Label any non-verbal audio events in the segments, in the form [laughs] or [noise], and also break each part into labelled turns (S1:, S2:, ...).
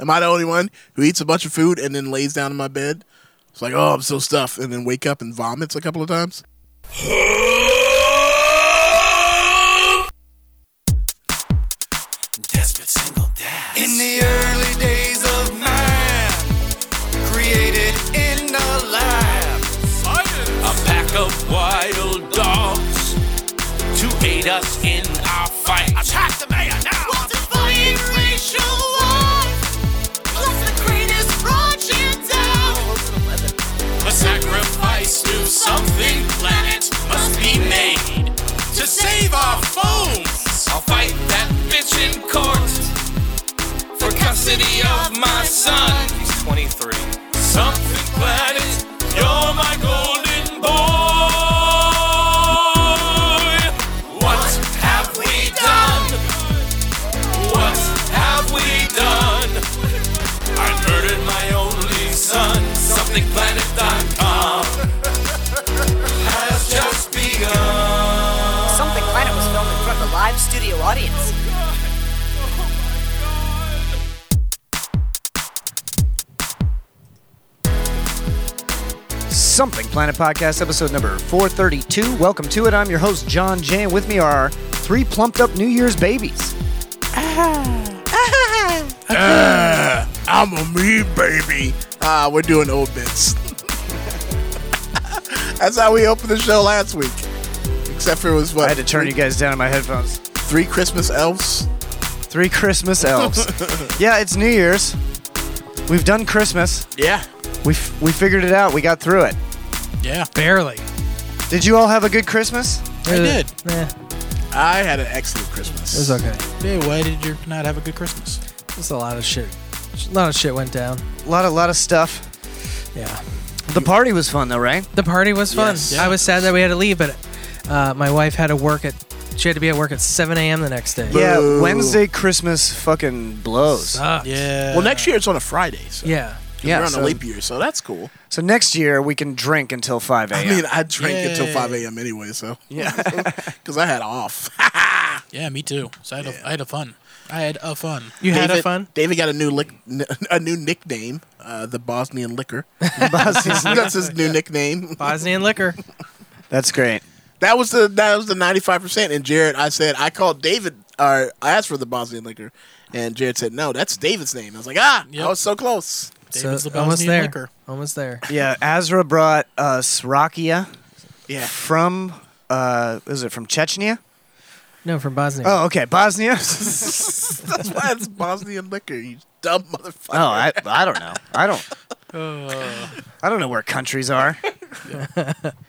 S1: Am I the only one who eats a bunch of food and then lays down in my bed? It's like, oh, I'm so stuffed, and then wake up and vomits a couple of times.
S2: Desperate single dad. In the early days of man, created in a lab. A pack of wild dogs to aid us in our fight. Attack the mayor now!
S3: Was it fighting racial life? Plus the greatest project out.
S2: A sacrifice to something planet must be made to save our phones. I'll fight that bitch in court for custody of my son. He's 23. Something planet, you're my golden boy. What have we done? What have we done? I murdered my only son. SomethingPlanet.com has just begun.
S4: Something Planet was filmed in front of a live studio audience.
S5: Something Planet Podcast, episode number 432. Welcome to it. I'm your host, John Jan. With me are our three plumped up New Year's babies.
S1: I'm a me baby. Ah, we're doing old bits. [laughs] That's how we opened the show last week. Except for it was what
S5: I had to turn you guys down in my headphones.
S1: three Christmas elves.
S5: Three Christmas
S1: [laughs]
S5: elves. yeah, it's New Year's. We've done Christmas.
S1: Yeah,
S5: We, f- we figured it out. We got through it.
S1: yeah.
S6: Barely.
S5: Did you all have a good Christmas?
S6: I
S1: did.
S6: Nah, it
S1: I had an excellent Christmas.
S6: was okay.
S7: Hey, why did you not have a good Christmas?
S6: Just a lot of shit. A lot of shit went down.
S5: A lot of, lot of stuff.
S6: Yeah.
S5: The party was fun, though, right?
S6: The party was fun.
S1: Yes.
S6: I was sad that we had to leave, but uh, my wife had to work at. She had to be at work at 7 a.m. the next day.
S5: Yeah,
S1: Boo.
S5: Wednesday Christmas fucking blows.
S6: Sucked.
S7: Yeah.
S1: Well, next year it's on a Friday, so
S6: Yeah.
S5: Yeah,
S1: we're on
S5: so-
S1: a leap year, so that's cool.
S5: So next year we can drink until 5 a.m.
S1: I mean, I drank until
S7: Yay.
S1: 5 a.m. anyway, so
S5: yeah.
S1: [laughs] because I had off.
S7: Yeah, me too. So I had, a, I had a fun. I had a fun.
S6: You had
S1: David-
S6: a fun?
S1: David got a new lick, a new nickname, uh, the Bosnian liquor.
S5: [laughs] Bosnian-
S1: [laughs] That's his new nickname.
S6: Bosnian liquor.
S5: That's great.
S1: That was the that was the ninety five percent. And Jared, I said I called David or I asked for the Bosnian liquor, and Jared said no, that's David's name. I was like ah,
S7: Yep.
S1: I was so close. [laughs]
S7: David's the
S6: almost
S7: Bosnian
S6: there.
S7: liquor.
S6: Almost there.
S5: Yeah, Azra brought us Rakia
S1: Yeah,
S5: from uh is it from Chechnya?
S6: No, from Bosnia.
S5: Oh, okay, Bosnia. [laughs]
S1: that's why it's Bosnian liquor. You dumb motherfucker.
S5: oh, I I don't know. I don't
S6: Uh,
S5: I don't know where countries are.
S6: [laughs]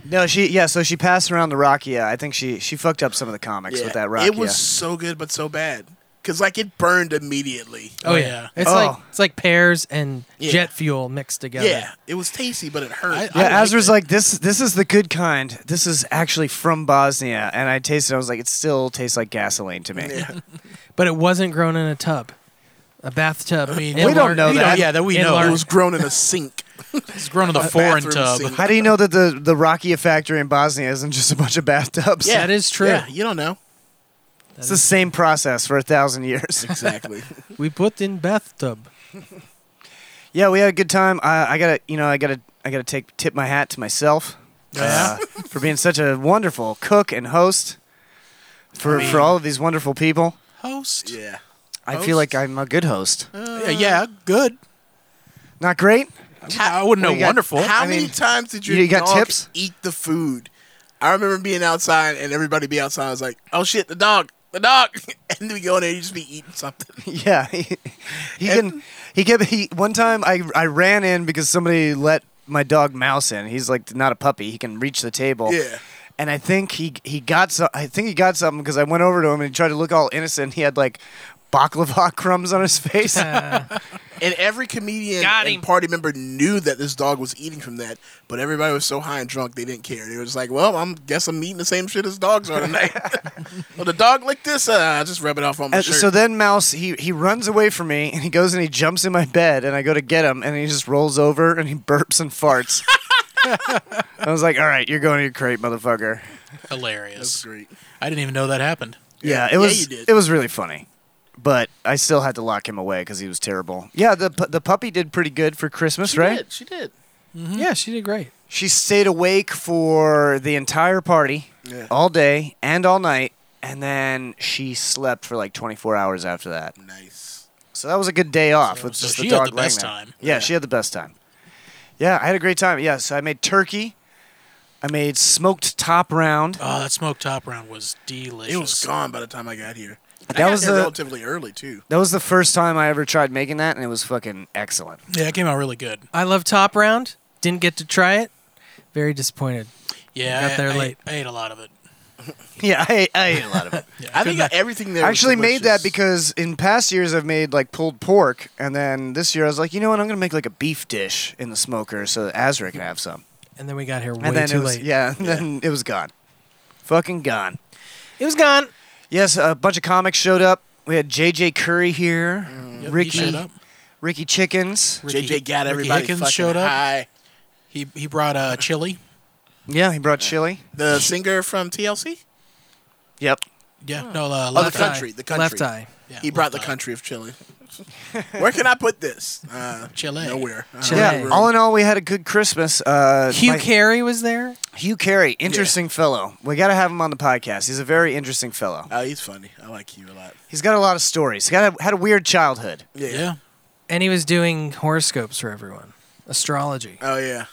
S5: no, she yeah, so she passed around the Rakia. I think she she fucked up some of the comics
S1: Yeah.
S5: with that Rakia.
S1: It was so good, but so bad because like it burned immediately.
S6: Oh, yeah. It's
S5: Oh.
S6: like it's like pears and
S1: Yeah.
S6: jet fuel mixed together.
S1: Yeah, it was tasty, but it hurt.
S7: I-
S5: yeah,
S7: liked
S5: Azra's
S7: it.
S5: like this. This is the good kind. This is actually from Bosnia, and I tasted. it. I was like, it still tastes like gasoline to me.
S1: yeah.
S6: But it wasn't grown in a tub. A bathtub. I
S7: mean,
S5: We don't know that.
S7: yeah, that we
S6: in
S7: know.
S6: large-
S1: it was grown in a sink.
S7: It's grown in the foreign
S1: bathroom
S7: tub.
S1: sink.
S5: How do you know that the the Rakia factory in Bosnia isn't just a bunch of bathtubs?
S1: Yeah,
S6: That is true.
S1: Yeah, you don't know
S5: It's the same process for a thousand years. [laughs]
S1: exactly.
S6: We put in bathtub.
S7: [laughs]
S5: yeah, we had a good time. I, I gotta, you know, I gotta, I gotta take tip my hat to myself uh, for being such a wonderful cook and host for for all of these wonderful people.
S7: Host.
S1: yeah. Uh,
S5: I feel like I'm a good host.
S7: yeah, yeah, good.
S5: Not great.
S7: I wouldn't know
S5: we got-
S7: wonderful.
S1: How
S5: I
S1: many
S5: mean,
S1: times did your
S5: you got
S1: dog
S5: tips? [laughs]
S1: eat the food? I remember being outside and everybody be outside. I was like, "Oh shit, the dog, the dog!" [laughs] And we go in there, you just be eating something.
S5: Yeah, he, he can. He kept. He one time I I ran in because somebody let my dog Mouse in. He's like not a puppy. He can reach the table.
S1: Yeah.
S5: And I think he he got so I think he got something because I went over to him and he tried to look all innocent. He had like baklava [laughs] crumbs on his face.
S1: And every comedian
S6: Got him.
S1: and party member knew that this dog was eating from that, but everybody was so high and drunk they didn't care. They were just like, "Well, I'm guess I'm eating the same shit as dogs are tonight." well, the dog licked this. Uh, I just rub it off [laughs] on my
S5: And
S1: shirt.
S5: so then Mouse he he runs away from me and he goes and he jumps in my bed and I go to get him and he just rolls over and he [laughs] burps and farts. I was like, all right, you're going to your crate, motherfucker.
S7: Hilarious.
S1: Great.
S7: I didn't even know that happened.
S5: Yeah,
S1: Yeah,
S5: it was
S1: you did.
S5: it was really funny. but I still had to lock him away because he was terrible. Yeah, the pu- the puppy did pretty good for Christmas,
S1: She
S5: right?
S1: did. She did.
S6: Yeah, she did great.
S5: Mm-hmm. She stayed awake for the entire party,
S1: Yeah.
S5: all day and all night, and then she slept for like 24 hours after that.
S1: Nice.
S5: So that was a good day off.
S7: So-
S5: with
S7: so
S5: just
S7: she
S5: the
S7: had
S5: dog
S7: the best
S5: laying there.
S7: time.
S5: Yeah, she had the best time. Yeah, I had a great time. Yeah, so I made turkey. I made smoked top round.
S7: Oh, that smoked top round was delicious.
S1: It was gone by the time I got here. I
S5: That
S1: got
S5: was
S1: here
S5: a-
S1: relatively early too.
S5: That was the first time I ever tried making that, and it was fucking excellent.
S7: Yeah, it came out really good.
S6: I love Top Round. Didn't get to try it. Very disappointed.
S7: Yeah,
S6: Got
S7: I,
S6: there
S7: I-
S6: late.
S7: I ate a lot of it.
S5: [laughs] Yeah, I, I ate a lot of it.
S1: I think everything there.
S5: I
S1: was
S5: actually made that
S1: delicious.
S5: because in past years I've made like pulled pork, and then this year I was like, you know what, I'm gonna make like a beef dish in the smoker so that Azra can have some.
S6: And then we got here way
S5: And then
S6: too
S5: it was
S6: late.
S5: yeah, and then it was gone, fucking gone.
S6: It was gone.
S5: Yes, a bunch of comics showed up. We had JJ Curry here,
S7: Yep, he
S5: Ricky,
S7: showed up.
S5: Ricky Chickens.
S1: JJ Mm. got
S7: Ricky
S1: everybody
S7: Hickins
S1: fucking
S7: showed up.
S1: high.
S7: He he brought uh, chili.
S5: Yeah, he brought chili.
S1: The singer from TLC.
S5: Yep.
S7: Yeah, no, uh,
S1: Oh, the
S7: left eye.
S1: country. The country.
S6: Left eye.
S7: Yeah,
S1: He brought the
S7: left eye.
S1: country of Chile. Where can I put this? Uh,
S7: Chile.
S1: Nowhere. I don't
S6: Chile.
S5: Yeah.
S1: remember.
S5: All in all, we had a good Christmas. Uh,
S6: Hugh
S5: my-
S6: Carey was there.
S5: Hugh Carey, interesting fellow. We got to have him on the podcast. He's a very interesting fellow.
S1: Oh, he's funny. I like you a lot.
S5: He's got a lot of stories. He got a, had a weird childhood.
S1: Yeah.
S7: Yeah,
S6: And he was doing horoscopes for everyone. Astrology.
S1: Oh yeah.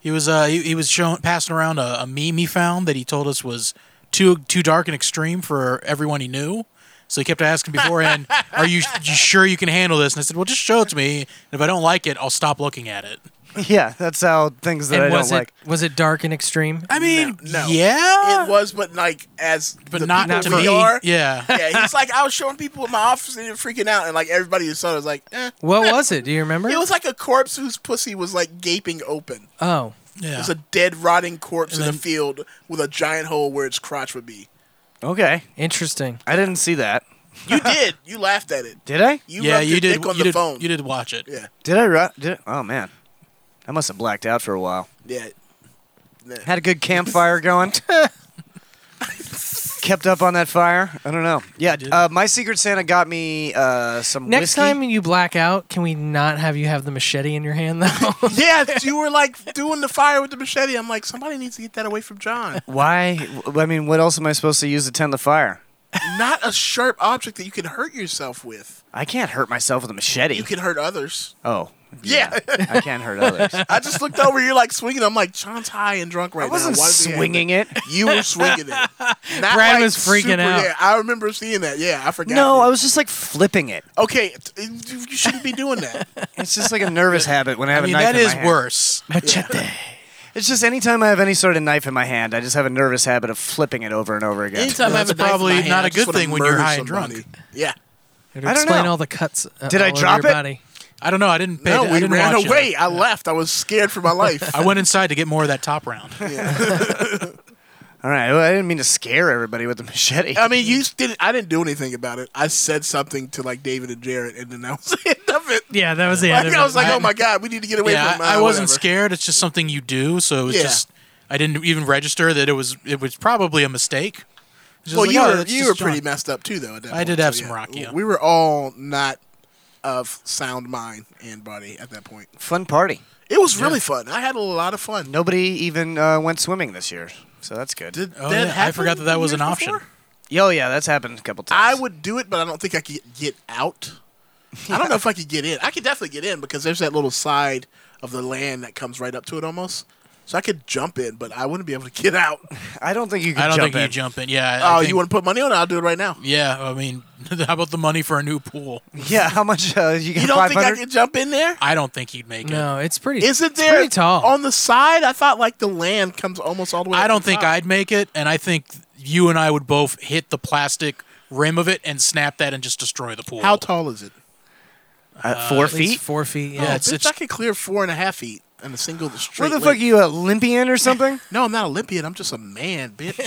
S7: he was uh, he, he was showing passing around a, a meme he found that he told us was too too dark and extreme for everyone he knew. So he kept asking
S6: [laughs]
S7: beforehand, "Are you, you sure you can handle this?" And I said, "Well, just show it to me. And if I don't like it, I'll stop looking at it."
S5: [laughs] yeah, that's how things that
S6: and
S5: I
S6: was
S5: don't
S6: it
S5: like.
S6: was it dark and extreme?
S7: I mean,
S1: no.
S7: yeah,
S1: It was, but like as
S7: but
S1: the
S7: not,
S1: people
S7: to
S1: we
S7: me.
S1: are.
S7: Yeah,
S1: yeah, he's like I was showing people in my office and they're freaking out, and like everybody you saw was like, eh.
S6: What was it? Do you remember?
S1: It was like a corpse whose pussy was like gaping open.
S6: oh.
S7: yeah.
S1: It was a dead, rotting corpse
S7: And
S1: in a
S7: then-
S1: field with a giant hole where its crotch would be.
S5: Okay,
S6: Interesting.
S5: I didn't see that.
S7: [laughs]
S1: You did. You laughed at it.
S5: Did I?
S1: You
S7: yeah,
S1: rubbed
S7: you
S1: your
S7: did.
S1: dick on
S7: you
S1: the
S7: did.
S1: phone.
S7: You did watch it.
S1: Yeah,
S5: Did I? Ru- did oh man, I must have blacked out for a while.
S1: yeah.
S5: Had a good campfire going. Kept up on that fire. I don't know. Yeah,
S7: did.
S5: uh, my Secret Santa got me uh, some
S6: Next
S5: whiskey.
S6: time you black out, can we not have you have the machete in your hand though?
S1: [laughs] Yeah, you were like doing the fire with the machete. I'm like, somebody needs to get that away
S7: [laughs]
S1: from John.
S5: Why? w- I mean, what else am I supposed to use to tend the fire?
S1: Not a sharp object that you can hurt yourself with.
S5: I can't hurt myself with a machete.
S1: You can hurt others.
S5: oh,
S1: Yeah.
S7: [laughs]
S5: I can't hurt
S1: [laughs]
S5: others.
S1: I just looked over. You're like swinging. I'm like, John's high and drunk right
S5: I wasn't
S1: now. Why does he have
S5: swinging it.
S1: that?" You were swinging it. Not
S6: Brad was freaking out.
S1: Yeah, I remember seeing that. Yeah, I forgot.
S5: [laughs] No,
S1: it.
S5: I was just like flipping it.
S1: Okay, t- you you shouldn't be
S7: [laughs]
S1: doing that.
S5: It's just like a nervous habit when I have
S7: I mean,
S5: a knife.
S7: that
S5: in my
S7: is
S5: hand.
S7: worse.
S5: It's just anytime I have any sort of knife in my hand, I just have a nervous habit of flipping it over and over again.
S1: Anytime I have
S7: That's
S1: a knife in
S7: probably
S1: my hand,
S7: not
S1: I
S7: a
S1: just
S7: good
S1: wanna
S7: thing when you're
S1: murder
S7: high and
S1: somebody.
S7: drunk.
S1: Yeah.
S6: I
S5: don't
S6: explain
S5: know.
S6: all the cuts. uh,
S5: Did I
S6: all over
S5: drop
S6: your
S5: it?
S6: Body.
S7: I don't know. I didn't pay.
S1: No,
S7: I
S1: we
S7: didn't
S1: ran
S7: watch it.
S1: away. I left. I was scared for my
S7: [laughs]
S1: life.
S7: I went inside to get more of that top
S5: [laughs]
S7: round.
S5: All right, well, I didn't mean to scare everybody with the machete.
S1: I mean, you didn't. I didn't do anything about it. I said something to like David and Jared, and then that was [laughs] the end of it.
S6: Yeah,
S5: [laughs]
S6: that was the
S1: Like,
S6: other.
S1: I was like,
S7: I-
S1: "Oh my god, we need to get away
S7: yeah,
S1: from." Uh,
S7: I, I wasn't
S1: whatever.
S7: scared. It's just something you do. So it was
S1: Yeah.
S7: just I didn't even register that it was it was probably a mistake. It's just
S1: Well,
S7: like,
S1: you
S7: oh,
S1: were
S7: it's
S1: you
S7: just
S1: were pretty
S7: John.
S1: messed up too, though. At that
S7: I
S1: point.
S7: did have
S1: So,
S7: some
S1: yeah,
S7: Rocky.
S1: We were all not of sound mind and body at that point.
S5: Fun party.
S1: It was really fun. I had a lot of fun.
S5: Nobody even uh, went swimming this year, so that's good.
S1: Did
S7: Oh,
S1: that
S7: yeah, I
S1: happen
S7: forgot that that was
S1: years
S7: an option.
S1: before?
S5: Yo, yeah, that's happened a couple
S1: I
S5: times.
S1: would do it, but I don't think I could get out.
S7: [laughs]
S1: I don't know if I could get in. I could definitely get in because there's that little side of the land that comes right up to it almost. So I could jump in, but I wouldn't be able to get out.
S5: [laughs] I don't think you could
S7: I don't
S5: jump
S7: think you
S5: in.
S7: jump in. Yeah. I- I
S1: Oh,
S7: think-
S1: you want to put money on it? I'll do it right now.
S7: Yeah. I mean, [laughs] how about the money for a new pool?
S5: Yeah, how much? Uh, you
S1: You
S5: got
S1: don't
S5: five
S1: think I
S5: hundred?
S1: could jump in there?
S7: I don't think you'd make it.
S6: No, it's pretty.
S1: Is it
S6: it's
S1: there
S6: Pretty tall.
S1: on the side? I thought like the land comes almost all the way.
S7: I
S1: up
S7: don't
S1: to the
S7: think
S1: top.
S7: I'd make it, and I think you and I would both hit the plastic rim of it and snap that and just destroy the pool.
S1: How tall is it?
S5: Uh, four
S6: At least
S5: feet?
S6: Four feet.
S1: Oh,
S6: Yeah.
S7: it's-
S1: bitch,
S7: it's-
S1: I could clear four and a half feet in a single straight.
S5: Where the
S1: leg.
S5: fuck are you, Olympian
S7: [laughs]
S5: or something?
S1: No, I'm not Olympian. I'm just a man, bitch.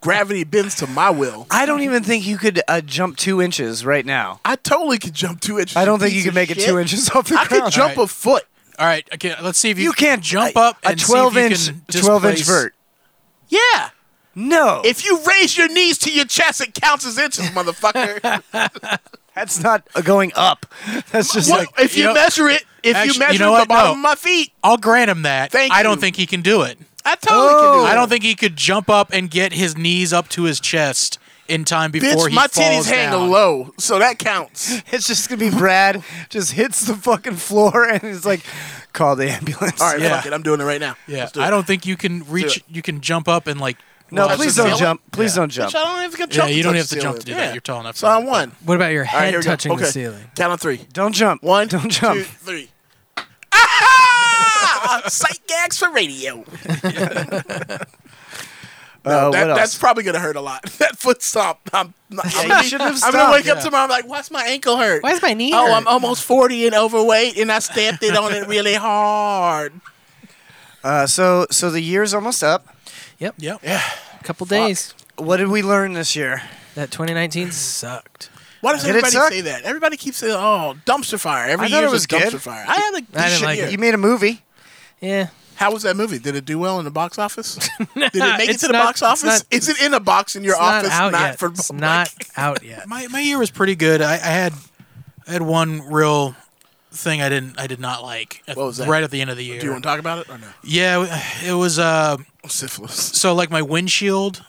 S1: Gravity bends to my will.
S5: I don't even think you could uh, jump two inches right now.
S1: I totally could jump two inches.
S5: I don't
S1: you
S5: think you
S1: piece
S5: can
S1: of
S5: make it
S1: shit.
S5: two inches off the
S1: I
S5: ground.
S1: could jump
S7: All
S1: a foot.
S7: All right. Okay. Let's see if you,
S5: You can't
S7: jump
S5: I-
S7: up
S5: a
S7: and see if
S5: twelve
S7: you
S5: inch,
S7: can
S5: twelve inch
S7: displace-
S5: vert.
S1: Yeah.
S5: No,
S1: If you raise your knees to your chest, it counts as inches,
S7: [laughs]
S1: motherfucker.
S5: that's not uh, going up. [laughs] That's just
S1: What-
S5: like
S1: if you,
S7: you know-
S1: measure it, if
S7: Actu-
S1: you
S7: you
S1: measure
S7: know
S1: the
S7: what?
S1: bottom
S7: No.
S1: of my feet,
S7: I'll grant him that.
S1: Thank
S7: I
S1: you.
S7: don't think he can do it.
S1: I totally can do it.
S7: I don't think he could jump up and get his knees up to his chest in time before
S1: Bitch,
S7: he
S1: my titties
S7: falls
S1: hang
S7: down.
S1: low, so that counts.
S5: [laughs] it's just gonna be Brad just hits the fucking floor and it's like, call the ambulance.
S1: All right,
S7: Yeah.
S1: fuck it. I'm doing it right now.
S7: Yeah,
S1: Let's do it.
S7: I don't think you can reach.
S1: it.
S7: You can jump up and like.
S5: No,
S7: launch
S5: please
S1: the
S5: don't
S1: ceiling?
S5: jump. Please
S7: Yeah.
S5: don't
S1: Bitch, I
S5: jump.
S1: don't even
S7: Yeah,
S1: have to jump.
S7: you don't have to
S1: touch the
S7: jump to do
S1: ceiling.
S7: that.
S1: Yeah.
S7: You're tall enough
S1: So
S7: for
S1: I
S7: that.
S1: won.
S6: What about your
S1: All right,
S6: head
S1: here we go.
S6: touching
S1: okay.
S6: the ceiling?
S1: Count on three.
S5: Don't jump.
S1: One,
S5: Don't jump.
S1: two, three. [laughs] Ah! Sight gags for radio. [laughs]
S5: uh,
S1: that,
S5: what else?
S1: That's probably gonna hurt a lot. [laughs] That foot stomp. I'm, not, [laughs] I'm, gonna,
S5: you
S1: be-
S5: shouldn't have
S1: I'm gonna
S5: stopped,
S1: wake up
S7: yeah.
S1: tomorrow. I'm like, why's my ankle hurt?
S6: Why is my knee?
S1: oh,
S6: hurt?
S1: I'm almost 40 and overweight, and I stamped it on it really hard.
S5: uh, so so the year's almost up.
S6: Yep.
S7: Yep.
S6: A couple days.
S5: What did we learn this year?
S6: That 2019 sucked.
S1: Why does
S5: Did it
S1: everybody
S5: suck?
S1: say that? Everybody keeps saying, "Oh, dumpster fire." Every
S5: I thought
S1: year
S5: it was
S1: dumpster
S5: good.
S1: fire. I had a
S6: I didn't
S1: decent
S6: like
S1: year.
S6: it.
S5: You made a movie.
S6: Yeah.
S1: How was that movie? Did it do well in the box
S6: [laughs]
S1: office? [laughs] Did it make it
S6: it's
S1: to the
S6: not-
S1: box
S6: it's
S1: office?
S6: not-
S1: Is it in a box in your
S6: It's
S1: office?
S6: not out yet.
S1: for
S6: it's
S1: public?
S6: not out
S1: [laughs]
S6: yet.
S7: My my year was pretty good. I, I had I had one real thing I didn't I did not like. at-
S1: What was that?
S7: Right at the end of the year.
S1: Do you want to talk about it or no?
S7: yeah, it was uh
S1: Syphilis.
S7: so like my windshield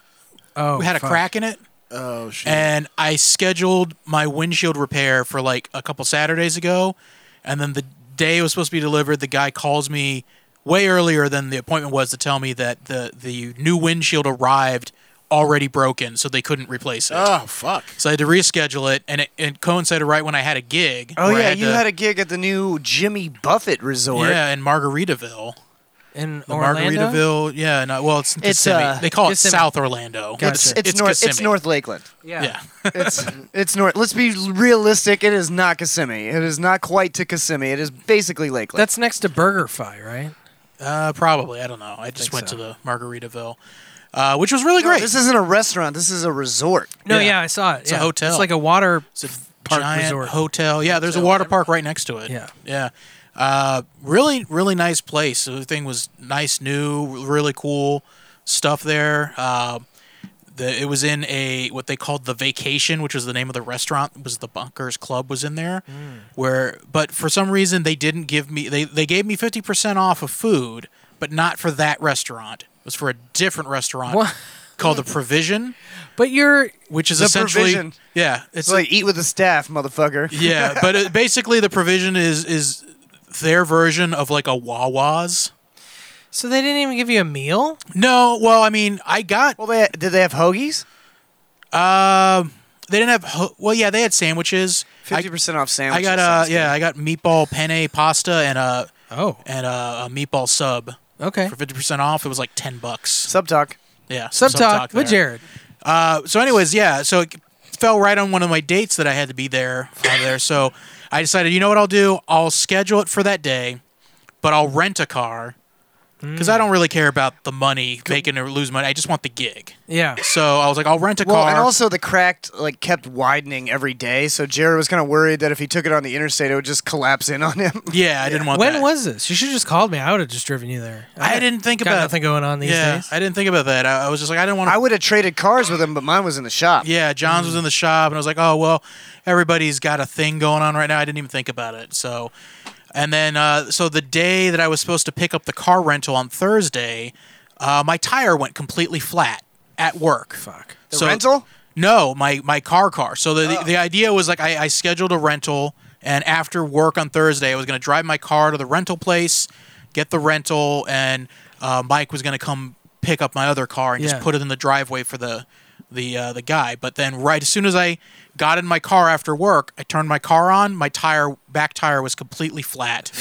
S6: Oh,
S7: had a
S6: fuck.
S7: crack in it.
S1: Oh shit.
S7: and I scheduled my windshield repair for like a couple Saturdays ago, and then the day it was supposed to be delivered, the guy calls me way earlier than the appointment was to tell me that the the new windshield arrived already broken, so they couldn't replace it.
S1: oh fuck.
S7: So I had to reschedule it, and it, it coincided right when I had a gig.
S5: Oh
S7: where I
S5: yeah, you
S7: to-
S5: had a gig at the new Jimmy Buffett resort.
S7: yeah in Margaritaville.
S6: in
S7: The
S6: Orlando.
S7: Margaritaville, yeah, and, uh, well, it's,
S5: It's,
S7: Kissimmee.
S5: uh,
S7: they call it
S6: Kissimmee.
S7: South Orlando.
S5: It's,
S6: Gotcha.
S5: it's,
S7: It's
S5: north. It's
S7: Kissimmee.
S5: North Lakeland.
S7: yeah,
S5: [laughs]
S7: [laughs]
S5: It's it's north. Let's be realistic. It is not Kissimmee. It is not quite to Kissimmee. It is basically Lakeland.
S6: That's next to Burger Fi, right?
S7: uh, probably. I don't know. I just
S6: think
S7: went
S6: so.
S7: to the Margaritaville, uh, which was really
S5: No,
S7: great.
S5: This isn't a restaurant. This is a resort.
S6: No,
S7: Yeah.
S6: yeah, I saw it. It's
S7: a hotel.
S6: It's like a water.
S7: It's a
S6: park
S7: giant
S6: resort.
S7: hotel. Yeah, there's a water park right next to it.
S6: Yeah.
S7: yeah. Uh, really, really nice place. The thing was nice, new, really cool stuff there. Uh, the, it was in a what they called the vacation, which was the name of the restaurant. Was the Bunkers Club was in
S6: Mm.
S7: there, where but for some reason they didn't give me they they gave me fifty percent off of food, but not for that restaurant. It was for a different restaurant
S6: What?
S7: called the Provision,
S6: But you're
S7: which is
S5: The
S7: essentially
S5: Provision.
S7: yeah, it's
S5: It's like eat with the staff, motherfucker. [laughs]
S7: yeah, but it, basically the provision is is their version of like a Wawa's.
S6: so they didn't even give you a meal.
S7: No, well, I mean, I got Um,
S5: Well, they did they have hoagies?
S7: they didn't have ho- well, yeah, they had sandwiches. I-
S5: Fifty percent
S7: I
S5: off sandwiches.
S7: got uh
S5: sounds
S7: yeah, I got meatball penne pasta and a
S6: Oh,
S7: and a, a meatball sub
S6: okay.
S7: for 50% off. It was like 10
S5: good.
S7: bucks.
S5: Sub talk.
S7: [laughs] Yeah.
S6: Sub
S7: some
S6: talk with
S7: there.
S6: Jared.
S7: Uh, so anyways, yeah, so it fell right on one of my dates that I had to be there on there. So I decided, you know what I'll do? I'll schedule it for that day, but I'll rent a car
S6: Mm.
S7: because I don't really care about the money, making or lose money. I just want the gig.
S6: Yeah.
S7: So I was like, I'll rent a
S5: Well,
S7: car.
S5: and also the crack like kept widening every day, so Jared was kind of worried that if he took it on the interstate, it would just collapse in
S7: [laughs]
S5: on him.
S7: yeah, I didn't want
S6: When
S7: that.
S6: was this? You should have just called me. I would have just driven you there.
S7: I didn't think
S6: got
S7: about
S6: nothing going on these
S7: yeah,
S6: days.
S7: I didn't think about that. I, I was just like, I didn't want to
S5: I would have traded cars with him, but mine was in the shop.
S7: Yeah, John's was in the shop, and I was like, oh well, everybody's got a thing going on right now. I didn't even think about it. So, and then uh, so the day that I was supposed to pick up the car rental on Thursday, uh, my tire went completely flat at work. Fuck.
S5: The rental? Oh.
S7: No, my my car car. So the the idea was like I, I scheduled a rental, and after work on Thursday, I was going to drive my car to the rental place, get the rental, and uh, Mike was going to come pick up my other car and
S6: Yeah.
S7: just put it in the driveway for the the uh, the guy. But then right as soon as I got in my car after work, I turned my car on. My tire back tire was completely flat.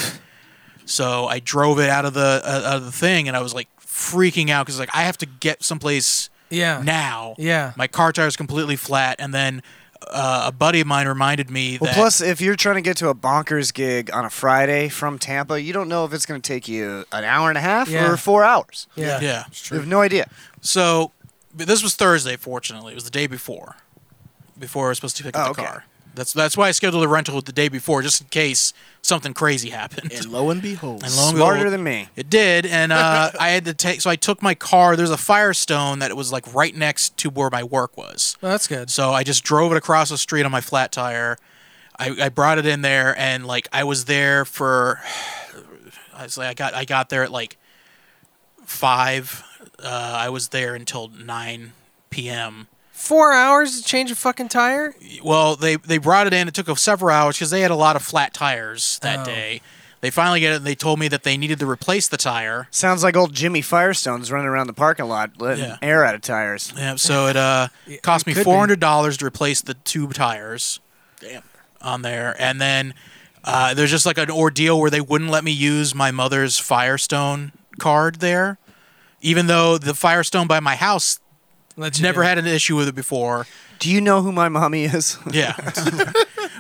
S7: So I drove it out of the uh, out of the thing, and I was like freaking out because like I have to get someplace
S6: Yeah.
S7: now.
S6: Yeah.
S7: my car tire is completely flat, and then uh, a buddy of mine reminded me
S5: Well,
S7: that
S5: plus, if you're trying to get to a bonkers gig on a Friday from Tampa, you don't know if it's going to take you an hour and a half
S6: Yeah.
S5: or four hours.
S6: Yeah.
S7: yeah.
S5: You have no idea.
S7: So but this was Thursday. Fortunately, it was the day before before I was supposed to pick up
S5: Oh,
S7: the
S5: okay.
S7: car. That's that's why I scheduled a rental the day before, just in case something crazy happened.
S1: And lo and behold,
S7: And lo and
S5: Smarter
S7: behold,
S5: than me.
S7: It did, and uh, I had to take. So I took my car. There's a Firestone that was like right next to where my work was.
S6: Well, Oh, that's good.
S7: So I just drove it across the street on my flat tire. I, I brought it in there, and like I was there for. [sighs] I was like, I got I got there at like five. Uh, I was there until nine p.m.
S6: Four hours to change a fucking tire?
S7: Well, they they brought it in. It took several hours because they had a lot of flat tires that
S6: Oh.
S7: day. They finally get it. and They told me that they needed to replace the tire.
S5: Sounds like old Jimmy Firestone's running around the parking lot letting
S7: Yeah.
S5: air out of tires.
S7: Yeah, so it
S6: [laughs]
S7: uh cost me
S6: could be.
S7: four hundred dollars to replace the tube tires.
S1: Damn.
S7: On there, and then uh, there's just like an ordeal where they wouldn't let me use my mother's Firestone card there, even though the Firestone by my house
S6: Let you
S7: never
S6: do it.
S7: had an issue with it before.
S5: Do you know who my mommy is?
S7: [laughs]
S5: [laughs]
S7: Yeah.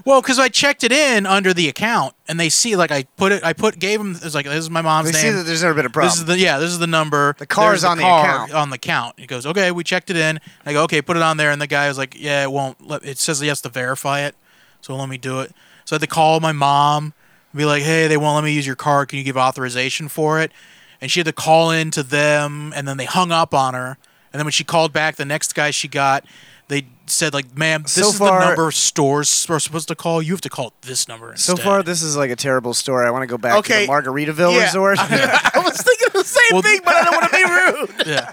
S7: well, because I checked it in under the account, and they see like I put it, I put gave them. It's like this is my mom's
S5: they see
S7: name.
S5: that there's never been a problem.
S7: This is the yeah. This is the number.
S5: The car
S7: There's
S5: is on the account.
S7: On the account. He goes, okay, we checked it in. I go, okay, put it on there. And the guy was like, yeah, it won't. Let, it says he has to verify it, so let me do it. So I had to call my mom, and be like, hey, they won't let me use your card. Can you give authorization for it? And she had to call in to them, and then they hung up on her. And then when she called back, the next guy she got, they said like, ma'am, this
S5: So
S7: is
S5: far-
S7: the number stores are supposed to call. You have to call this number
S5: so
S7: instead.
S5: far, this is like a terrible story. I want to go back
S1: Okay.
S5: to the Margaritaville
S7: [laughs]
S1: Yeah.
S5: Resort.
S1: I was thinking the same
S7: Well-
S1: thing, but I don't want to be rude.
S7: yeah.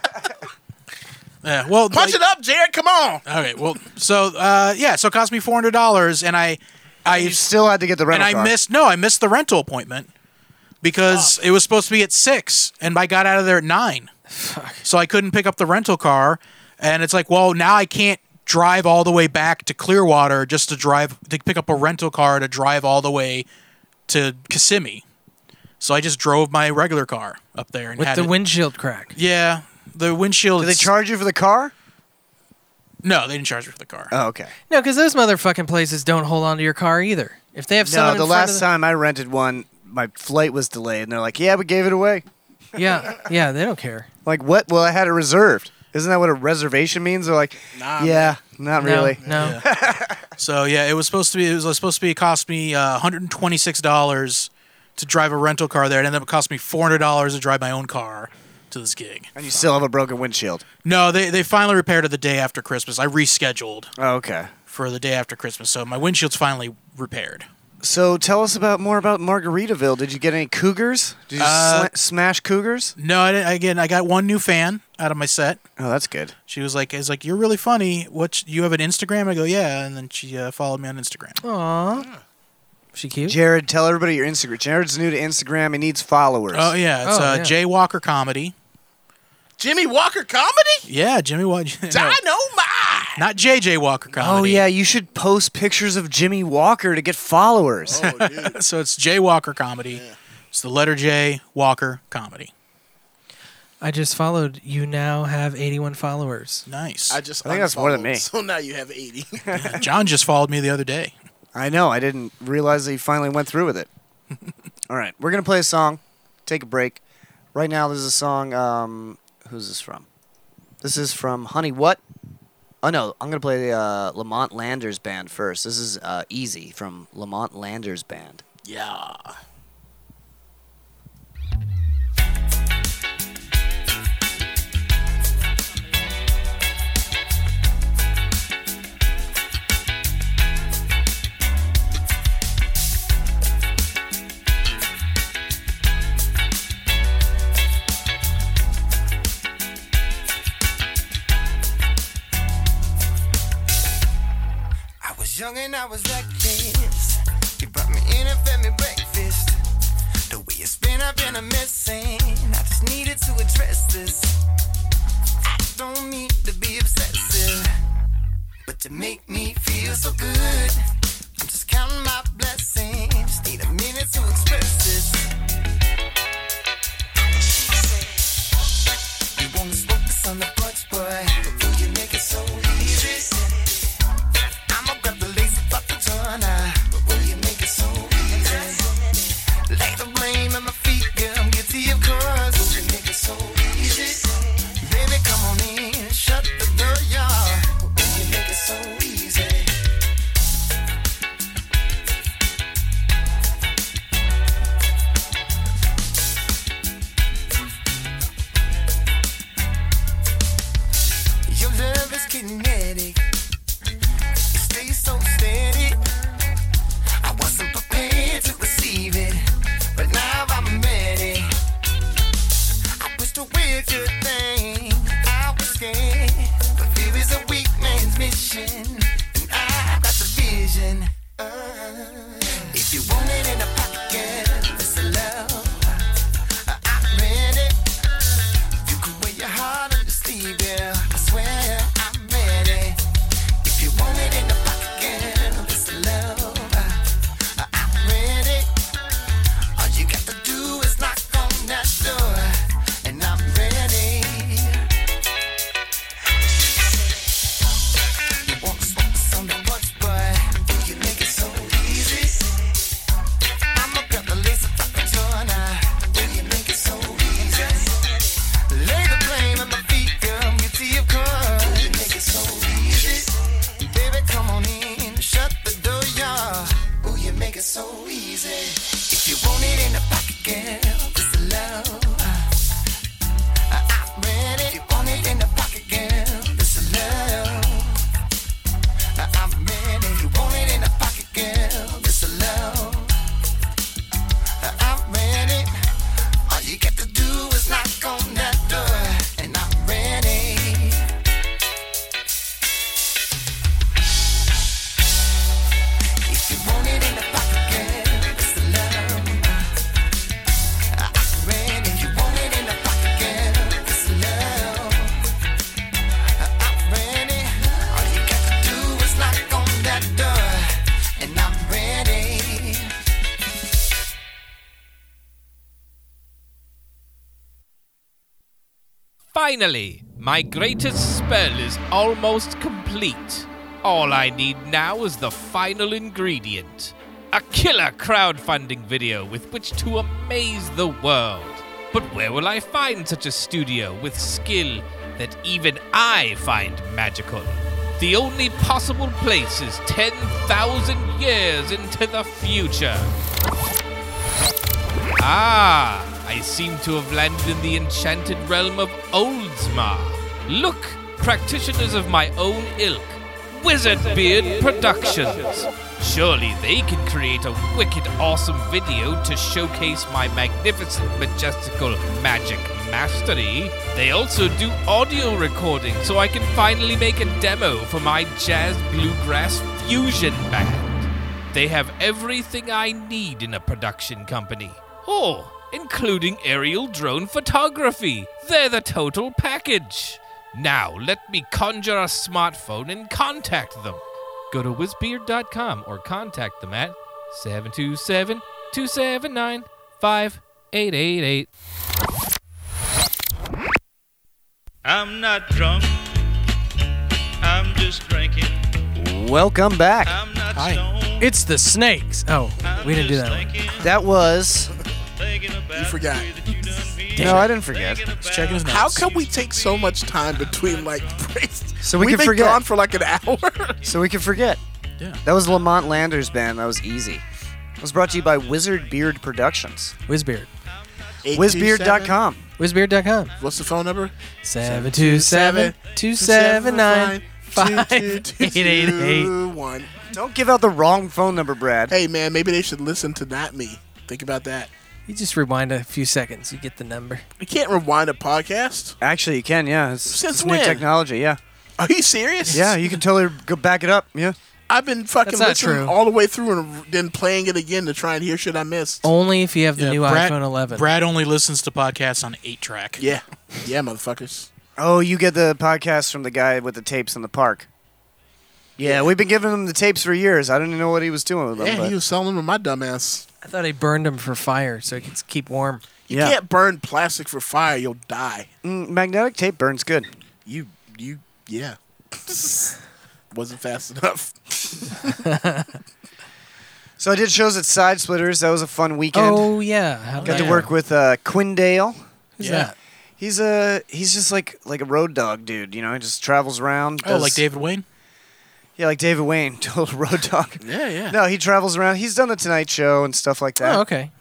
S7: Yeah, well,
S1: Punch it up, Jared. Come on.
S7: Okay, well, so uh, yeah, so it cost me four hundred dollars, and I, I
S5: you still had to get the
S7: and
S5: rental
S7: I
S5: car.
S7: missed. No, I missed the rental appointment because it was supposed to be at six, and I got out of there at nine, so I couldn't pick up the rental car. And it's like, well, now I can't drive all the way back to Clearwater just to drive to pick up a rental car to drive all the way to Kissimmee. So I just drove my regular car up there and
S6: With
S7: had
S6: the
S7: it-
S6: windshield crack.
S7: Yeah, the windshield.
S5: Do they
S7: is-
S5: charge you for the car?
S7: No, they didn't charge me for the car.
S5: Oh, okay.
S6: No, because those motherfucking places don't hold on to your car either. If they have someone
S5: No,
S6: in
S5: the
S6: front
S5: last
S6: of
S5: time I rented one, my flight was delayed, and they're like, "Yeah, we gave it away."
S6: the- yeah, yeah, they don't care.
S5: Like, what? Well, I had it reserved. Isn't that what a reservation means? They're like,
S1: Nah,
S5: "Yeah, not
S6: No,
S5: really."
S6: No,
S7: So yeah, it was supposed to be. It was supposed to be cost me uh, one hundred and twenty six dollars to drive a rental car there. It ended up costing me four hundred dollars to drive my own car to this gig.
S5: And you still have a broken windshield.
S7: No, they they finally repaired it the day after Christmas. I rescheduled
S5: Oh, okay.
S7: for the day after Christmas, so my windshield's finally repaired.
S5: So tell us about more about Margaritaville. Did you get any cougars? Did you
S7: Uh,
S5: sla- smash cougars?
S7: No, I didn't, again, I got one new fan out of my set.
S5: Oh, that's good.
S7: She was like, "Is like you're really funny. What you have an Instagram?" I go, "Yeah," and then she uh, followed me on Instagram.
S6: she cute.
S5: Jared, tell everybody your Instagram. Jared's new to Instagram. He needs followers.
S7: Oh yeah, it's
S6: Oh,
S7: uh,
S6: yeah.
S7: Jay Walker comedy.
S1: [laughs] Jimmy Walker comedy?
S7: Yeah, Jimmy Walker. [laughs] No,
S1: Dynamite.
S7: not JJ Walker
S5: Oh,
S7: comedy.
S5: yeah, you should post pictures of Jimmy Walker to get followers.
S1: Oh,
S7: [laughs]
S1: dude.
S7: So it's Jay Walker comedy. It's the letter J Walker comedy.
S6: I just followed. You now have 81 followers.
S7: Nice.
S1: I just
S5: I think that's more than
S1: unfollowed,
S5: me.
S1: So now you have 80.
S7: John just followed me the other day.
S5: I know. I didn't realize that he finally went through
S7: [laughs]
S5: with it. All right, we're gonna play a song, take a break. Right now, there's a song. Um, who's this from? This is from Honey What? Oh no, I'm gonna play the uh, Lamont Landers band first. This is uh, Easy from Lamont
S7: [laughs]
S5: Landers band.
S1: yeah.
S8: I was young and I was reckless. You brought me in and fed me breakfast. The way you spin, I've been a missing. I just needed to address this. I don't need to be obsessive, but to make me feel so good, I'm just counting my blessings. Need a minute to express this. You wanna smoke this on the porch, boy? Will you make it so easy? I'ma grab the lazy papadonna. But will you make it so easy? Lay the blame at my feet, girl. I'm guilty, of course. Will you make it so easy? Baby, come on in. Shut the door, y'all. Will you make it so easy? She wanted in a pocket. It's a love. I read it. You can wear your heart on your sleeve, yeah. I swear I'm ready. If you want it in a pocket, it's a love. I'm ready. All you got to do is knock on that door, and I'm ready. You want to smoke on the porch, but you make it so easy. I'm a couple lazy fucking joiner. You make it so easy. Lay the blame at my feet, girl. Guilty of course. You make it so easy. Baby, come on in, shut the door, y'all. Ooh, you make it so easy. If you want it in the pocket, girl, it's the love. I- I'm ready. If you want uh, it in the pocket, girl, it's the love. I- I'm ready. If you want uh, it in the pocket, girl, it's the love. I- I'm ready. All you got to do is knock on that door, and I'm ready. If you want it in the pocket, girl, it's the love. I- I'm ready. If you want it in the pocket, girl, it's the love. I- I'm ready. All you got to do is knock on that door, and I'm ready.
S9: Finally, my greatest spell is almost complete. All I need now is the final ingredient a killer crowdfunding video with which to amaze the world. But where will I find such a studio with skill that even I find magical? The only possible place is 10,000 years into the future. Ah, I seem to have landed in the enchanted realm of Oldsmar. Look, practitioners of my own ilk, Wizard Beard Productions. Surely they can create a wicked awesome video to showcase my magnificent majestical magic mastery. They also do audio recording so I can finally make a demo for my jazz bluegrass fusion band. They have everything I need in a production company. Oh, including aerial drone photography. They're the total package. Now, let me conjure a smartphone and contact them. Go to wizbeard.com or contact them at 727 279 5888.
S3: I'm not drunk. I'm just
S1: [laughs]
S3: drinking.
S5: Welcome back.
S3: I'm not
S7: Hi.
S3: stoned.
S6: It's the snakes. Oh, we didn't do that. One.
S5: That was.
S1: You forgot.
S5: No, I didn't forget.
S7: He's checking his notes.
S1: How come we take so much time between like [laughs] breaks?
S5: So we
S1: We've
S5: can
S1: been
S5: forget.
S1: gone for like an hour.
S5: So we can forget.
S7: Yeah.
S5: That was Lamont Landers band. That was easy. It was brought to you by Wizard Beard Productions.
S6: Whizbeard.
S5: Wizbeard.com.
S6: Whizbeard.com.
S1: What's the phone number?
S6: 727 279 5888.
S1: 5888.
S5: Don't give out the wrong phone number, Brad.
S1: Hey man, maybe they should listen to not me. Think about that.
S6: You just rewind a few seconds, you get the number.
S1: You can't rewind a podcast.
S5: Actually, you can, yeah. It's,
S1: Since
S5: it's
S1: when?
S5: new technology, yeah.
S1: Are you serious?
S5: Yeah, you can totally go back it up, yeah.
S1: I've been fucking
S6: That's not
S1: listening
S6: true.
S1: all the way through and then playing it again to try and hear shit I missed.
S6: Only if you have the
S7: Yeah,
S6: new
S7: Brad-
S6: iPhone 11.
S7: Brad only listens to podcasts on eight track.
S1: Yeah, yeah, motherfuckers.
S5: Oh, you get the podcast from the guy with the tapes in the park. Yeah, we've been giving him the tapes for years. I don't even know what he was doing with them.
S1: Yeah,
S5: but-
S1: he was selling them to my dumbass.
S6: I thought I burned him for fire so he could keep warm.
S1: You
S5: Yeah.
S1: can't burn plastic for fire; you'll die.
S5: Mm, magnetic tape burns good.
S1: You, you, yeah. [laughs] Wasn't fast enough.
S5: [laughs] So I did shows at Side Splitters. That was a fun weekend.
S6: Oh, yeah. How'd
S5: Got
S6: that
S5: to work with uh, Quindale.
S6: Who's
S7: Yeah.
S6: that?
S5: He's a he's just like like a road dog dude. You know, he just travels around.
S7: Oh,
S5: does-
S7: like David Wayne?
S5: Yeah, like David Wayne, [laughs] total road dog.
S7: [laughs]
S1: Yeah, yeah.
S5: No, he travels around. He's done the Tonight Show and stuff like that.
S6: Oh, okay.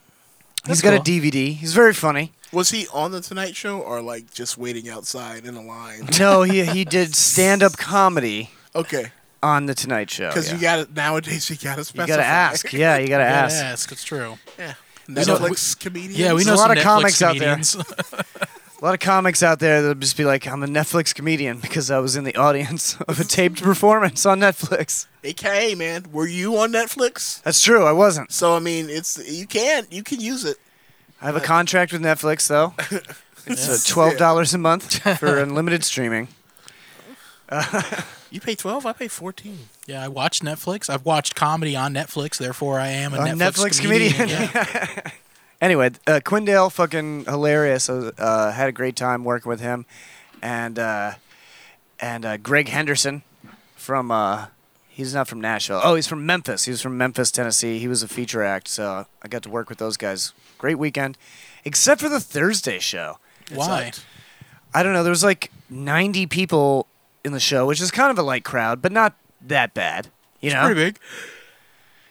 S5: He's
S6: that's
S5: got
S6: cool.
S5: a DVD. He's very funny.
S1: Was he on the Tonight Show or like just waiting outside in a line?
S5: [laughs] No, he
S7: [laughs]
S5: he did stand up comedy
S1: Okay,
S5: on the Tonight
S7: Oh,
S5: Show.
S1: because
S5: yeah.
S1: you got to nowadays. You got to specify.
S5: You gotta ask. Yeah,
S1: [laughs]
S5: you gotta
S7: Yeah,
S5: ask.
S7: yes, it's true.
S1: Yeah.
S7: know-
S1: Netflix comedian.
S7: Yeah, we
S5: There's
S7: know
S5: a
S7: some
S5: lot
S7: Netflix
S5: of comics out there.
S7: comedians.
S5: [laughs] A lot of comics out there that'll just be like, I'm a Netflix comedian because I was in the audience [laughs] of a taped performance on Netflix.
S1: AKA, man, were you on Netflix?
S5: That's true, I wasn't.
S1: So I mean, it's you can you can use it. Uh,
S5: I have a contract with Netflix though. It's uh, twelve dollars a month for unlimited streaming.
S1: You pay twelve, I pay fourteen.
S7: Yeah, I watch Netflix. I've watched comedy on Netflix, therefore I am a
S5: A
S7: Netflix,
S5: Netflix
S7: comedian.
S5: comedian.
S7: Yeah.
S5: [laughs] Anyway, uh, Quindale, fucking hilarious. I was, uh, had a great time working with him, and uh, and uh, Greg Henderson from uh, he's not from Nashville. Oh, he's from Memphis. He was from Memphis, Tennessee. He was a feature act, so I got to work with those guys. Great weekend, except for the Thursday show. uh,
S7: Why?
S5: I don't know. There was like 90 people in the show, which is kind of a light crowd, but not that bad. You know,
S7: Pretty big.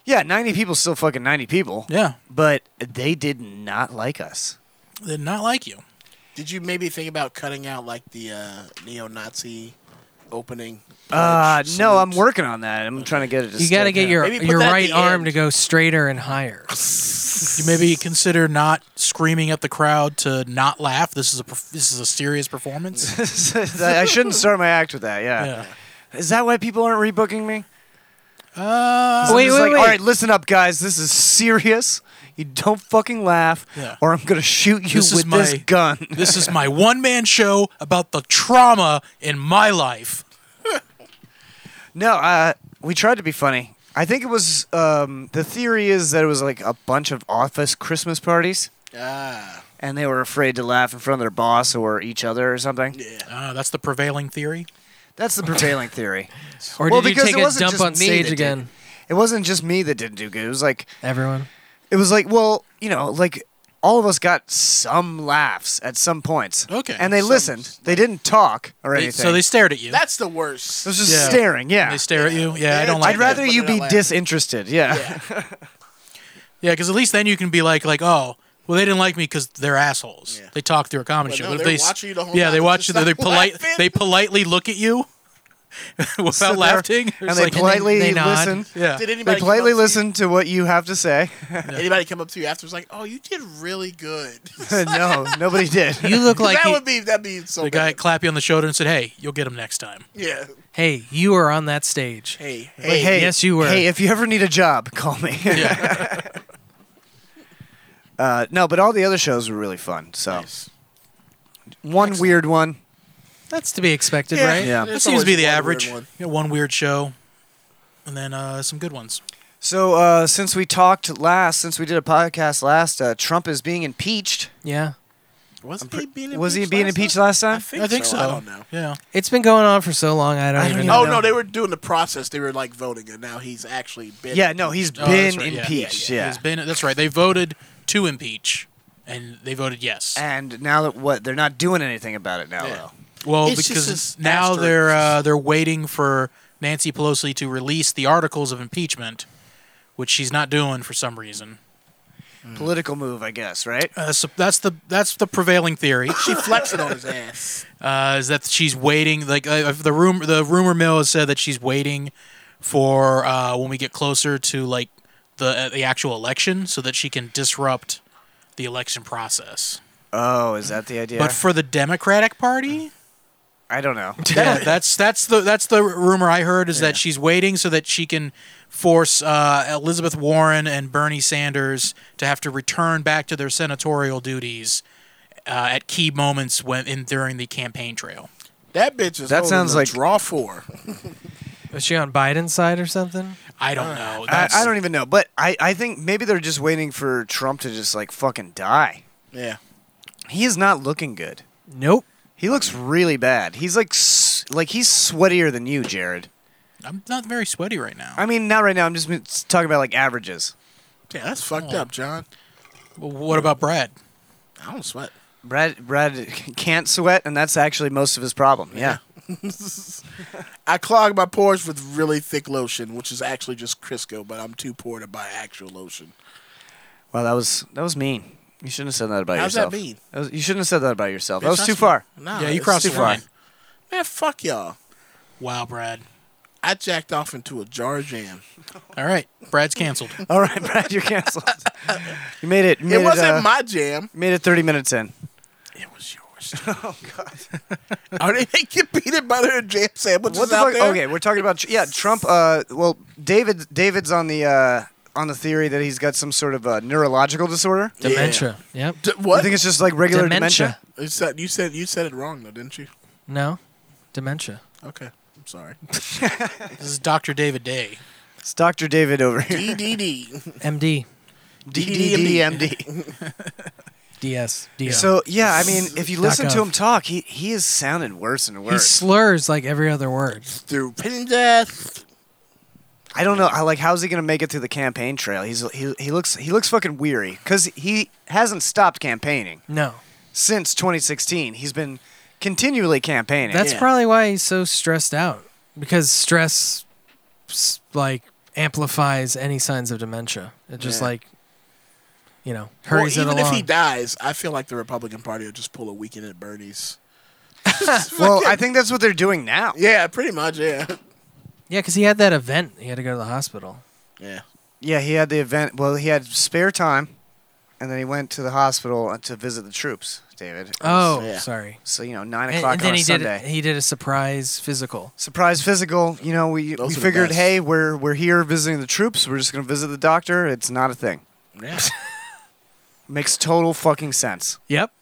S5: yeah, 90 people still fucking 90 people.
S7: Yeah.
S5: but they did not like us.
S7: They did not like you.
S1: Did you maybe think about cutting out like the uh, neo-Nazi opening?
S5: Uh,
S1: pledge
S5: no, I'm
S1: salute?
S5: working on that. I'm trying to get it. To
S6: You got to
S5: stick
S6: get
S5: out.
S6: your
S1: Maybe put
S6: your
S1: that at
S6: right
S1: the
S6: arm
S1: [laughs] end.
S6: to go straighter and higher.
S7: You maybe consider not screaming at the crowd to not laugh. This is a perf- this is a serious performance.
S5: [laughs] [laughs] I shouldn't start my act with that. Yeah.
S7: yeah.
S5: Is that why people aren't rebooking me?
S7: Uh,
S6: Wait,
S5: It's
S6: wait,
S5: like,
S6: wait.
S5: All right, listen up, guys. This is serious. You don't fucking laugh,
S7: Yeah.
S5: or I'm gonna shoot you
S7: This is
S5: with this
S7: my-
S5: gun.
S7: [laughs] this is my one man show about the trauma in my life.
S5: No, uh, we tried to be funny. I think it was. Um, the theory is that it was like a bunch of office Christmas parties,
S1: Ah,
S5: and they were afraid to laugh in front of their boss or each other or something.
S7: Uh, that's the prevailing theory.
S5: That's the prevailing theory.
S6: Or
S5: Well,
S6: did you
S5: because
S6: take
S5: it
S6: a
S5: wasn't
S6: dump
S5: just me
S6: on
S5: that
S6: stage
S5: did.
S6: again?
S5: It wasn't just me that didn't do good. It was like
S6: Everyone.
S5: It was like, well, you know, like all of us got some laughs at some points.
S7: Okay.
S5: And they
S7: Some-
S5: listened. They didn't talk or
S7: They-
S5: anything.
S7: so they stared at you.
S1: that's the worst.
S7: [laughs]
S5: it was just
S7: Yeah.
S5: staring. Yeah.
S7: they stare at you. Yeah, I don't like.
S5: I'd rather
S1: Looking
S5: you
S1: at
S5: be
S1: our laugh.
S5: disinterested. Yeah. [laughs]
S7: That. Yeah, because at least then you can be like, like, oh, well, they didn't like me because they're assholes.
S1: Yeah.
S7: They talk through a comedy
S1: But
S7: show.
S1: no,
S7: But if
S1: they're
S7: they s-
S1: watching you the whole
S7: yeah,
S1: time
S7: they
S1: and
S7: watch you.
S1: just
S7: They,
S1: not
S7: polite.
S1: laughing.
S7: They politely look at you [laughs] without
S5: Sit there,
S7: laughing. It's
S5: And they
S7: like-
S5: politely
S6: they nod.
S5: listen.
S7: Yeah.
S1: Did
S5: They
S1: anybody come
S5: politely
S1: up to you-
S5: listen to what you have to say. [laughs]
S1: Anybody come up to you afterwards like, "Oh, you did really good."
S5: no, nobody did.
S6: You look like
S1: that
S6: you,
S1: would be that'd be so
S7: The guy
S1: bad.
S7: clap you on the shoulder and said, "Hey, you'll get him next time."
S1: yeah.
S6: hey, you were on that stage.
S1: Hey, hey.
S5: Like, hey,
S6: yes, you were.
S5: Hey, if you ever need a job, call me. [laughs] uh, no, but all the other shows were really fun. So one weird one.
S6: That's to be expected, right?
S5: Yeah.
S7: That
S1: It's
S7: seems to be
S1: always
S7: the
S1: one
S7: average.
S1: weird one.
S7: You know, one weird show, and then uh, some good ones.
S5: So uh, since we talked last, since we did a podcast last, uh, Trump is being impeached.
S6: Yeah.
S1: Was he being
S5: was he being impeached last time?
S7: I think so.
S1: I don't know.
S7: Yeah,
S6: It's been going on for so long. I don't,
S5: I don't
S6: even
S5: even
S6: know.
S1: Oh no, they were doing the process. They were like voting, and now he's actually been.
S5: Yeah, no, he's
S7: Oh, that's
S5: been
S7: right. Yeah,
S5: impeached. Yeah,
S7: It's been. That's right. They voted to impeach, and they voted yes.
S5: And now that what they're not doing anything about it now though.
S7: Well,
S1: It's just
S7: because
S1: an
S7: now
S1: asterisk.
S7: they're uh, they're waiting for Nancy Pelosi to release the articles of impeachment, which she's not doing for some reason.
S5: Political move, I guess, right?
S7: Uh, so that's the that's the prevailing theory.
S1: She flexing on his ass.
S7: uh, is that she's waiting. Like uh, the room, the rumor mill has said that she's waiting for uh, when we get closer to like the uh, the actual election, so that she can disrupt the election process.
S5: Oh, is that the idea?
S7: But for the Democratic Party,
S5: I don't know.
S7: yeah, that's that's the that's the rumor I heard is that she's waiting so that she can force uh, Elizabeth Warren and Bernie Sanders to have to return back to their senatorial duties. Uh, at key moments when in during the campaign trail,
S1: That bitch is.
S5: That
S1: holding
S5: sounds
S1: a
S5: like-
S1: draw four.
S6: Is she on Biden's side or something?
S7: I don't know.
S5: I,
S7: That's-
S5: I don't even know. But I, I think maybe they're just waiting for Trump to just like fucking die.
S1: Yeah. [laughs]
S5: He is not looking good.
S6: Nope.
S5: He looks really bad. He's like s- like he's sweatier than you, Jared.
S7: I'm not very sweaty right now.
S5: I mean, not right now. I'm just m- talking about like averages.
S1: Yeah, that's fucked up, John.
S7: Well, what about Brad?
S1: I don't sweat.
S5: Brad Brad [laughs] can't sweat, and that's actually most of his problem. Yeah.
S1: I clog my pores with really thick lotion, which is actually just Crisco, but I'm too poor to buy actual lotion.
S5: Well, that was that was mean. You shouldn't have said that about
S1: How's that
S5: yourself.
S1: mean?
S5: That was- you shouldn't have said that about yourself.
S1: Bitch,
S5: that was too
S1: that's-
S5: far.
S1: Oh, Nah,
S7: yeah, you
S1: it's
S7: crossed
S1: too
S7: the
S1: far. [laughs]
S7: line.
S1: Man, fuck y'all.
S7: Wow, Brad.
S1: I jacked off into a
S5: [laughs]
S1: jar jam.
S7: All right, Brad's
S1: [laughs]
S7: canceled.
S5: All right, Brad, you're [laughs] canceled. you made it. you made
S1: it wasn't
S5: uh,
S1: my jam.
S5: Made it 30 minutes in.
S1: It was yours.
S7: first.
S5: Oh,
S1: [laughs] Are they making peanut butter and jam sandwiches
S5: What the
S1: out
S5: fuck?
S1: there?
S5: Okay, we're talking about yeah, Trump. Uh, well, David, David's on the uh, on the theory that he's got some sort of uh, neurological disorder.
S6: Dementia. Yep.
S1: D-
S5: I
S1: what?
S5: think it's just like regular
S6: Dementia.
S5: dementia.
S1: It's that- you said you said it wrong though, didn't you?
S6: No. Dementia.
S1: Okay,
S5: [laughs]
S1: I'm sorry.
S7: This is Dr. David Day.
S5: It's Doctor David over here. [laughs]
S1: DDD.
S6: MD.
S5: DDDMD.
S6: DS. DS.
S5: [laughs] So yeah, I mean, if you listen to
S6: gov.
S5: him talk, he he is sounding worse and
S6: he
S5: worse.
S6: slurs like every other word.
S1: Through pin death.
S5: I don't know. I like how's he gonna make it through the campaign trail? He's he, he looks he looks fucking weary because he hasn't stopped campaigning
S6: No.
S5: since 2016. He's been continually campaigning.
S6: That's
S1: Yeah.
S6: probably why he's so stressed out because stress s- like amplifies any signs of dementia. It just
S5: Yeah.
S6: like you know,
S1: Well,
S6: hurries
S1: even
S6: it
S1: if
S6: along.
S1: he dies, I feel like the Republican Party will just pull a weekend at
S5: [laughs]
S1: Bernie's.
S5: well, I think that's what they're doing now.
S1: Yeah, pretty much. Yeah.
S6: yeah, cuz he had that event. He had to go to the hospital.
S1: Yeah.
S5: Yeah, he had the event. Well, he had spare time, and then he went to the hospital uh, to visit the troops, David. It was-
S6: Oh,
S1: Yeah.
S6: sorry.
S5: so you know, nine
S6: And,
S5: o'clock
S6: and then
S5: on a
S6: he did
S5: Sunday.
S6: he did a surprise physical.
S5: Surprise physical. You know, we
S1: Those
S5: we
S1: are the
S5: figured,
S1: best.
S5: hey, we're we're here visiting the troops. We're just gonna visit the doctor. It's not a thing.
S1: Yeah.
S5: Makes total fucking sense.
S6: Yep.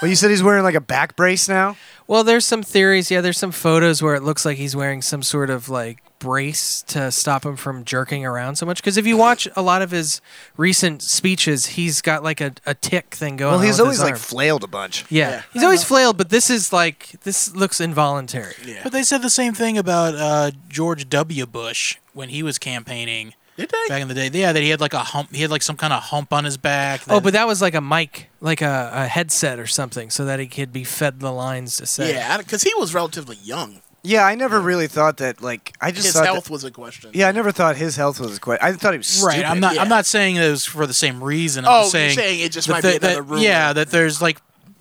S5: Well, you said he's wearing like a back brace now.
S6: Well, there's some theories. Yeah, there's some photos where it looks like he's wearing some sort of like brace to stop him from jerking around so much. Because if you watch a lot of his recent speeches, he's got like a, a tick thing going.
S5: Well,
S6: on
S5: he's
S6: with
S5: always
S6: his
S5: like
S6: arm.
S5: flailed a bunch.
S6: yeah.
S1: Yeah.
S6: he's always flailed, but this is like this looks involuntary.
S1: yeah.
S7: But they said the same thing about uh, George W. Bush when he was campaigning
S1: Did they?
S7: back in the day. Yeah, that he had like a hump. He had like some kind of hump on his back.
S6: Oh,
S7: that-
S6: but that was like a mic, like a, a headset or something, so that he could be fed the lines to say.
S1: Yeah, because he was relatively young.
S5: Yeah, I never really thought that. Like, I just
S1: His
S5: thought.
S1: health
S5: that-
S1: was a question.
S5: yeah, I never thought his health was quite. I thought he was
S7: right.
S5: stupid.
S7: I'm not. I'm
S1: yeah.
S7: not saying that it was for the same reason. I'm
S1: Oh,
S7: just
S1: you're
S7: saying,
S1: saying it just
S7: that
S1: might be
S7: the- that-
S1: another rumor.
S7: Yeah, that there's like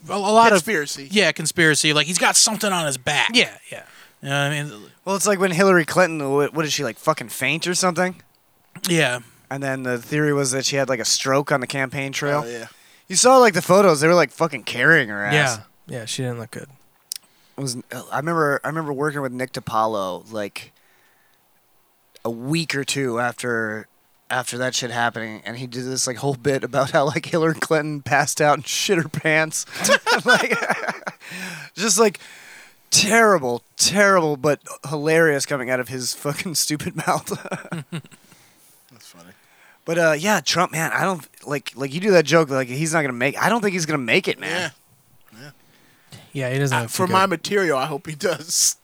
S7: a, a lot
S1: Conspiracy.
S7: of Yeah, conspiracy. Like he's got something on his back.
S6: yeah, yeah.
S7: You know what I mean,
S5: Well, it's like when Hillary Clinton. What, what is she like? Fucking faint or something?
S7: yeah.
S5: And then the theory was that she had like a stroke on the campaign trail.
S6: Uh,
S1: Oh, yeah.
S5: You saw like the photos; they were like fucking carrying her ass.
S6: Yeah, yeah, she didn't look good.
S5: It was I remember I remember working with Nick DiPaolo like a week or two after after that shit happening, and he did this like whole bit about how like Hillary Clinton passed out and shit her pants, [laughs] like just like terrible, terrible, but hilarious coming out of his fucking stupid [laughs] mouth.
S1: That's funny.
S5: But uh, yeah, Trump, man, I don't like like you do that joke like he's not gonna make. I don't think he's gonna make it,
S1: Yeah.
S5: man.
S6: Yeah, he doesn't. look too
S1: For
S6: good.
S1: my material, I hope he does.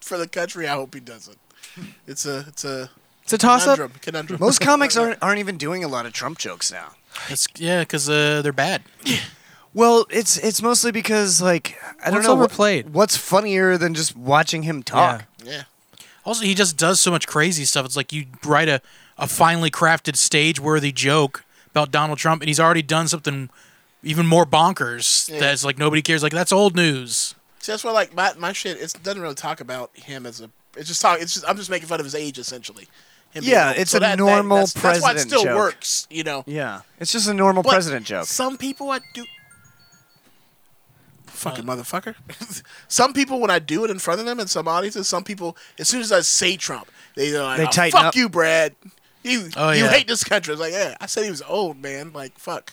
S1: For the country, I hope he doesn't. It's a it's a
S6: it's a toss up.
S1: conundrum. Conundrum.
S5: Most comics aren't aren't even doing a lot of Trump jokes now.
S7: It's, yeah, because uh, they're bad.
S5: Well, it's it's mostly because like I don't
S6: What's
S5: know what-
S6: overplayed?
S5: what's funnier than just watching him talk.
S1: [laughs] Yeah.
S7: Also, he just does so much crazy stuff. It's like you write a, a finely crafted, stage worthy joke about Donald Trump, and he's already done something even more bonkers
S1: Yeah.
S7: that's like nobody cares. Like, that's old news.
S1: See, that's why like my, my shit it doesn't really talk about him as a it's just talk it's just I'm just making fun of his age essentially. Him being
S5: Yeah,
S1: old.
S5: it's a normal
S1: that's, that's why it
S5: president
S1: still
S5: joke.
S1: works, you know.
S5: Yeah, it's just a normal
S1: But
S5: president joke.
S1: Some people I do. Fucking motherfucker. [laughs] some people, when I do it in front of them in some audiences, some people, as soon as I say Trump, they, they're like,
S5: They
S1: "Oh,
S5: tighten
S1: fuck
S5: up."
S1: you, Brad. You,
S7: Oh,
S1: you
S7: yeah.
S1: hate this country. It's like, yeah, I said he was old, man. Like, fuck.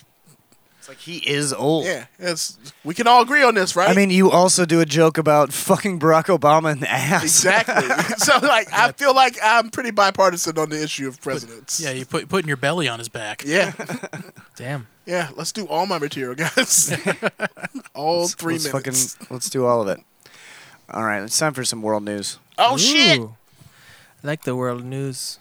S5: It's like he is old.
S1: Yeah, it's, we can all agree on this, right?
S5: I mean, you also do a joke about fucking Barack Obama in the ass. [laughs]
S1: exactly. so, like, I feel like I'm pretty bipartisan on the issue of presidents.
S7: Yeah, you put putting your belly on his back.
S1: [laughs] yeah,
S6: Damn.
S1: yeah. Let's do all my material,
S7: [laughs]
S1: guys. [laughs] all three
S5: let's
S1: minutes.
S5: fucking let's do all of it. All right, it's time for some world news.
S1: oh shit!
S6: Ooh. I like the world news.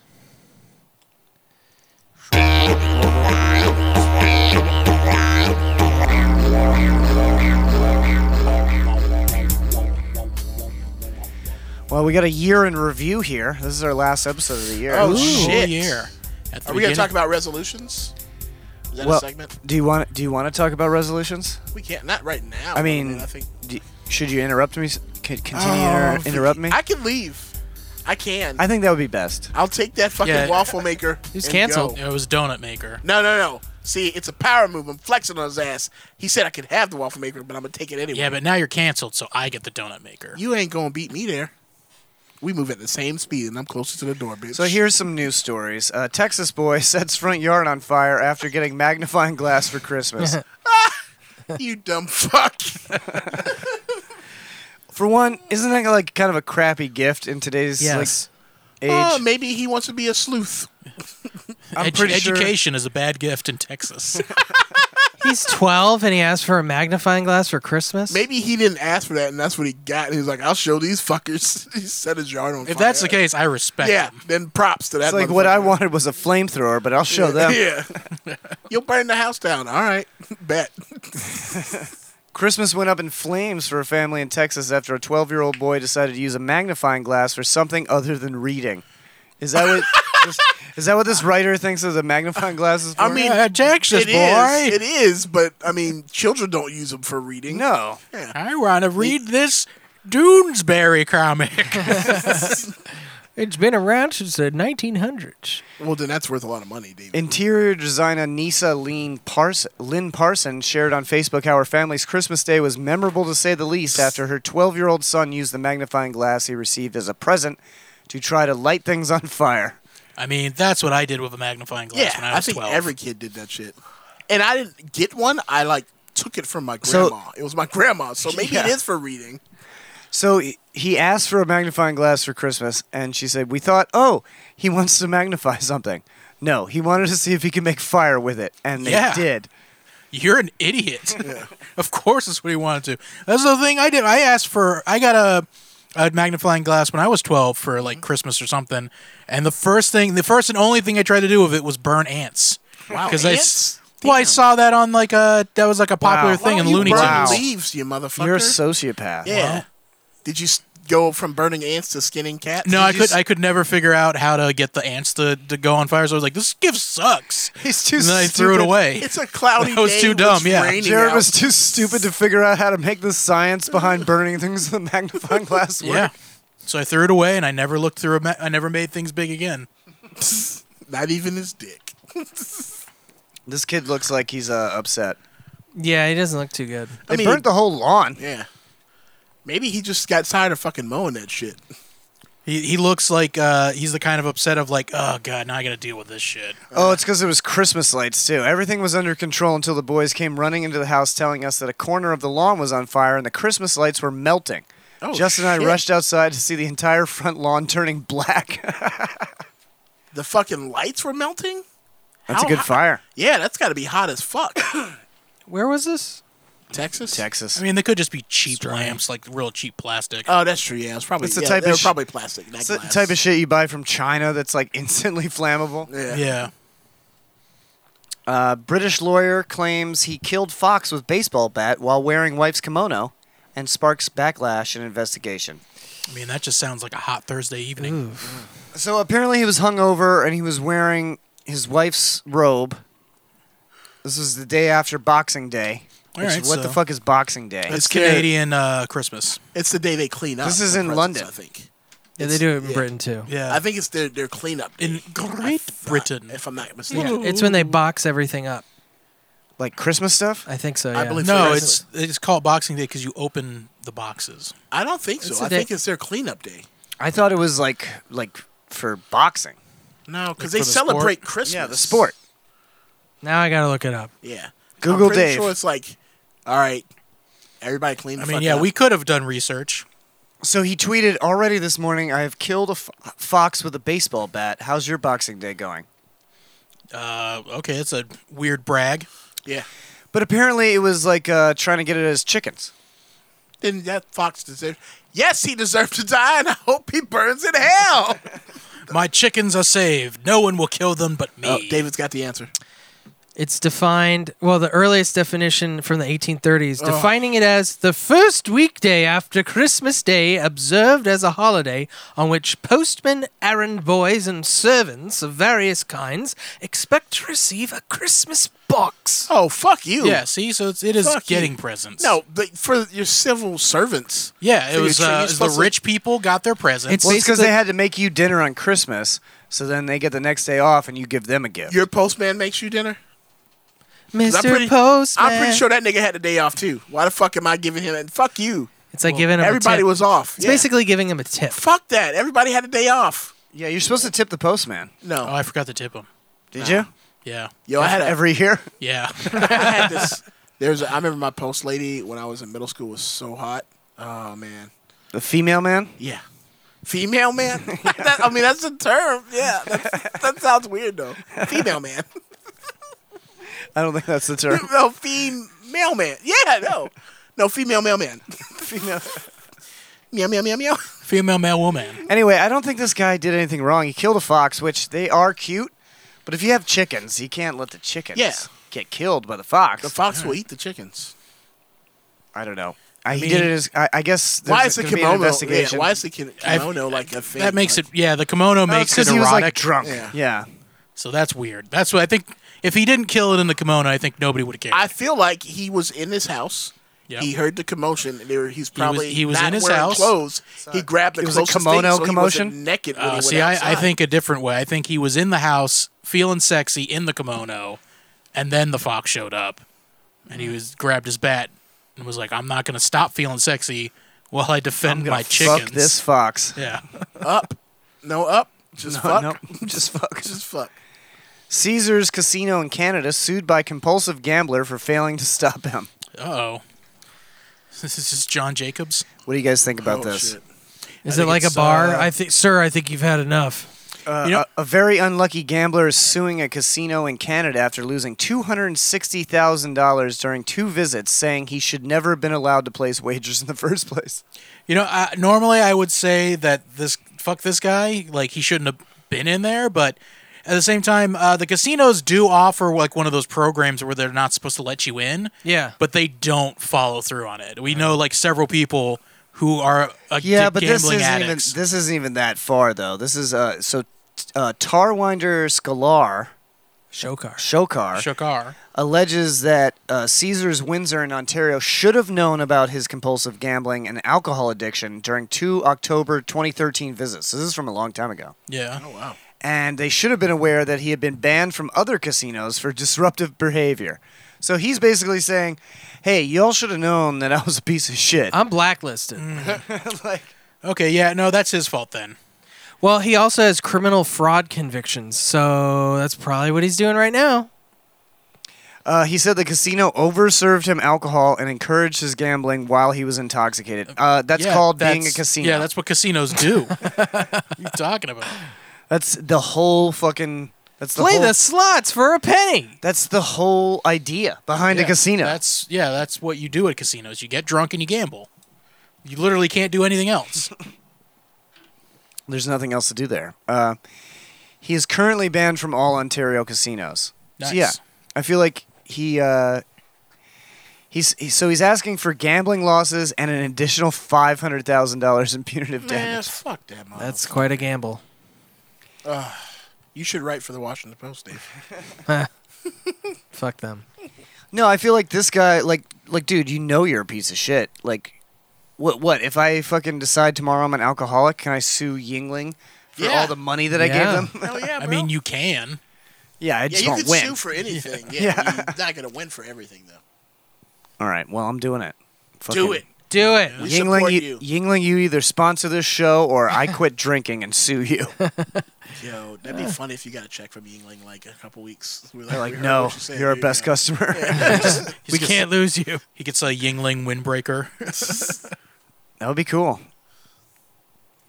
S5: Well, we got a year in review here. This is our last episode of the year.
S1: Oh
S7: Ooh,
S1: shit!
S7: Whole year. At the
S1: Are we gonna
S7: beginning-
S1: talk about resolutions? Is that
S5: Well-
S1: a segment?
S5: Do you want do you want to talk about resolutions?
S1: We can't. Not right now.
S5: I mean,
S1: I think.
S5: do, should you interrupt me? s- c- Continue to inter-
S1: Oh,
S5: interrupt me.
S1: I can leave. I can.
S5: I think that would be best.
S1: I, will take that fucking
S7: Yeah. [laughs]
S1: waffle maker.
S6: He's
S1: and
S6: canceled.
S1: go.
S7: It was Donut Maker.
S1: No, no, no. See, it's a power move. I'm flexing on his ass. He said I could have the waffle maker, but I'm gonna take it anyway.
S7: Yeah, but now you're canceled, so I get the donut maker.
S1: you ain't gonna beat me there. We move at the same speed, and I'm closer to the door, bitch.
S5: So here's some news stories. Uh, Texas boy [laughs] sets front yard on fire after getting magnifying glass for Christmas.
S1: [laughs] you
S5: [laughs]
S1: dumb fuck.
S5: for one, isn't that like kind of a crappy gift in today's
S6: Yes.
S5: like,
S1: Oh,
S5: age?
S1: maybe he wants to be a sleuth.
S7: [laughs]
S5: I'm
S7: Edu-
S5: pretty sure-
S7: education is a bad gift in [laughs] Texas.
S6: He's 12 and he asked for a magnifying glass for Christmas.
S1: Maybe he didn't ask for that, and that's what he got. And he's like, "I'll show these fuckers." [laughs] he set his yard on fire.
S7: if that's the case, I respect.
S1: yeah,
S7: him.
S1: then props to that.
S5: It's like what I
S1: motherfucker.
S5: wanted was a flamethrower, but I'll show them.
S1: [laughs] Yeah,
S7: [laughs]
S1: you'll burn the house down. All right,
S5: [laughs]
S1: [laughs] bet.
S5: Christmas went up in flames for a family in Texas after a 12 year old boy decided to use a magnifying glass for something other than reading. Is that
S1: [laughs]
S5: what? this, is that what this writer thinks is a magnifying glass is for?
S1: I mean,
S7: Yeah, Jack's just
S1: It is.
S7: boy.
S1: It is, but I mean, children don't use them for reading.
S5: no.
S7: I want to read this Doonesbury
S5: [laughs]
S7: comic. [laughs]
S6: It's been around since the 1900s.
S1: Well, then that's worth a lot of money, David.
S5: Interior designer Nisa Lynn, Pars- Lynn Parson shared on Facebook how her family's Christmas day was memorable to say the least after her 12 year old son used the magnifying glass he received as a present to try to light things on fire.
S7: I mean, that's what I did with a magnifying glass
S1: yeah,
S7: when I
S1: I,
S7: was
S1: think
S7: 12.
S1: every kid did that shit. And I didn't get one. I like took it from my
S5: So-
S1: grandma. it was my grandma, so maybe it is for reading.
S5: So he- he asked for a magnifying glass for Christmas, and she said, We thought, oh, he wants to magnify [laughs] something. No, he wanted to see if he could make fire with it, and they
S7: Yeah.
S5: did.
S7: You're an
S1: [laughs]
S7: idiot. [laughs] of course, that's what he wanted to. That's the thing I did. I asked for. I got a, a magnifying glass when I was 12 for like
S1: Mm-hmm.
S7: Christmas or something. And the first thing, the first and only thing I tried to do with it was burn ants. Wow, because I. s- Well, I saw that on like a that was like a popular
S5: Wow.
S7: thing in
S1: You
S7: Looney
S1: burn
S7: Tunes.
S5: Wow.
S1: leaves, you motherfucker.
S5: You're a sociopath.
S1: yeah. Did you s- go from burning ants to skinning cats?
S7: No,
S1: Did
S7: I
S1: you
S7: could
S1: s-
S7: I could never figure out how to get the ants to, to go on fire. So I was like, this gift sucks.
S5: He's too
S7: and then I
S5: stupid.
S7: threw it away.
S1: It's a
S7: [laughs]
S1: cloudy.
S7: That was
S1: day
S7: too
S1: with
S7: dumb, yeah.
S1: raining
S5: Jared
S1: out.
S5: was too stupid to figure out how to make the science [laughs] behind burning things with a magnifying glass work.
S7: Yeah. So I threw it away, and I never looked through. A ma- I never made things big again.
S1: [laughs] not even his dick.
S5: This kid looks like he's uh, upset.
S6: Yeah, he doesn't look too good.
S5: They
S1: I mean-
S5: burnt the whole lawn.
S1: Yeah. Maybe he just got tired of fucking mowing that shit.
S7: He, he looks like uh, he's the kind of upset of like, oh god, now I got to deal with this shit.
S5: Oh, it's because it was Christmas lights, too. Everything was under control until the boys came running into the house telling us that a corner of the lawn was on fire and the Christmas lights were melting.
S1: Oh,
S5: Justin and I
S1: shit.
S5: rushed outside to see the entire front lawn turning [laughs] black.
S1: The fucking lights were melting.
S5: That's
S1: How
S5: a good
S1: hot?
S5: fire.
S1: Yeah, that's got to be hot
S5: [coughs]
S1: as fuck.
S6: Where was this?
S1: Texas.
S5: Texas.
S7: I mean, they could just be cheap lamps, like real cheap plastic.
S1: Oh, that's true. Yeah, it's probably
S5: It's the
S1: yeah,
S5: type
S1: they
S5: of
S1: were
S5: sh-
S1: probably plastic. Not
S5: it's the
S1: glass.
S5: type of shit you buy from China that's like [laughs] instantly flammable.
S1: Yeah.
S7: yeah.
S5: A British lawyer claims he killed fox with baseball bat while wearing wife's kimono and sparks backlash and investigation.
S7: I mean, that just sounds like a hot Thursday evening.
S5: So apparently he was hungover and he was wearing his wife's robe. This was the day after Boxing Day.
S7: All
S1: Mm.
S5: which
S7: right,
S5: is- what the
S7: so-
S5: fuck is Boxing Day?
S7: It's
S1: their-
S7: Canadian uh, Christmas.
S1: It's the day they clean up.
S5: This is
S1: the
S5: in
S1: presents,
S5: London.
S1: I think.
S6: Yeah, they do it in Britain too.
S7: Yeah,
S1: I think it's their their cleanup day,
S7: in Great Britain.
S1: if I'm not mistaken.
S6: Yeah, it's when they box everything up.
S5: Like Christmas stuff?
S6: I think so. Yeah.
S1: I believe-
S7: No,
S1: for
S7: it's it's called Boxing Day because you open the boxes.
S1: I don't think
S6: It's
S1: so.
S6: the
S1: I
S6: day-
S1: think it's their cleanup day.
S5: I thought it was like like for boxing.
S1: No, because
S7: for
S1: they
S7: the sport?
S1: celebrate Christmas.
S5: Yeah, the sport.
S6: now I gotta look it up.
S1: Yeah.
S5: Google
S1: I'm pretty
S5: Dave.
S1: Sure it's like, all right, everybody clean.
S7: I
S1: The
S7: mean,
S1: fuck
S7: yeah,
S1: up.
S7: we could have done research.
S5: So he tweeted already this morning, I have killed a f- fox with a baseball bat. How's your Boxing Day going?
S7: Uh, okay, it's a weird brag.
S1: Yeah.
S5: But apparently it was like uh, trying to get it as chickens.
S1: Then that fox deserves. Yes, he deserves to die, and I hope he burns in hell.
S7: My chickens are saved. No one will kill them but me.
S1: oh, David's got the answer.
S6: It's defined, well, the earliest definition from the 1830s, defining it as the first weekday after Christmas Day observed as a holiday on which postmen, errand boys, and servants of various kinds expect to receive a Christmas box.
S1: Oh, fuck you.
S7: Yeah, see, so it's, it is
S1: Fuck you.
S7: getting presents.
S1: No, but for your civil servants.
S7: Yeah, it
S1: For
S7: was
S1: your tree,
S7: uh,
S1: you're
S7: it was the
S1: supposed to-
S7: rich people got their presents.
S6: It's
S5: Well, it's because
S6: Basically-
S5: they had to make you dinner on Christmas, so then they get the next day off and you give them a gift.
S1: Your postman makes you dinner. 'Cause I'm
S6: Mr.
S1: pretty-
S6: Postman.
S1: I'm pretty sure that nigga had the day off too. Why the fuck am I giving him? And fuck you.
S6: it's like giving him a
S1: Everybody
S6: tip.
S1: was off.
S6: It's
S1: Yeah.
S6: basically giving him a tip.
S1: fuck that. Everybody had a day off.
S5: Yeah, you're supposed to tip the postman.
S1: No,
S7: Oh, I forgot to tip him.
S5: Did you?
S7: Yeah.
S1: yo, I had a,
S5: Every year?
S6: [laughs]
S7: Yeah.
S1: [laughs] I had this. There's a, I remember my post lady when I was in middle school was so hot. Oh man.
S5: The female man?
S1: Yeah.
S5: [laughs]
S1: Female man. [laughs] That- I mean, that's a term. Yeah, that's, that sounds weird though. Female man. [laughs]
S5: I don't think that's the term.
S1: no, female man. Yeah, no, no,
S5: [laughs]
S1: female mailman. female. Meow meow meow meow.
S7: Female, male, woman.
S5: anyway, I don't think this guy did anything wrong. He killed a fox, which they are cute, but if you have chickens, you can't let the chickens
S1: Yeah.
S5: get killed by the fox.
S1: The fox will eat the chickens.
S5: I don't know. I, he
S7: mean-
S5: did it as I, I guess. There's
S1: Why is the
S5: gonna be an
S1: kimono? Yeah,
S5: investigation?
S1: why is the ki-
S7: I've-
S1: kimono like a
S7: [laughs]
S1: thing?
S7: That makes
S1: like-
S7: it, yeah, the kimono
S5: Oh,
S7: makes it
S5: he
S7: erotic.
S5: was like drunk.
S1: Yeah.
S5: yeah.
S7: So that's weird. That's what I think. If he didn't kill it in the kimono, I think nobody would have cared.
S1: I feel like he was in his house.
S7: Yep.
S1: He heard the commotion. and There, he's probably
S7: he was
S1: not
S7: in his
S1: wearing
S7: house.
S1: Clothes. He grabbed the
S5: It was a
S1: closest
S5: kimono
S1: thing, so he wasn't
S5: commotion?
S1: naked. When he
S7: Uh,
S1: went
S7: see, I, I
S1: outside.
S7: think a different way. I think he was in the house feeling sexy in the kimono, and then the fox showed up, and
S1: Mm.
S7: he was grabbed his bat and was like, "I'm not going to stop feeling sexy while I defend
S5: I'm gonna
S7: my
S5: fuck
S7: chickens."
S5: this fox.
S7: Yeah,
S1: [laughs] up, [laughs] no up, just
S5: No,
S1: fuck,
S5: nope, [laughs] just fuck.
S1: just fuck.
S5: Caesar's Casino in Canada sued by compulsive gambler for failing to stop him.
S7: uh oh. This is just John Jacobs.
S5: What do you guys think about
S1: Oh,
S5: this?
S1: shit.
S6: Is
S7: I
S6: it
S7: think
S6: like a
S7: it's,
S6: bar?
S7: uh,
S6: I think, sir. I think you've had enough.
S5: Uh,
S7: You know-
S5: a, a very unlucky gambler is suing a casino in Canada after losing $260,000 during two visits, saying he should never have been allowed to place wagers in the first place.
S7: You know, I, normally I would say that this fuck this guy, like he shouldn't have been in there, but at the same time, uh, the casinos do offer like one of those programs where they're not supposed to let you in.
S6: Yeah.
S7: but they don't follow through on it. We know like several people who are uh,
S5: Yeah,
S7: ga-
S5: but this
S7: gambling
S5: isn't
S7: addicts.
S5: even this isn't even that far though. This is uh so uh, Tarwinder Skalar
S6: Show car.
S5: Shokar
S7: Shakar.
S5: alleges that uh, Caesars Windsor in Ontario should have known about his compulsive gambling and alcohol addiction during two October 2013 visits. So this is from a long time ago.
S7: Yeah.
S1: Oh,
S5: And they should have been aware that he had been banned from other casinos for [laughs] disruptive behavior. So he's basically saying, hey, y'all should have known that I was a piece of shit.
S1: [laughs]
S6: I'm blacklisted.
S5: [laughs] like,
S7: Okay. Yeah. No, that's his fault then.
S6: Well, he also has criminal fraud convictions, so that's probably what he's doing right now.
S5: uh, he said the casino overserved him alcohol and encouraged his gambling while he was intoxicated. Uh, that's
S7: Yeah,
S5: called being a
S7: that's-
S5: casino.
S7: Yeah, that's what casinos
S5: [laughs]
S7: do. What are you talking about?
S5: That's the whole fucking. That's the
S6: Play
S5: whole,
S6: the slots for a penny.
S5: That's the whole idea behind
S7: Yeah,
S5: a casino.
S7: That's yeah. That's what you do at casinos. You get drunk and you gamble. You literally can't do anything else.
S5: There's nothing else to do there. Uh, he is currently banned from all Ontario casinos.
S7: Nice.
S5: So yeah, I feel like he. Uh, He's, he- so he's asking for gambling losses and an additional five hundred thousand dollars in punitive
S1: Man,
S5: damage.
S1: fuck that. Mom.
S6: That's quite a gamble.
S1: you should write for the Washington Post, Dave.
S6: [laughs] Fuck them.
S5: No, I feel like this guy, like, like, dude, you know you're a piece of shit. Like, what, what? If I fucking decide tomorrow I'm an alcoholic, can I sue Yingling for
S1: Yeah.
S5: all the money that I
S6: Yeah.
S5: gave them?
S1: [laughs] Hell yeah,
S7: I mean, you can.
S5: [laughs] yeah, I
S1: yeah,
S5: just
S1: you
S5: won't
S1: can
S5: win.
S1: sue
S5: [laughs]
S1: for anything. Yeah, you're not gonna win for everything though.
S5: All right. Well, I'm doing it.
S1: Do
S5: Fucking-
S1: it.
S6: Do it.
S1: We
S5: Yingling,
S1: support
S5: you,
S1: you.
S5: Yingling, you either sponsor this show or
S6: [laughs]
S5: I quit drinking and sue you.
S1: Yo, that'd be funny if you got a check from Yingling like a couple weeks.
S5: [laughs]
S1: We're
S5: They're like,
S1: [laughs] we heard
S5: no,
S1: what said,
S5: you're our
S1: dude,
S5: best
S1: you know." [laughs]
S5: customer. [laughs]
S6: We can't lose you.
S7: He gets a Yingling windbreaker.
S5: [laughs] that would be cool.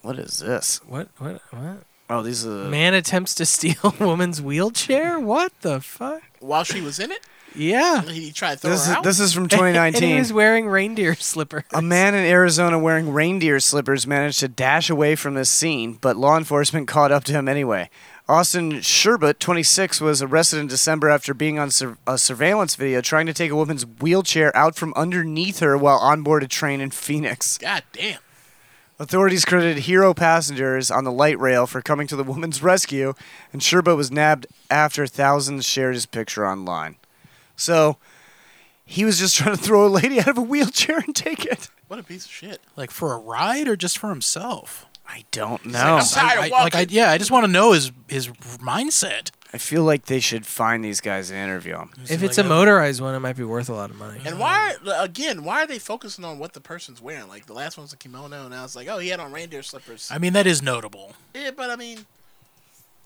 S5: What is this?
S6: What? What? What?
S5: Oh, these
S1: Uh.
S5: are.
S6: Man attempts to [laughs] steal woman's wheelchair. What the fuck?
S1: While she was in it,
S6: Yeah.
S1: he tried to throw
S5: This
S1: her
S5: is,
S1: out.
S5: this is
S6: [laughs]
S5: from
S6: and he
S5: 2019.
S6: was wearing reindeer [laughs] slippers.
S5: A man in Arizona wearing reindeer slippers managed to dash away from this scene, but law enforcement caught up to him anyway. Austin Sherbert, 26, was arrested in December after being on sur- a surveillance video trying to take a woman's wheelchair out from underneath her while on board a train in Phoenix.
S1: God damn.
S5: Authorities credited hero passengers on the light rail for coming to the woman's rescue, and Sherba was nabbed after thousands shared his picture online. So he was just [laughs] trying to throw a lady out of a wheelchair and take it.
S1: What a piece of shit.
S7: like for a ride or just for himself.
S5: I don't know.
S1: I'm tired
S7: I-
S1: of
S7: like I,
S1: walking.
S7: yeah, I just want to know his his mindset.
S5: I feel like they should find these guys and interview them.
S6: If it's a motorized one, it might be worth a lot of money.
S1: And why again? Why are they focusing on what the person's wearing? Like the last one was a kimono, and I was like, oh, he had on reindeer slippers.
S7: I mean, that is notable.
S1: yeah, but I mean,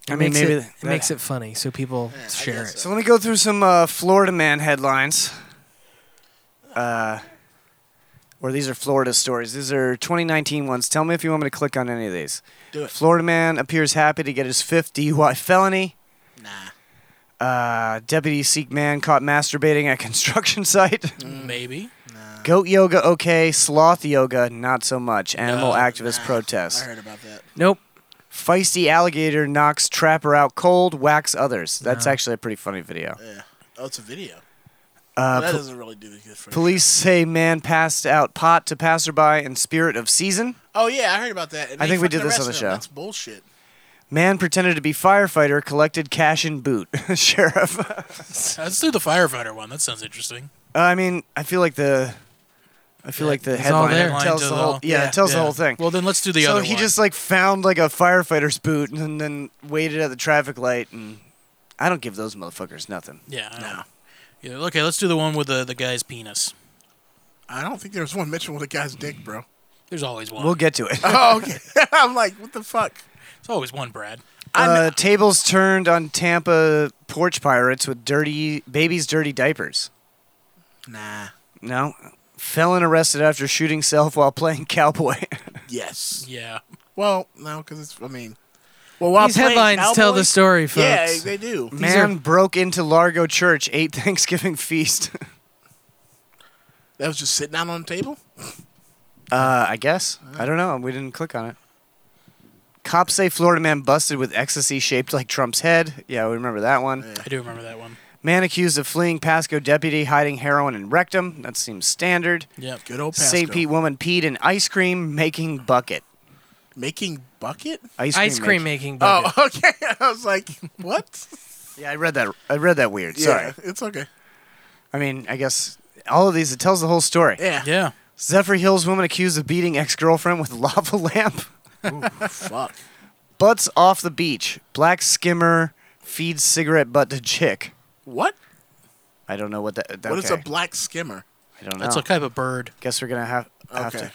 S5: I mean,
S6: makes
S5: maybe
S6: it,
S5: th-
S6: it makes it funny, so people
S1: Yeah, I
S6: share
S1: guess
S6: it.
S5: So let me go through some uh, Florida man headlines. Uh, or these are Florida stories. These are 2019 ones. Tell me if you want me to click on any of these.
S1: Do it.
S5: Florida man appears happy to get his fifth DUI felony.
S1: nah.
S5: Uh, deputy Sikh man caught masturbating at [laughs] construction site.
S1: Mm.
S7: Maybe.
S5: Goat yoga okay, sloth yoga not so much. Animal activist
S1: I
S5: protest.
S1: heard about that.
S6: Nope.
S5: Feisty alligator knocks trapper out cold, whacks others. That's actually a pretty funny video.
S1: Yeah. Oh, it's a video.
S5: Uh,
S1: Well, that
S5: po-
S1: doesn't really do good for.
S5: Police say man passed out pot to passerby in spirit of season.
S1: Oh yeah, I heard about that. and
S5: I
S1: they
S5: think we
S1: fucking
S5: did this on the
S1: arrested him.
S5: show.
S1: That's bullshit.
S5: Man pretended to be firefighter, collected cash in boot. [laughs] Sheriff. Uh,
S7: Let's do the firefighter one. That sounds interesting.
S5: I mean, I feel like the, I feel like the
S6: it's all
S5: headline
S6: there.
S7: Headline
S5: tells
S7: to
S5: the whole, yeah, it tells the
S7: yeah.
S5: whole thing.
S7: Well, then let's do the
S5: so
S7: other
S5: he
S7: one.
S5: just like found like a firefighter's boot and then, then waited at the traffic light and I don't give those motherfuckers nothing.
S7: yeah. I know. Yeah. Okay, let's do the one with the, the guy's penis.
S1: I don't think there was one mentioned with a guy's dick, bro.
S7: There's always one.
S5: We'll get to it.
S1: [laughs]
S5: [laughs]
S1: Oh, okay. [laughs] I'm like, what the fuck?
S7: There's always one, Brad.
S5: Uh, tables turned on Tampa porch pirates with dirty babies' dirty diapers.
S1: Nah.
S5: No. Felon arrested after shooting self while playing cowboy.
S1: Yes.
S7: Yeah.
S1: Well, no, because it's. I mean, well, while
S6: These
S1: playing
S6: headlines tell the
S1: Cowboys-
S6: story, folks.
S1: Yeah, they do.
S5: Man broke into Largo church, ate Thanksgiving feast.
S1: That was just sitting out on the table.
S5: Uh, I guess. I don't know. We didn't click on it. Cops say Florida man busted with ecstasy shaped like Trump's head. Yeah, we remember that one.
S7: I do remember that one.
S5: Man accused of fleeing Pasco deputy, hiding heroin in rectum. That seems standard.
S7: Yeah.
S1: Good old Pasco.
S5: St. Pete woman peed in ice cream making bucket.
S1: making bucket.
S5: Ice cream,
S6: Ice cream
S5: making.
S6: making.
S1: Oh, [laughs]
S6: bucket.
S1: okay. I was like, what?
S5: Yeah, I read that. I read that weird.
S1: Yeah, [laughs]
S5: Sorry.
S1: it's okay.
S5: I mean, I guess all of these it tells the whole story.
S1: Yeah.
S7: Yeah.
S5: Zephyr Hills woman accused of beating ex girlfriend with [laughs] lava lamp.
S1: Fuck.
S5: Butts off the beach. Black skimmer feeds cigarette butt to chick.
S1: What?
S5: I don't know what that.
S1: [laughs] What is a
S5: okay.
S1: black skimmer?
S5: I [laughs] don't know.
S7: That's a type of bird.
S5: Oh. Guess we're gonna have, have
S1: Okay.
S5: to.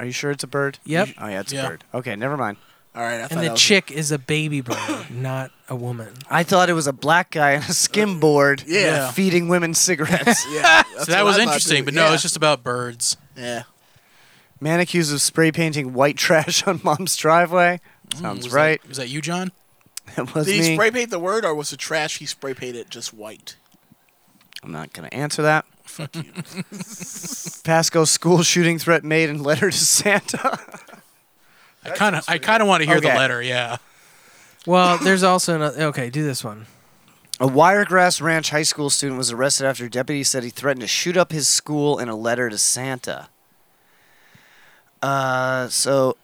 S5: Are you sure it's a bird?
S6: Yep.
S5: Oh yeah, it's
S7: Yeah.
S5: a bird. Okay, never mind.
S1: All right. I thought
S6: and
S1: that
S6: the
S1: was-
S6: chick is a
S7: [coughs]
S6: baby bird, not a woman.
S5: I thought it was a black guy on a skim board.
S1: Yeah.
S5: Feeding women cigarettes.
S1: [laughs]
S7: [laughs]
S1: Yeah. that's
S7: So that
S1: what I
S7: was
S1: thought,
S7: interesting,
S1: too.
S7: but no,
S1: Yeah.
S7: it's just about birds.
S1: Yeah.
S5: [laughs] Man accused of spray painting white trash on mom's driveway. Sounds right.
S7: That, was that you, John?
S5: That was
S1: Did he
S5: me.
S1: spray paint the word, or was the trash he spray painted just white?
S5: I'm not going to answer that. Fuck [laughs] you. Pasco school shooting threat made in letter to Santa.
S7: I kind of, I kind of want to hear the
S5: Okay.
S7: letter. Yeah.
S5: [laughs]
S6: Well, there's also another. Okay, do this one.
S5: a Wiregrass Ranch high school student was arrested after deputies said he threatened to shoot up his school in a letter to Santa. Uh, so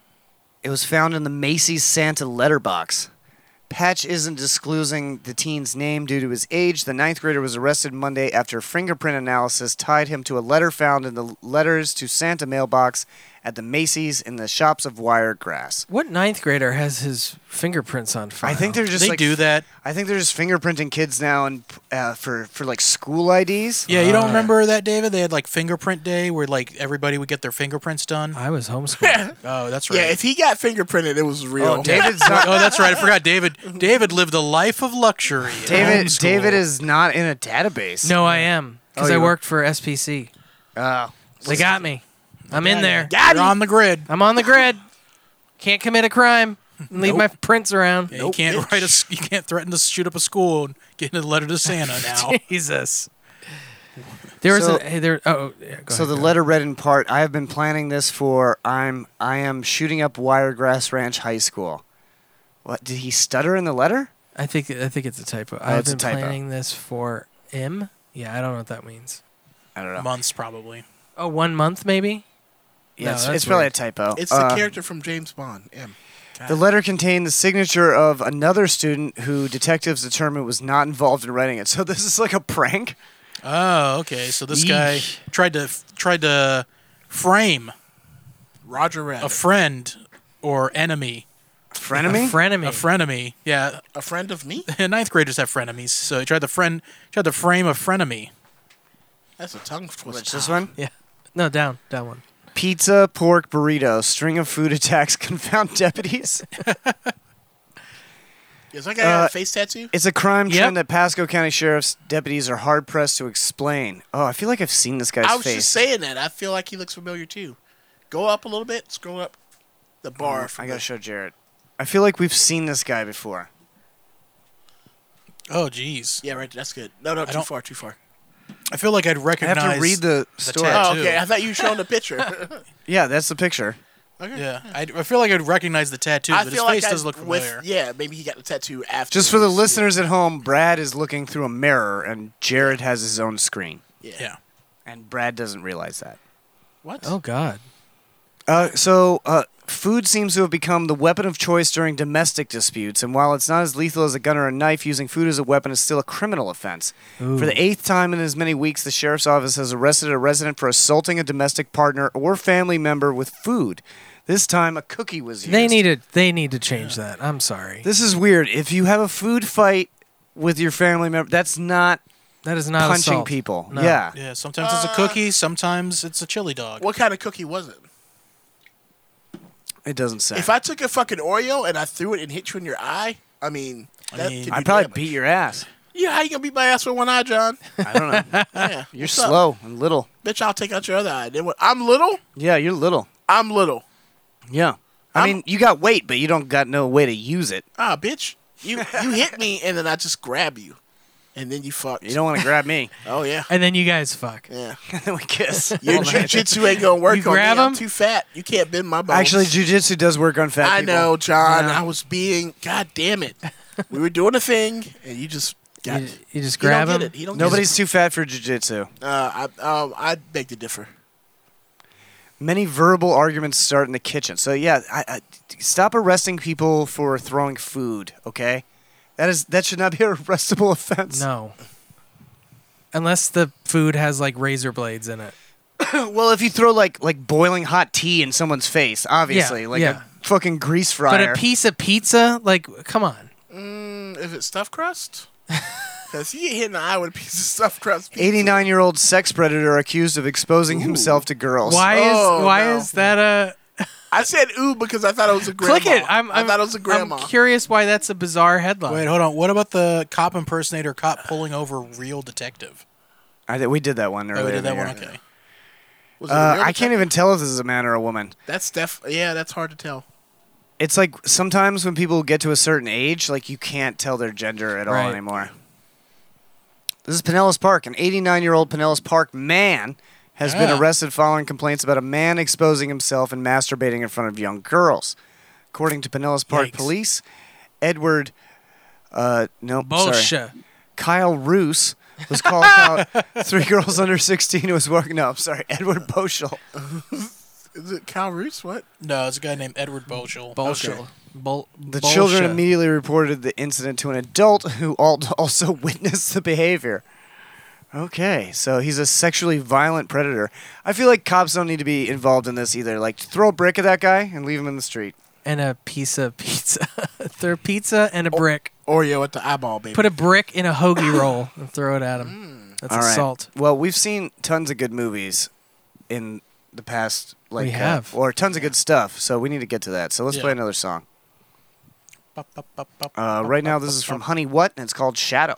S5: it was found in the Macy's Santa letterbox. Patch isn't disclosing the teen's name due to his age. The ninth grader was arrested Monday after fingerprint analysis tied him to a letter found in the Letters to Santa mailbox at the Macy's in the shops of Wiregrass.
S6: What ninth grader has his fingerprints on file?
S5: I think they're just
S7: they
S5: like,
S7: do that.
S5: I think they're just fingerprinting kids now and uh, for for like school IDs.
S7: Yeah, you don't remember that, David? They had like fingerprint day where like everybody would get their fingerprints done.
S6: I was homeschooled.
S7: [laughs] Oh, that's right.
S1: Yeah. If he got fingerprinted, it was real.
S6: [laughs]
S5: Oh,
S1: [laughs]
S5: David's
S7: [laughs]
S5: not.
S7: oh, that's right. I forgot David. David lived a life of luxury. at
S5: David
S7: homeschool.
S5: David is not in a database.
S6: no, I am because
S5: Oh,
S6: I
S5: you-
S6: worked for SPC.
S5: Oh.
S6: They got me. I'm in there.
S7: You're on the grid.
S6: I'm on the grid. Can't commit a crime. And [laughs] leave my prints around.
S7: Yeah, you can't write a. s- You can't threaten to shoot up a school and get into the letter to
S6: [laughs]
S7: Santa now.
S6: Jesus. There was
S5: So-
S6: a hey, there. Oh, yeah, go
S5: So
S6: ahead,
S5: the
S6: go
S5: letter read in part, I have been planning this for I'm I am shooting up Wiregrass Ranch High School. What did he stutter in the letter?
S6: ahead. I think I think it's a typo. I've
S5: Oh, it's a
S6: been
S5: typo.
S6: planning this for M. Yeah, I don't know what that means.
S5: I don't know.
S7: Months probably.
S6: Oh, one month maybe.
S5: yeah,
S6: no,
S5: it's,
S6: that's
S5: it's probably a
S6: weird.
S5: typo.
S1: It's
S5: Uh,
S1: the character from James Bond. M.
S5: The letter contained the signature of another student who detectives determined was not involved in writing it. So this is like a prank.
S7: Oh, okay. So this guy tried to tried to frame
S1: Roger
S7: a
S1: Rabbit.
S7: friend or enemy
S5: Frenemy?
S6: A frenemy.
S7: A frenemy. Yeah,
S1: A friend of me?
S7: [laughs] ninth graders have frenemies, so he tried to friend tried to frame a frenemy.
S1: That's a tongue twister.
S5: Which this one?
S6: yeah. No, down, down one.
S5: Pizza, pork, burrito. String of food attacks [laughs] confound
S6: [laughs]
S5: deputies.
S1: Is that guy got
S5: Uh,
S1: a face tattoo?
S5: It's a crime
S6: Yep.
S5: trend that Pasco County Sheriff's deputies are hard pressed to explain. Oh, I feel like I've seen this guy's
S1: I was
S5: face.
S1: just saying that. I feel like he looks familiar too. Go up a little bit. Scroll up the bar. from
S5: I gotta
S1: the-
S5: show Jared. I feel like we've seen this guy before.
S7: Oh, jeez.
S1: Yeah, right. That's good. No, no, too
S7: don't-
S1: far, too far.
S7: I feel like I'd
S5: I
S7: recognize.
S5: have to read the story.
S7: text.
S1: Oh,
S7: Tattoo.
S1: okay. I thought you were showing
S7: [laughs]
S1: the picture.
S5: Yeah, that's the picture.
S1: okay.
S7: Yeah, I, I feel like I'd recognize the tattoo,
S1: I
S7: but his
S1: feel
S7: face
S1: like I-
S7: does look
S1: with-
S7: familiar.
S1: yeah, maybe he got the tattoo after.
S5: Just for the
S1: this, yeah.
S5: listeners at home, Brad is looking through a mirror, and Jared has his own screen,
S1: Yeah.
S7: yeah.
S5: and Brad doesn't realize that.
S1: What?
S6: Oh God.
S5: Uh, so, uh, food seems to have become the weapon of choice during domestic disputes, and while it's not as lethal as a gun or a knife, using food as a weapon is still a criminal offense. For the eighth time in as many weeks, the sheriff's office has arrested a resident for assaulting a domestic partner or family member with food. This time, a cookie was used.
S6: They need to they need to change that. I'm sorry.
S5: This is weird. If you have a food fight with your family member, that's not
S6: That is not
S5: punching
S6: assault.
S5: people.
S6: No.
S5: Yeah.
S7: Yeah, sometimes
S1: Uh,
S7: it's a cookie, sometimes it's a chili dog.
S1: What kind of cookie was it?
S5: it doesn't say.
S1: If I took a fucking Oreo and I threw it and hit you in your eye, I mean,
S7: I
S1: that
S7: mean-
S1: could
S5: I'd
S1: do
S5: probably
S1: damage.
S5: beat your
S1: [laughs]
S5: ass.
S1: Yeah, how you gonna beat my ass with one eye, John?
S5: I don't know.
S1: [laughs] Yeah,
S5: You're
S1: what's up?
S5: slow and little.
S1: bitch. I'll take out your other eye. Then what? I'm little.
S5: Yeah, you're little.
S1: I'm little.
S5: Yeah. I
S1: I'm-
S5: mean, you got weight, but you don't got no way to use it. [laughs]
S1: Ah, bitch. You you hit me and then I just grab you, and then you fuck.
S5: You don't want to grab me.
S1: [laughs] Oh yeah.
S6: And then you guys fuck.
S5: [laughs]
S1: Yeah.
S5: and then we kiss.
S1: [laughs] Your jujitsu ain't gonna work
S6: You
S1: on
S6: grab
S1: me. I'm
S6: 'em?
S1: too fat. You can't bend my bones.
S5: Actually, jujitsu does work on fat
S1: I
S5: people.
S1: know, John.
S6: Yeah.
S1: I was being. God damn it. we were doing a thing, and you just got.
S6: You, you just
S1: He don't
S6: grab
S1: get
S6: him.
S1: it. He don't get
S5: Nobody's too fat for jujitsu.
S1: it. Uh, I um, I beg to differ.
S5: Many verbal arguments start in the kitchen. So yeah, I, I, stop arresting people for throwing food. Okay, that is that should not be a arrestable offense.
S6: No. Unless the food has like razor blades in it.
S5: [coughs] Well, if you throw like like boiling hot tea in someone's face, obviously, like
S6: yeah.
S5: a fucking grease
S6: But
S5: fryer.
S6: a piece of pizza, like come on.
S1: Mm, If it's
S5: [laughs]
S1: stuffed crust, because you get hit in the eye with a piece of stuffed crust. pizza.
S5: 89 year old sex predator accused of exposing himself to girls.
S6: Why
S1: Oh,
S6: is why
S1: no.
S6: is that a
S1: [laughs] I said ooh because I thought it was a grandma.
S6: click it? I'm,
S1: I
S6: I'm
S1: thought it was a
S6: I'm
S1: grandma.
S6: curious why that's a bizarre headline.
S7: Wait, hold on. What about the cop impersonator cop pulling over real detective?
S5: I thi- we did that one
S7: Oh,
S5: earlier.
S7: we did that
S5: in the
S7: one.
S5: year.
S7: Okay.
S1: Was it a
S5: Uh,
S1: real
S5: I can't
S1: detective?
S5: even tell if this is a man or a woman.
S1: That's def. Yeah, that's hard to tell.
S5: It's like sometimes when people get to a certain age, like you can't tell their gender at all
S6: Right.
S5: anymore. This is Pinellas Park. An 89 year old Pinellas Park man has been
S7: Ah.
S5: arrested following complaints about a man exposing himself and masturbating in front of young girls. According to Pinellas Park
S7: Yikes.
S5: Police, Edward. Uh, no, sorry.
S6: Bullshit.
S5: Kyle Roos was
S6: [laughs]
S5: called out. Three girls under 16 who was working. No, I'm sorry. Edward
S1: [laughs]
S5: Boschel.
S1: Is it Kyle Roos? What?
S7: No, it's a guy named Edward Boschel.
S6: Bullshit.
S1: Okay.
S6: Bull,
S5: The children
S6: bullshit.
S5: immediately reported the incident to an adult who al- [laughs] also witnessed the behavior. Okay, so he's a sexually violent predator. I feel like cops don't need to be involved in this either. Like, throw a brick at that guy and leave him in the street.
S6: and a piece of pizza. [laughs] Throw pizza and a brick.
S1: Oreo at the eyeball, baby.
S6: Put a brick in a hoagie roll and throw it at him. That's
S5: All right.
S6: assault.
S5: Well, we've seen tons of good movies in the past, like,
S6: We
S5: uh,
S6: have.
S5: or tons of good stuff. So we need to get to that. So let's
S7: Yeah.
S5: play another song.
S7: Bop, bop, bop, bop,
S5: Uh,
S7: bop,
S5: right now,
S7: bop,
S5: this
S7: bop,
S5: is from
S7: bop.
S5: Honey What, and it's called Shadow.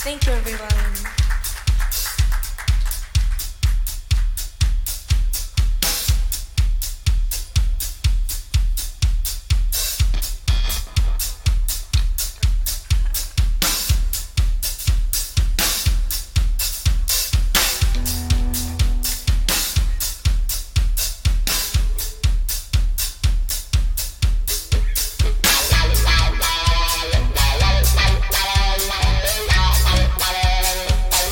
S3: Thank you, everyone.
S10: Thank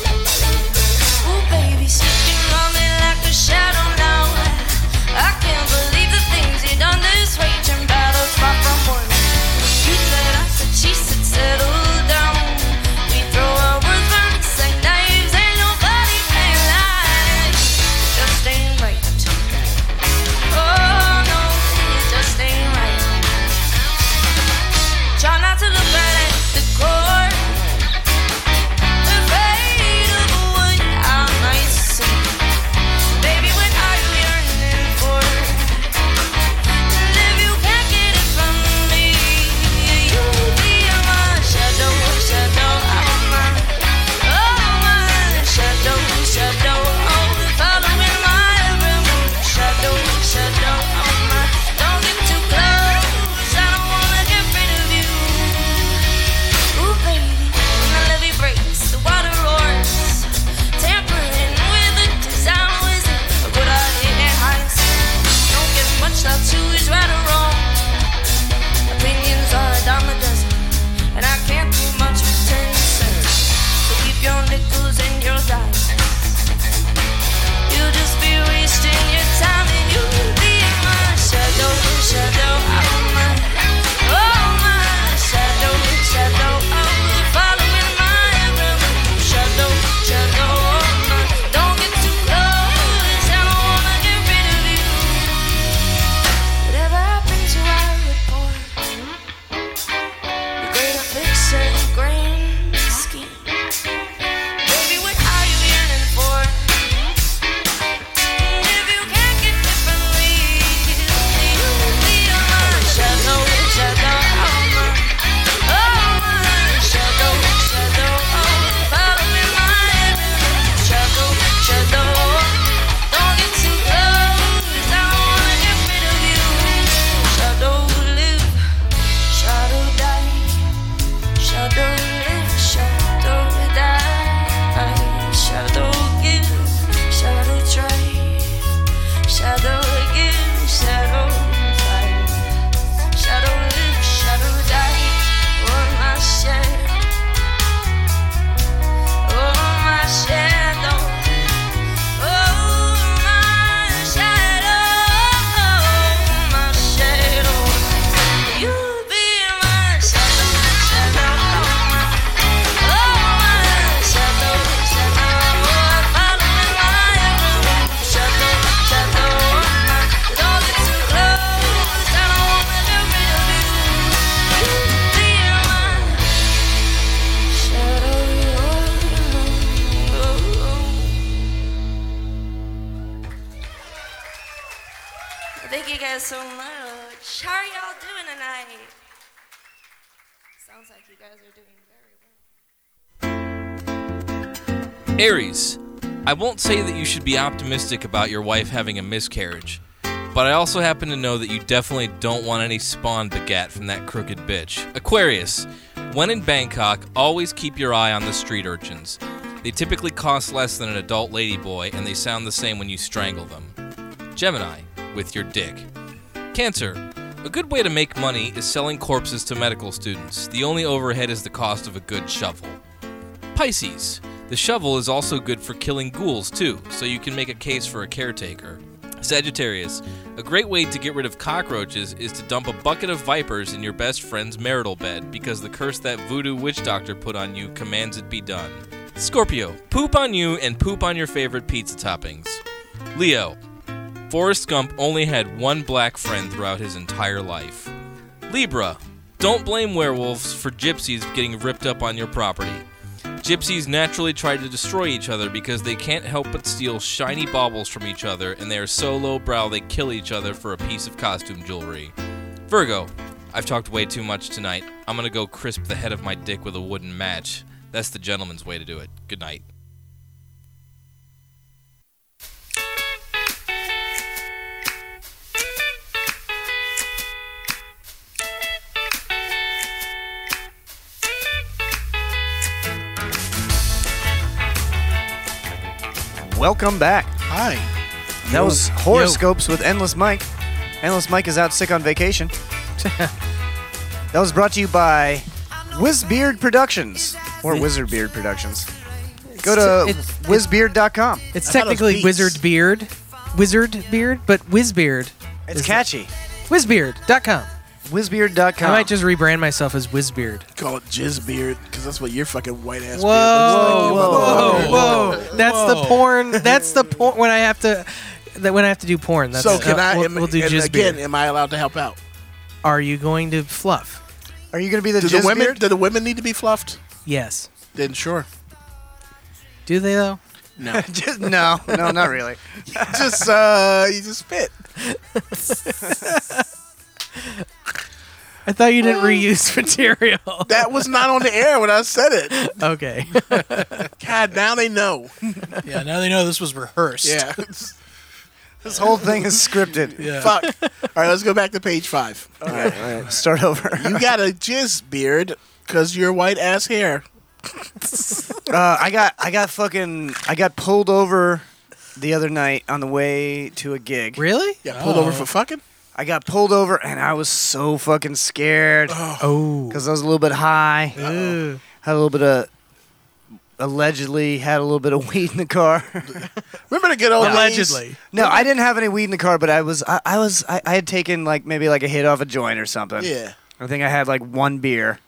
S10: guys so much. How are y'all doing tonight? Sounds like you guys are doing very
S2: Aries, I won't say that you should be optimistic about your wife having a miscarriage, but I also happen to know that you definitely don't want any spawn begat from that crooked bitch. Aquarius, when in Bangkok, always keep your eye on the street urchins. They typically cost less than an adult ladyboy, and they sound the same when you strangle them. Gemini, with your dick. Cancer. A good way to make money is selling corpses to medical students. The only overhead is the cost of a good shovel. Pisces. The shovel is also good for killing ghouls, too, so you can make a case for a caretaker. Sagittarius. A great way to get rid of cockroaches is to dump a bucket of vipers in your best friend's marital bed because the curse that voodoo witch doctor put on you commands it be done. Scorpio. Poop on you and poop on your favorite pizza toppings. Leo. Forrest Gump only had one black friend throughout his entire life. Libra, don't blame werewolves for gypsies getting ripped up on your property. Gypsies naturally try to destroy each other because they can't help but steal shiny baubles from each other, and they are so lowbrow they kill each other for a piece of costume jewelry. Virgo, I've talked way too much tonight. I'm gonna go crisp the head of my dick with a wooden match. That's the gentleman's way to do it. Good night.
S5: Welcome back.
S7: Hi.
S5: That was horoscopes with Endless Mike. Endless Mike is out sick on
S1: [laughs]
S5: vacation. that was brought to you by Wizbeard Productions or Wizardbeard Productions. Go to
S6: It's- it's-
S5: wizbeard.com.
S1: I thought it
S6: It's
S1: was
S6: technically
S1: Beats.
S6: Wizard Beard, Wizard Beard, but Wizbeard.
S5: It's catchy.
S6: Wizbeard.com.
S5: Wizbeard.com.
S6: I might just rebrand myf as Wizbeard.
S1: Call it jizz beard because that's what your fucking white ass.
S6: Whoa,
S1: beard looks
S6: whoa,
S1: like, you motherfucker.
S6: whoa! That's the
S7: Whoa.
S6: porn. That's the porn when I have to. That when I have to do porn. That's,
S1: so can
S6: uh,
S1: I?
S6: We'll,
S1: am,
S6: we'll do
S1: and
S6: jizz
S1: again,
S6: beard.
S1: am I allowed to help out?
S6: Are you going to fluff?
S5: Are you going to be the
S1: Do the
S5: jizz
S1: women?
S5: beard?
S1: Do the women need to be fluffed?
S6: Yes.
S1: Then sure.
S6: Do they though?
S1: [laughs]
S6: [laughs]
S5: [laughs]
S1: No,
S5: Just- no, no, not really.
S1: [laughs] just uh, you just spit.
S6: [laughs] I thought you didn't reuse [laughs] material.
S1: Uh, That was not on the air when I said it.
S6: [laughs] okay.
S1: [laughs] God, now they know.
S7: Yeah, now they know this was rehearsed. [laughs]
S6: [laughs]
S1: Yeah.
S5: This whole thing is scripted.
S7: Yeah.
S1: Fuck. All right, let's go back to page five.
S5: Start over.
S1: You got a jizz beard because your white ass hair.
S5: [laughs] Uh, I got I got fucking I got pulled over the other night on the way to a gig. Oh.
S6: Really?
S1: Got pulled over for fucking.
S5: I got pulled over and I was so fucking scared
S6: Oh.
S5: because I was a little bit high.
S6: Ooh.
S5: Had a little bit of allegedly had a little bit of [laughs] weed in the car.
S1: Remember the good old days?
S6: Allegedly.
S5: no, I didn't have any weed in the car, but I was I, I was I, I had taken like maybe like a hit off a joint or something.
S1: Yeah.
S5: I think I had like one beer.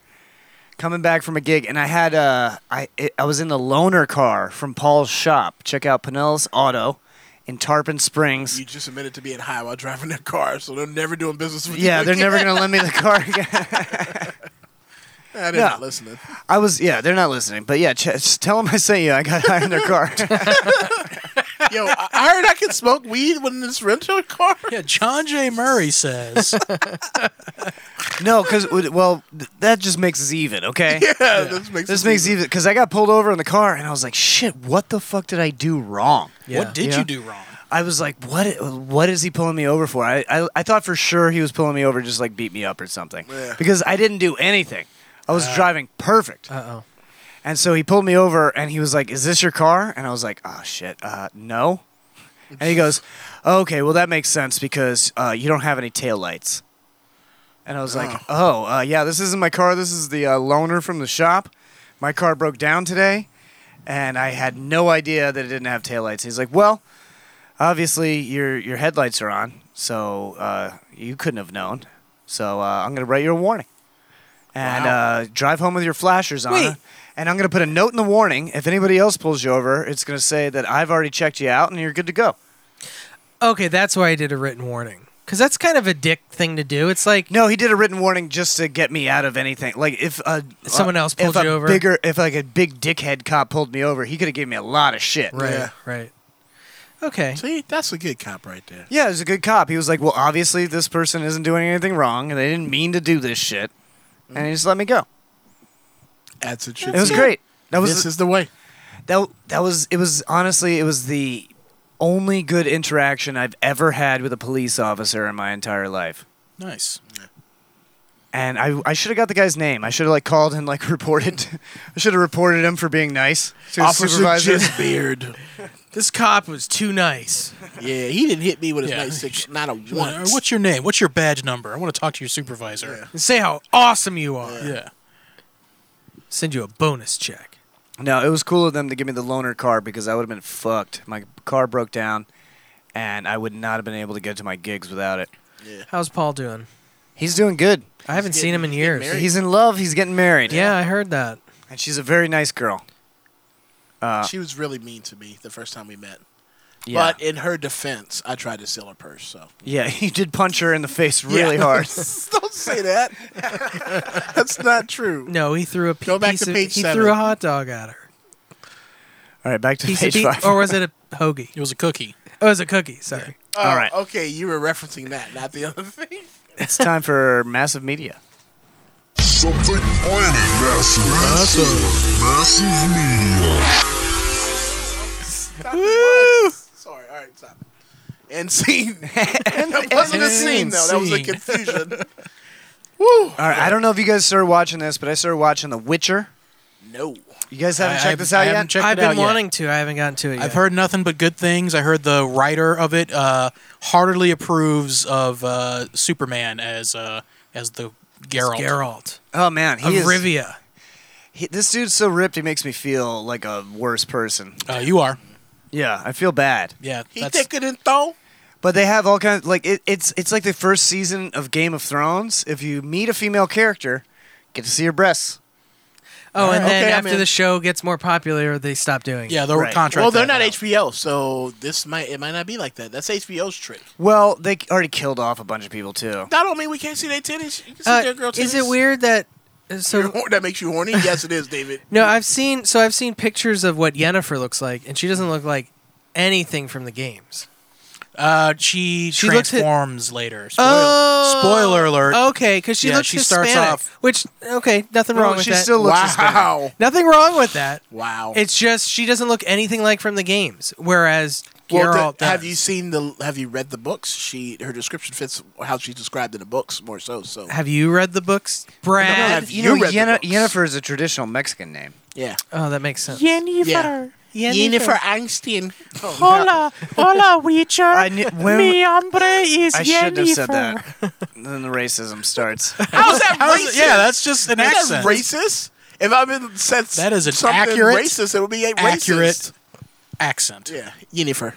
S5: Coming back from a gig, and I had uh, I it, I was in the loaner car from Paul's shop. Check out Pinnell's Auto in Tarpon Springs.
S1: You just admitted to being high while driving their car, so they're never doing business with
S5: yeah,
S1: you.
S5: they're never gonna lend me the
S1: [laughs]
S5: car again.
S1: Ah, they're
S5: [laughs] Yeah.
S1: not listening.
S5: I was yeah, they're not listening. But yeah, ch- just tell them I sent you. I got high in their car. [laughs]
S1: Yo, I I heard I can smoke weed when it's rental car.
S7: [laughs] Yeah, John J. Murray
S1: [laughs]
S7: says.
S5: no, because well, th- that just makes us even. Okay.
S1: [laughs] Yeah, this makes
S5: This
S1: it
S5: makes
S1: easy.
S5: even because I got pulled over in the car and I was like, "Shit, what the fuck did I do wrong?"
S6: Yeah.
S7: What did
S5: Yeah.
S7: you do wrong?
S5: I was like, "What? i- What is he pulling me over for?" I, I, I thought for sure he was pulling me over just like beat me up or something
S1: Yeah.
S5: because I didn't do anything. I was driving perfect,
S6: Uh oh.
S5: and so he pulled me over and he was like, "Is this your car?" And I was like, "Oh shit, uh, no." And he goes, "Okay, well that makes sense because uh, you don't have any taillights." And I was like, "Oh, uh, yeah, this isn't my car. This is the uh, loaner from the shop. My car broke down today, and I had no idea that it didn't have taillights." He's like, "Well, obviously your your headlights are on, so uh, you couldn't have known. So uh, I'm gonna write you a warning, and uh, drive home with your flashers on."
S6: Wait.
S5: And I'm gonna put a note in the warning. If anybody else pulls you over, it's gonna say that I've already checked you out and you're good to go.
S6: Okay, that's why I did a written warning. Because that's kind of a dick thing to do. It's like,
S5: No, he did a written warning just to get me out of anything. Like if a
S6: Someone else pulled
S5: if a
S6: you over?
S5: bigger, if like a big dickhead cop pulled me over, he could have given me a lot of shit.
S6: right,
S1: Yeah.
S6: right. Okay.
S1: See, that's a good cop right there.
S5: Yeah, it was a good cop. He was like, well, obviously this person isn't doing anything wrong. They didn't mean to do this shit, and he just let me go.
S1: That's it.
S5: It was great. That was
S1: this is the way.
S5: that that was it was honestly it was the only good interaction I've ever had with a police officer in my entire life.
S7: Nice.
S5: And I, I should have got the guy's name. I should have like called and like [laughs] reported. I should have reported him for being nice to his
S1: Officer
S5: supervisor. [laughs]
S1: Jizbeard.
S6: This cop was too nice.
S1: [laughs] yeah, he didn't hit me with his
S7: Yeah.
S1: nightstick
S6: [laughs]
S1: not a
S6: uh,
S7: What,
S1: once.
S7: what's your name? What's your badge number? I want to talk to your supervisor.
S6: And say how awesome you are.
S7: Yeah.
S6: Send you a bonus check.
S5: No, it was cool of them to give me the loaner car because I would have been fucked. My car broke down, and I would not have been able to get to my gigs without it.
S6: How's Paul doing?
S5: He's doing good.
S6: I haven't seen him in years.
S1: married.
S5: He's in love. He's getting married.
S6: yeah, I heard that.
S5: and she's a very nice girl. Uh,
S1: she was really mean to me the first time we met.
S5: Yeah.
S1: But in her defense, I tried to steal her purse. So
S5: yeah, [laughs] he did punch her in the face really hard.
S1: [laughs] don't say that. [laughs] That's not true.
S6: No, he threw a pe-
S1: Go back
S6: piece
S1: to
S6: of-
S1: page
S6: he
S1: seven.
S6: threw a hot dog at her.
S5: All right, back to
S6: Piece of
S5: page
S6: pe-
S5: five.
S6: or was it a hoagie?
S7: It was a cookie.
S6: Oh, it was a cookie. Sorry.
S5: [laughs]
S1: Oh,
S5: All right.
S1: Okay, you were referencing that, not the other thing.
S5: it's time for massive media.
S11: Something on it. Massive, massive, massive media.
S1: Sorry. All right. Stop. And scene. that
S5: and
S1: wasn't a scene though. That was a
S7: scene.
S1: confusion. Woo.
S5: All right, I don't know if you guys started watching this, but I started watching The Witcher.
S1: No.
S5: You guys haven't
S7: I-
S5: checked
S7: I've-
S5: this out
S7: I
S5: yet.
S7: haven't checked
S6: I've
S7: it out
S6: been
S7: yet.
S6: wanting to. I haven't gotten to it yet.
S7: I've heard nothing but good things. I heard the writer of it uh, heartily approves of uh, Superman as uh, as the Geralt.
S6: Geralt. Geralt
S5: oh man,
S6: of
S5: he is,
S6: Rivia.
S5: he- this dude's so ripped. He makes me feel like a worse person.
S7: Uh, you are.
S5: Yeah, I feel bad.
S7: Yeah.
S1: He
S7: that's,
S1: thicker than Thor.
S5: But they have all kinds like it, it's it's like the first season of Game of Thrones. If you meet a female character, get to see her breasts.
S6: Oh, and
S1: Alright,
S6: then
S1: okay, I'm
S6: after
S1: in.
S6: the show gets more popular, they stop doing
S7: yeah,
S6: it.
S7: they were
S5: Right.
S7: contract.
S1: Well, they're
S7: that
S1: not
S7: out.
S1: HBO, so this might it might not be like that. That's HBO's trick.
S5: Well, they already killed off a bunch of people too.
S1: That don't mean we can't see their titties. You can see
S6: Uh,
S1: their girl titties.
S6: is it weird that so
S1: That makes you horny? Yes, it is, David.
S6: no? I've seen so I've seen pictures of what Yennefer looks like, and she doesn't look like anything from the games.
S7: Uh, she,
S6: She looks hit-
S7: transforms later. Spoil-
S6: Oh.
S7: spoiler alert.
S6: Okay, because she
S7: Yeah,
S6: looks
S7: she starts
S6: Hispanic,
S7: off-
S6: which okay, nothing
S5: No,
S6: wrong with
S5: she
S6: that.
S5: still looks Hispanic.
S1: Wow.
S6: nothing wrong with that.
S1: Wow.
S6: It's just she doesn't look anything like from the games, whereas
S1: Well,
S6: Geralt
S1: the- have
S6: does.
S1: you seen the? Have you read the books? She her description fits how she's described in the books more so. So
S6: Have you read the books, Brad?
S1: have
S5: You,
S1: you
S5: know,
S1: read the
S5: Yenna-
S1: books?
S5: Yennefer is a traditional Mexican name.
S1: yeah,
S6: Oh, that makes sense.
S1: Yennefer.
S6: Yeah,
S1: Einstein.
S5: Hola,
S1: Oh,
S5: hola, Witcher. I knew, Mi hombre is I should have said that.
S1: [laughs]
S5: then the racism starts.
S1: How's [laughs] that
S7: How's-
S1: racist?
S7: yeah, that's just an
S1: Is that
S7: accent.
S1: racist. If I'm in sense,
S7: That is an
S1: something
S7: accurate-
S1: racist. It would be a
S7: accurate
S1: Racist.
S7: accent.
S1: Yeah, Yennefer.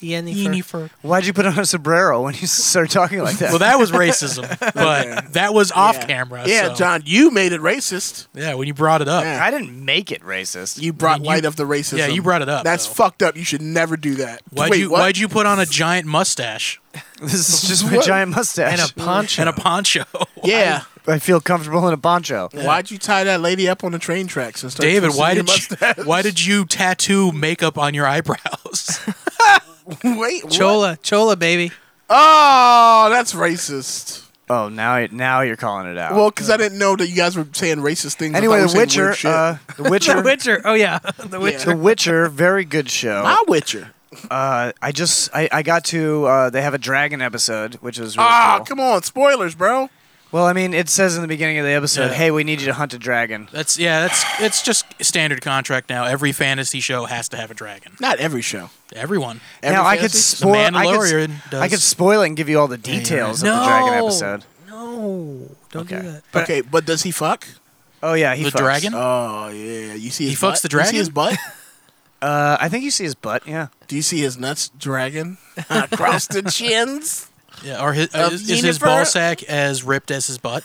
S6: Yennefer.
S5: Why'd you put on a sombrero when you [laughs] start talking like that?
S7: Well, that was racism,
S1: [laughs]
S7: but that was off
S1: Yeah.
S7: camera.
S1: Yeah,
S7: so-
S1: John, you made it racist.
S7: Yeah, when you brought it up.
S1: Yeah.
S5: I didn't make it racist.
S1: You brought
S7: you-
S1: light of the racism.
S7: yeah, you brought it up,
S1: That's
S7: though.
S1: fucked up. You should never do that.
S7: Why'd
S1: Wait,
S7: you
S1: what?
S7: Why'd you put on a giant mustache
S5: [laughs] this is
S1: [laughs]
S5: just my giant mustache.
S6: and a poncho.
S7: and a poncho?
S1: Yeah.
S5: [laughs] I feel comfortable in a poncho.
S1: Why'd you tie that lady up on the train tracks and start
S7: [laughs] David,
S1: twisting
S7: why
S1: your
S7: did
S1: mustache?
S7: you, why did you tattoo makeup on your eyebrows?
S1: [laughs] Wait, what?
S6: Chola, Chola, baby.
S1: Oh, that's racist.
S5: Oh, now you- now you're calling it out.
S1: Well, because I didn't know that you guys were saying racist things. I thought
S5: anyway,
S1: we
S5: The
S1: were saying weird
S5: Witcher,
S1: shit.
S5: uh, The
S1: [laughs]
S6: The
S5: Witcher,
S6: Witcher. Oh yeah, [laughs] The Witcher.
S5: The Witcher, very good show.
S1: my Witcher.
S5: Uh, I just I, I got to uh, they have a dragon episode, which was really
S1: Ah,
S5: cool.
S1: come on, spoilers, bro.
S5: Well, I mean, it says in the beginning of the episode,
S7: Yeah.
S5: "Hey, we need you to hunt a dragon."
S7: that's yeah, that's it's just standard contract now. Every fantasy show has to have a dragon.
S1: Not every show.
S7: Everyone.
S1: Every
S5: now I could
S1: fantasy-
S5: spoil. I could,
S7: Mandalorian
S5: I
S7: does.
S5: could spoil it and give you all the details of the dragon
S6: No.
S5: episode.
S6: No, don't
S5: Okay.
S6: do that. But
S1: okay, but does he fuck?
S5: Oh yeah, he
S7: the
S5: fucks.
S7: dragon?
S1: Oh yeah, you see his
S7: He fucks
S1: butt?
S7: the
S1: You see his butt?
S5: Uh, I think you see his butt. Yeah.
S1: Do you see his nuts [laughs] dragon
S7: [laughs]
S1: across Uh, the chins?
S7: yeah, or his, uh,
S1: Of
S7: is, is his
S1: Yennefer?
S7: ball
S1: [laughs]
S7: sack as ripped as his butt?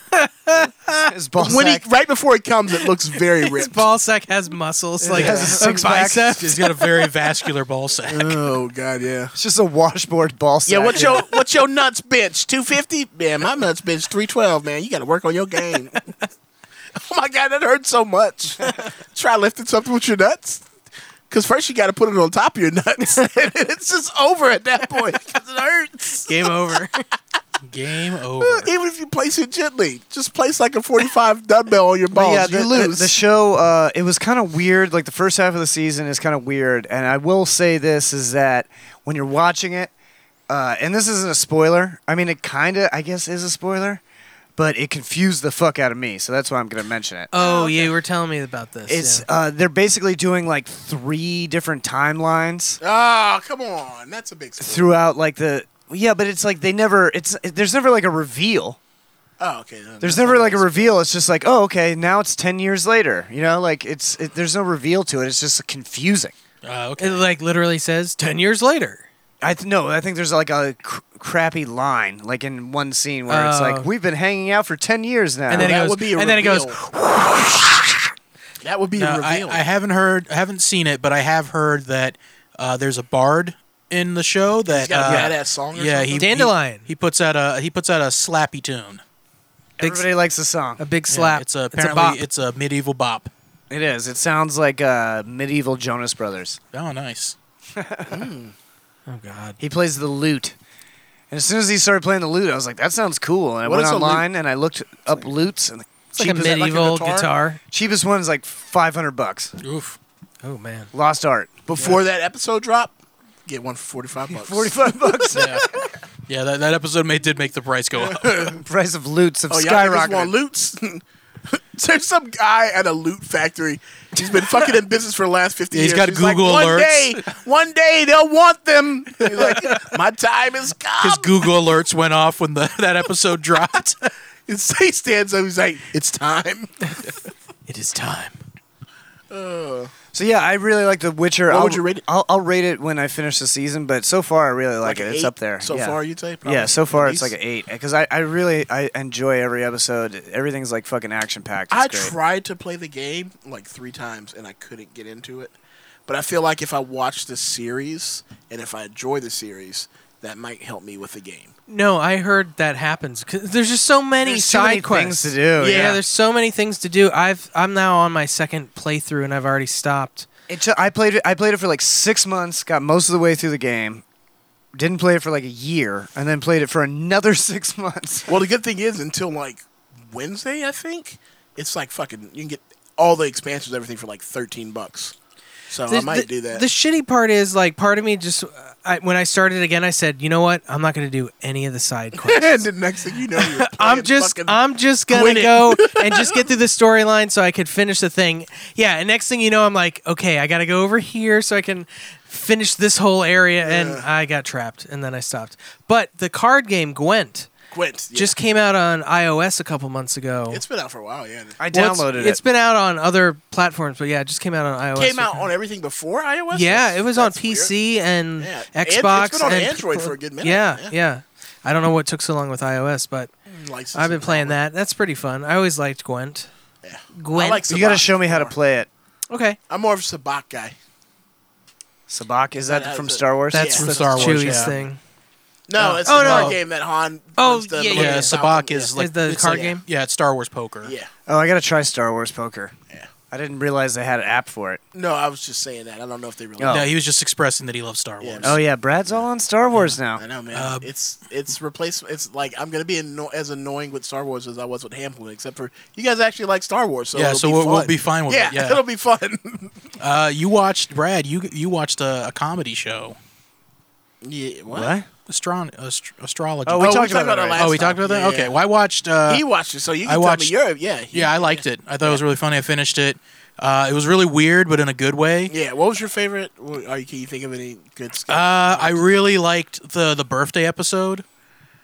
S5: His ball
S1: When he
S5: sack.
S1: right before he comes, it looks very ripped.
S6: ball sack has muscles like
S5: has a
S6: a
S5: six-pack.
S6: bicep.
S7: He's got a very vascular ball sack.
S1: Oh god, yeah.
S5: It's just a washboard ball sack.
S1: Yeah, what's your what's your nuts bench? Two fifty? Man, my nuts bench three twelve, man. You gotta work on your game. [laughs] oh my god, that hurts so much. Try lifting something with your nuts. Because first you got to put it on top of your nuts. [laughs] and it's just over at that point 'cause it hurts.
S6: Game over.
S7: Game over.
S1: [laughs] Even if you place it gently, just place like a 45 dumbbell on your balls.
S5: yeah, the,
S1: you
S5: the-
S1: lose.
S5: The, show, uh, it was kind of weird. Like the first half of the season is kind of weird. And I will say this is that when you're watching it, uh, and this isn't a spoiler. I mean, it kind of, I guess, is a spoiler, but it confused the fuck out of me. So that's why I'm going to mention it.
S6: Oh, yeah, you were telling me about this.
S5: It's
S6: Oh, yeah.
S5: uh, they're basically doing like three different timelines
S1: Ah, come on. That's a big spoiler.
S5: throughout like the yeah, but it's like they never it's there's never like a reveal.
S1: Oh, okay.
S5: There's never like a reveal. It's just like oh okay now it's ten years later. You know like it's it, there's no reveal to it. It's just confusing.
S1: Uh,
S6: It like literally says ten years later.
S5: I th- no, I think there's like a cr- crappy line like in one scene where it's
S6: Oh.
S5: like we've been hanging out for ten years now.
S6: And then it That goes- would be a and then it goes,
S1: That would be
S7: No,
S1: a
S7: I,
S1: reveal.
S7: I haven't heard, I haven't seen it, but I have heard that uh, there's a bard in the show that
S1: got a
S7: uh,
S1: badass song or
S7: yeah,
S1: something?
S7: he,
S1: Dandelion.
S7: He, he puts out a he puts out a slappy tune.
S5: Everybody likes the song.
S6: A big
S7: Yeah,
S6: slap.
S7: it's a,
S6: It's a
S7: apparently
S6: bop.
S7: it's a, medieval bop.
S5: It is. It sounds like uh, medieval Jonas Brothers.
S7: Oh, nice.
S5: [laughs] Hmm.
S6: Oh God.
S5: He plays the lute. And as soon as he started playing the lute, I was like, that sounds cool. And I
S6: What
S5: went
S6: is a lute?
S5: online and I looked up lutes. And the
S6: like a
S5: cheapest- like
S6: medieval guitar?
S5: Cheapest one is like 500 bucks.
S7: Oof.
S6: Oh man.
S5: Lost art.
S1: Before that episode drop, get one for [laughs] 45 bucks.
S5: 45
S7: [laughs]
S5: bucks.
S1: [laughs]
S7: yeah, yeah. That, that episode may, did make the price go up.
S5: Price of lutes have
S1: Oh, y'all niggas want
S5: skyrocketed.
S1: loots? [laughs] There's some guy at a loot factory. He's been fucking in business for the last 50
S7: Yeah, he's
S1: years.
S7: got Google
S1: like, One
S7: alerts."
S1: day, one day they'll want them. He's [laughs] like, my time is come.
S7: His Google alerts went off when the, that episode dropped.
S1: It's, [laughs] he stands up. He's like, it's
S6: [laughs]
S1: time.
S7: it is time.
S1: Uh,
S5: So yeah, I really like The Witcher.
S1: What
S5: I'll,
S1: would you rate it?
S5: I'll, I'll rate it when I finish the season, but so far I really like,
S1: Like an
S5: it. It's
S1: eight
S5: up there.
S1: so
S5: yeah.
S1: far, you'd say,
S5: Yeah,
S1: probably,
S5: so far
S1: at
S5: it's
S1: least?
S5: like an eight because I, I really I enjoy every episode. Everything's like fucking action packed.
S1: I
S5: great.
S1: tried to play the game like three times and I couldn't get into it. But I feel like if I watch the series and if I enjoy the series, that might help me with the game.
S6: No, I heard that happens. 'Cause There's just so many
S5: There's too
S6: side
S5: many
S6: quests
S5: things to do, yeah.
S6: there's so many things to do. I've I'm now on my second playthrough and I've already stopped.
S5: It took, I played it. I played it for like six months. Got most of the way through the game. Didn't play it for like a year, and then played it for another [laughs] six months.
S7: [laughs]
S1: Well, the good thing is, until like Wednesday, I think it's like fucking. You can get all the expansions, everything for like thirteen bucks. So Oh, I
S6: The-
S1: might
S6: the-
S1: do that.
S6: The shitty part is like part of me just I, when I started again, I said, you know what? I'm not going to do any of the side
S1: [laughs]
S6: quests.
S1: and the next thing you know, you're
S6: [laughs] I'm
S1: playing
S6: just
S1: fucking-
S6: I'm just gonna
S1: Gwyn it. [laughs]
S6: go and just get through the storyline so I could finish the thing. Yeah, and next thing you know, I'm like, okay, I gotta go over here so I can finish this whole area, and I got trapped, and then I stopped. But the card game Gwent
S1: Gwent. yeah.
S6: just came out on iOS a couple months ago.
S1: It's been out for a while. Yeah,
S5: I
S6: Well, it's-
S5: downloaded
S6: It's
S5: it.
S6: been out on other platforms, but yeah, it just came out on iOS.
S1: came out on everything before iOS.
S6: Yeah,
S1: That's-
S6: it was on
S1: that's weird.
S6: PC and
S1: Yeah, and it's been
S6: Xbox.
S1: on
S6: and
S1: Android for a good minute,
S6: Yeah,
S1: yeah. Mm,
S6: yeah, I don't know what took so long with iOS, but
S1: License
S6: I've been
S1: and
S6: playing that. That's pretty fun. I always liked Gwent. Gwent.
S1: I like
S5: You got to
S1: Sabacc
S5: show me how to
S1: more.
S5: play it.
S6: okay,
S1: I'm more of a Sabak guy.
S5: Sabak is that
S1: That-
S5: from
S1: that's it.
S5: Star Wars?
S1: That's
S6: that's
S1: Yeah.
S6: the
S7: Star Wars,
S6: Chewie's
S7: yeah.
S6: thing.
S1: No,
S6: Oh.
S1: it's
S6: Oh,
S1: the card
S6: no.
S1: game that Han.
S6: Oh,
S1: runs the
S6: yeah,
S7: Yeah,
S1: Millennium
S7: Sabak
S1: Falcon,
S7: is
S1: yeah.
S7: like
S6: Is the
S7: it's
S6: card
S7: like-
S6: game?
S7: Yeah, it's Star Wars poker.
S1: Yeah.
S5: oh, I got to try Star Wars Poker.
S1: Yeah.
S5: I didn't realize they had an app for it.
S1: No, I was just saying that. I don't know if they really.
S5: Oh.
S7: No, he was just expressing that he loves Star
S1: Yeah,
S7: Wars.
S5: Oh yeah, Brad's all on Star Wars now.
S1: I know, man.
S7: Uh,
S1: it's it's replacement. It's like I'm gonna be anno- as annoying with Star Wars as I was with Hamilton, except for you guys actually like Star Wars, so
S7: Yeah,
S1: it'll
S7: so
S1: be
S7: we'll-
S1: fun.
S7: we'll be fine with
S1: yeah, [laughs]
S7: it, yeah.
S1: it'll be fun.
S7: Uh, you watched Brad. You you watched a, a comedy show,
S1: yeah, what?
S5: What?
S7: Astron- ast- astrology.
S5: Oh, we
S1: we
S5: talked
S1: talked about
S5: about
S1: that
S5: that.
S1: last
S5: right?
S7: Oh, we talked
S1: time.
S7: about that.
S1: Yeah,
S7: okay,
S1: yeah.
S7: well, I watched. Uh,
S1: he watched it, so you
S7: I
S1: can tell
S7: watched-
S1: me you're yeah he-
S7: yeah, I liked it. I thought it was really funny. I finished it. Uh, it was really weird, but in a good way.
S1: yeah. What was your favorite? What- Are you, can you think of any good [laughs] stuff?
S7: Uh, I really liked the the birthday episode.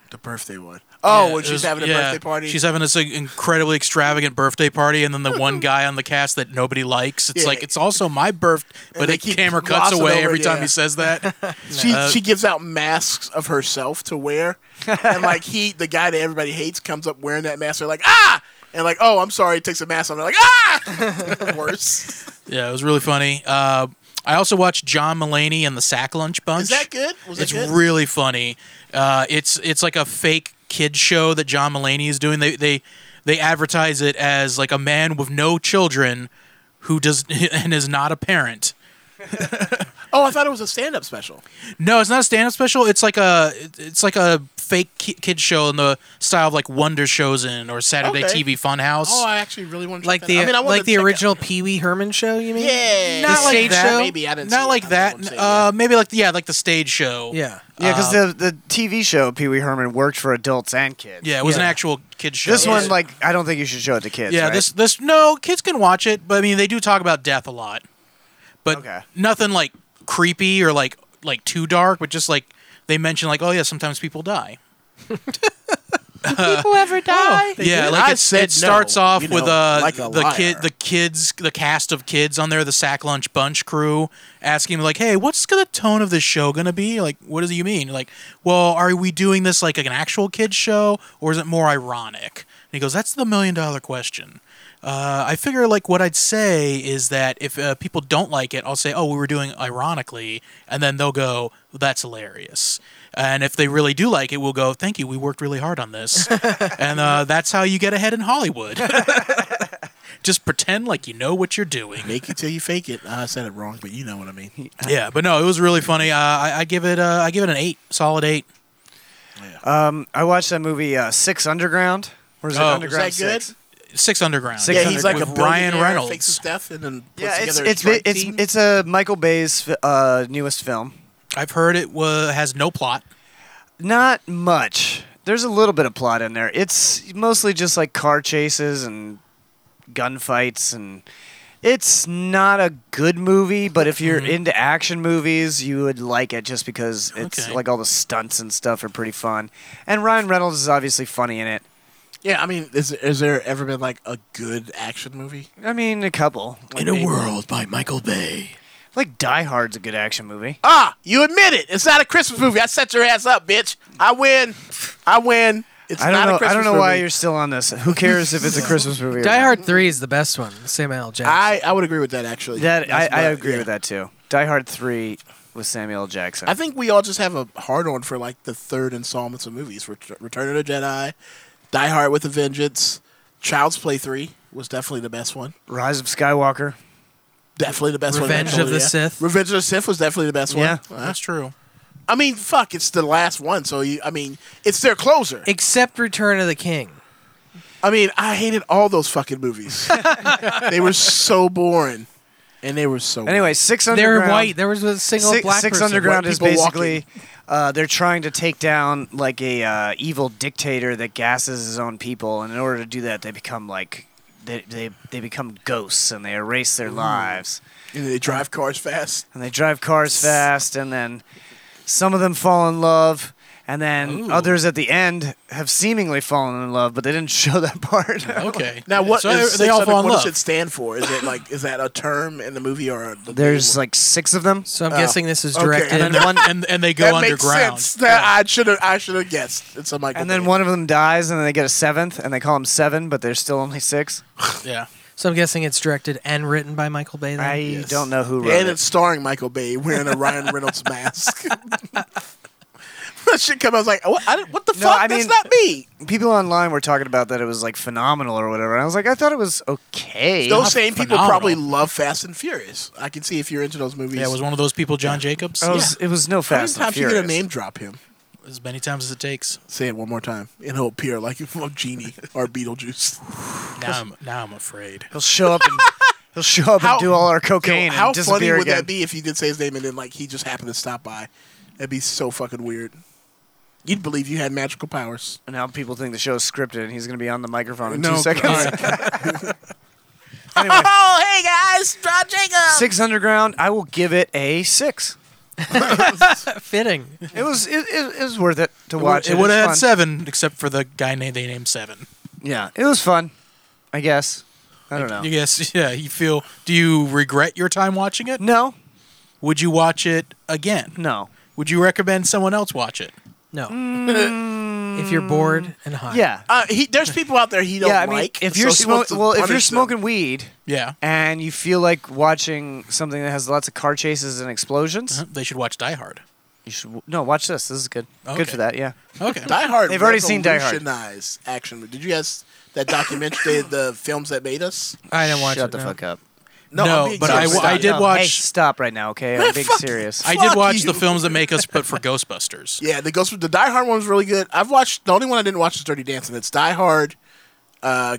S1: the birthday one. Oh,
S7: Yeah,
S1: when
S7: it
S1: she's
S7: was-
S1: having a
S7: yeah,
S1: birthday party.
S7: She's having this like, incredibly extravagant birthday party, and then the
S1: [laughs]
S7: one guy on the cast that nobody likes. It's
S1: Yeah.
S7: like it's also my birth, but
S1: they
S7: the
S1: keep
S7: camera cuts
S1: glossing
S7: away
S1: over
S7: every
S1: it,
S7: time
S1: yeah.
S7: he says
S1: [laughs]
S7: that.
S1: she
S7: Uh,
S1: she gives out masks of herself to wear, and like he, the guy that everybody hates, comes up wearing that mask. They're like ah, and like oh, I'm sorry, takes a mask on. They're like [laughs] ah, worse.
S7: yeah, it was really funny. Uh, I also watched John Mulaney and the Sack Lunch Bunch.
S1: Is that good? Was
S7: it's
S1: that good?
S7: really funny. Uh, it's it's like a fake kid show that John Mulaney is doing. They they they advertise [laughs] it as like a man with no children who does and is not a parent.
S1: oh, I thought it was a stand-up special.
S7: No, it's not a stand-up special. It's like a it's like a fake ki- kid show in the style of like Wonder Shows in or Saturday
S1: Okay.
S7: TV Funhouse.
S1: Oh, I actually really want to
S6: Like the
S1: I mean, I wanted
S6: like
S1: to
S6: the
S1: check
S6: original Pee Wee Herman show. You mean?
S1: Yeah.
S6: Not
S7: The
S6: like
S7: stage
S6: that.
S7: show?
S1: Maybe I didn't
S7: Not like that. Uh, maybe like yeah, like the stage show.
S6: Yeah.
S5: Yeah, because
S7: Uh,
S5: the the TV show Pee Wee Herman worked for adults and kids.
S7: yeah, it was an actual kid show.
S5: This one,
S7: Yeah.
S5: like, I don't think you should show it to kids.
S7: yeah,
S5: right?
S7: this this no kids can watch it, but I mean they do talk about death a lot, but nothing like creepy or like like too dark, but just like they mention like oh yeah, sometimes people die.
S6: people
S3: Oh,
S6: ever die?
S7: yeah, like it's, it starts off with uh,
S3: [laughs]
S7: the kid, the kids, the cast of kids on there, the Sack Lunch Bunch crew, asking him like, "Hey, what's the tone of this show gonna be? Like, what does you mean? Like, well, are we doing this like an actual kids show, or is it more ironic?" And he goes, "That's the million dollar question." Uh, I figure like what I'd say is that if uh, people don't like it, I'll say, "Oh, we were doing ironically," and then they'll go, "That's hilarious." And if they really do like it, we'll go, "Thank you, we worked really hard on
S5: [laughs]
S7: this," and uh, that's how you get ahead in Hollywood. Just pretend like you know what you're doing.
S1: Make it till you fake it. I said it wrong, but you know what I mean.
S7: [laughs] Yeah, but no, it was really funny. Uh, I, I give it, uh, I give it an eight, solid eight.
S5: Um, I watched that movie uh, Six Underground. Or is it
S7: Oh.
S5: Underground
S7: Is that good?
S5: Six?
S7: Six Underground.
S5: Six
S1: yeah, he's like a
S5: Underground.
S1: billionaire,
S7: Ryan Reynolds.
S1: Fakes his death and then puts
S5: Yeah, it's
S1: together
S5: it's
S1: a drug
S5: it's,
S1: team.
S5: it's a Michael Bay's uh, newest film.
S7: I've heard it was has no plot.
S5: Not much. There's a little bit of plot in there. It's mostly just like car chases and gunfights and it's not a good movie, but if
S7: Mm-hmm.
S5: you're into action movies, you would like it just because it's
S1: Okay.
S5: like all the stunts and stuff are pretty fun. And Ryan Reynolds is obviously funny in it.
S1: yeah, I mean, is is there ever been like a good action movie?
S5: I mean, a couple.
S1: In a world by Michael Bay.
S5: Like Die Hard's a good action movie.
S1: Ah, you admit it. It's not a Christmas movie. I set your ass up, bitch. I win. I win. It's
S5: I don't
S1: not
S5: know.
S1: a Christmas
S5: I don't know why
S1: movie.
S5: you're still on this. Who cares if it's a Christmas movie? Or
S6: [laughs] Die
S5: not?
S6: Hard Three is the best one. Samuel L. Jackson.
S1: I, I would agree with that actually.
S5: That I,
S1: That's
S5: I
S1: what-
S5: agree with that too. Die Hard Three with Samuel L. Jackson.
S1: I think we all just have a hard on for like the third installments of movies: Ret- Return of the Jedi, Die Hard with a Vengeance, Child's Play Three was definitely the best one.
S5: Rise of Skywalker.
S1: Definitely the best one.
S6: Revenge of
S1: Totally,
S6: the
S1: yeah.
S6: Sith.
S1: Revenge of the Sith was definitely the best one.
S5: Yeah.
S1: Uh,
S7: That's true.
S1: I mean, fuck, it's the last one, so you, I mean, it's their closer.
S6: Except Return of the King.
S1: I mean, I hated all those fucking
S6: [laughs]
S1: movies. they were so boring, and they were so.
S5: Anyway, Six
S6: They were
S5: Underground.
S6: white. There was a single
S5: Six,
S6: black
S5: Six
S6: person.
S5: Underground
S1: White
S5: is
S1: people
S5: basically uh, they're trying to take down like a uh, evil dictator that gasses his own people, and in order to do that, they become like they they, they become ghosts and they erase their lives.
S1: and they drive cars fast.
S5: and they drive cars fast, and then some of them fall in love, and then others at the end have seemingly fallen in love, but they didn't [laughs] show that part.
S7: Okay.
S1: Now, what
S7: So
S1: is
S7: they all fall in
S1: what
S7: love.
S1: does it stand for? Is it like is that a term in the movie or the
S5: There's like six of them.
S6: So I'm
S1: Oh.
S6: guessing this is
S1: Okay.
S6: directed.
S7: and then
S6: [laughs]
S7: one, and, and they go
S1: that
S7: underground.
S1: makes sense. That I should have I should have guessed. It's a Michael.
S5: And then
S1: Bay.
S5: one of them dies, and then they get a seventh, and they call them seven, but there's still only six.
S7: Yeah.
S6: So I'm guessing it's directed and written by Michael Bay. Then?
S5: I don't know who wrote
S1: and
S5: it.
S1: it's starring Michael Bay wearing a Ryan [laughs] Reynolds mask. that shit come. I was like, what, I didn't- what the
S5: No,
S1: fuck?
S5: I
S1: That's
S5: mean-
S1: not me.
S5: People online were talking about that it was like phenomenal or whatever, and I was like, I thought it was okay.
S1: Those same people
S7: phenomenal.
S1: probably love Fast and Furious. I can see if you're into
S5: [laughs]
S1: those movies.
S7: Yeah, it was one of those people, John Jacobs.
S5: I was- Oh, It was no
S1: How many
S5: Fast and
S1: times you gonna
S5: Furious.
S1: name drop him?
S7: Yeah, as many times as it takes.
S1: Say it one more time, and he'll appear like a fuck genie or
S7: [laughs]
S1: Beetlejuice.
S7: Now I'm, now I'm afraid.
S5: He'll show up and he'll show up
S1: How-
S5: and do all our cocaine
S1: how
S5: and disappear
S1: funny would
S5: again.
S1: that be if you did say his name and then like he just happened to stop by? That'd be so fucking weird. You'd believe you had magical powers.
S5: Now people think the show's scripted, and he's gonna be on the microphone in
S1: No,
S5: two seconds. [laughs]
S1: [laughs]
S5: anyway,
S1: Oh, hey guys, John Jacob.
S5: Six Underground, I will give it
S7: [laughs]
S5: a six.
S6: Fitting.
S5: It was it, it, it was worth it to watch.
S7: It,
S5: It,
S7: would
S5: It's
S7: have had
S5: fun.
S7: seven, except for the guy named they named seven.
S5: Yeah, it was fun. I guess. I don't know.
S7: You guess, yeah. You feel? Do you regret your time watching it?
S5: No,
S7: Would you watch it again?
S5: no.
S7: Would you recommend someone else watch it?
S6: No.
S1: [laughs]
S6: if you're bored and high.
S5: Yeah.
S1: Uh, he, there's people out there he don't
S5: yeah, I mean,
S1: like.
S5: if
S1: so
S5: you're
S1: he wants
S5: smoking,
S1: to
S5: well, if you're
S1: punish them.
S5: smoking weed
S7: Yeah.
S5: and you feel like watching something that has lots of car chases and explosions,
S7: Uh-huh. They should watch Die Hard.
S5: you should w- no watch this. This is good. Good
S7: Okay.
S5: for that. Yeah.
S7: Okay.
S1: Die Hard,
S5: They've already seen Die Hard.
S1: revolutionized action. Did you guys that documentary, the films that made us?
S6: I didn't watch
S5: Shut
S6: it.
S5: the
S6: no.
S5: fuck up.
S7: No, but I,
S5: Stop.
S7: I did
S5: No,
S7: watch. Ah,
S5: Hey, stop right now, okay?
S1: Man,
S5: I'm being
S1: fuck-
S5: serious.
S7: I did
S1: fuck
S7: watch
S1: you.
S7: the films that make us
S5: [laughs]
S7: put for Ghostbusters.
S1: Yeah, the Ghost the Die Hard one's really good. I've watched the only one I didn't watch is Dirty Dancing. It's Die Hard, uh,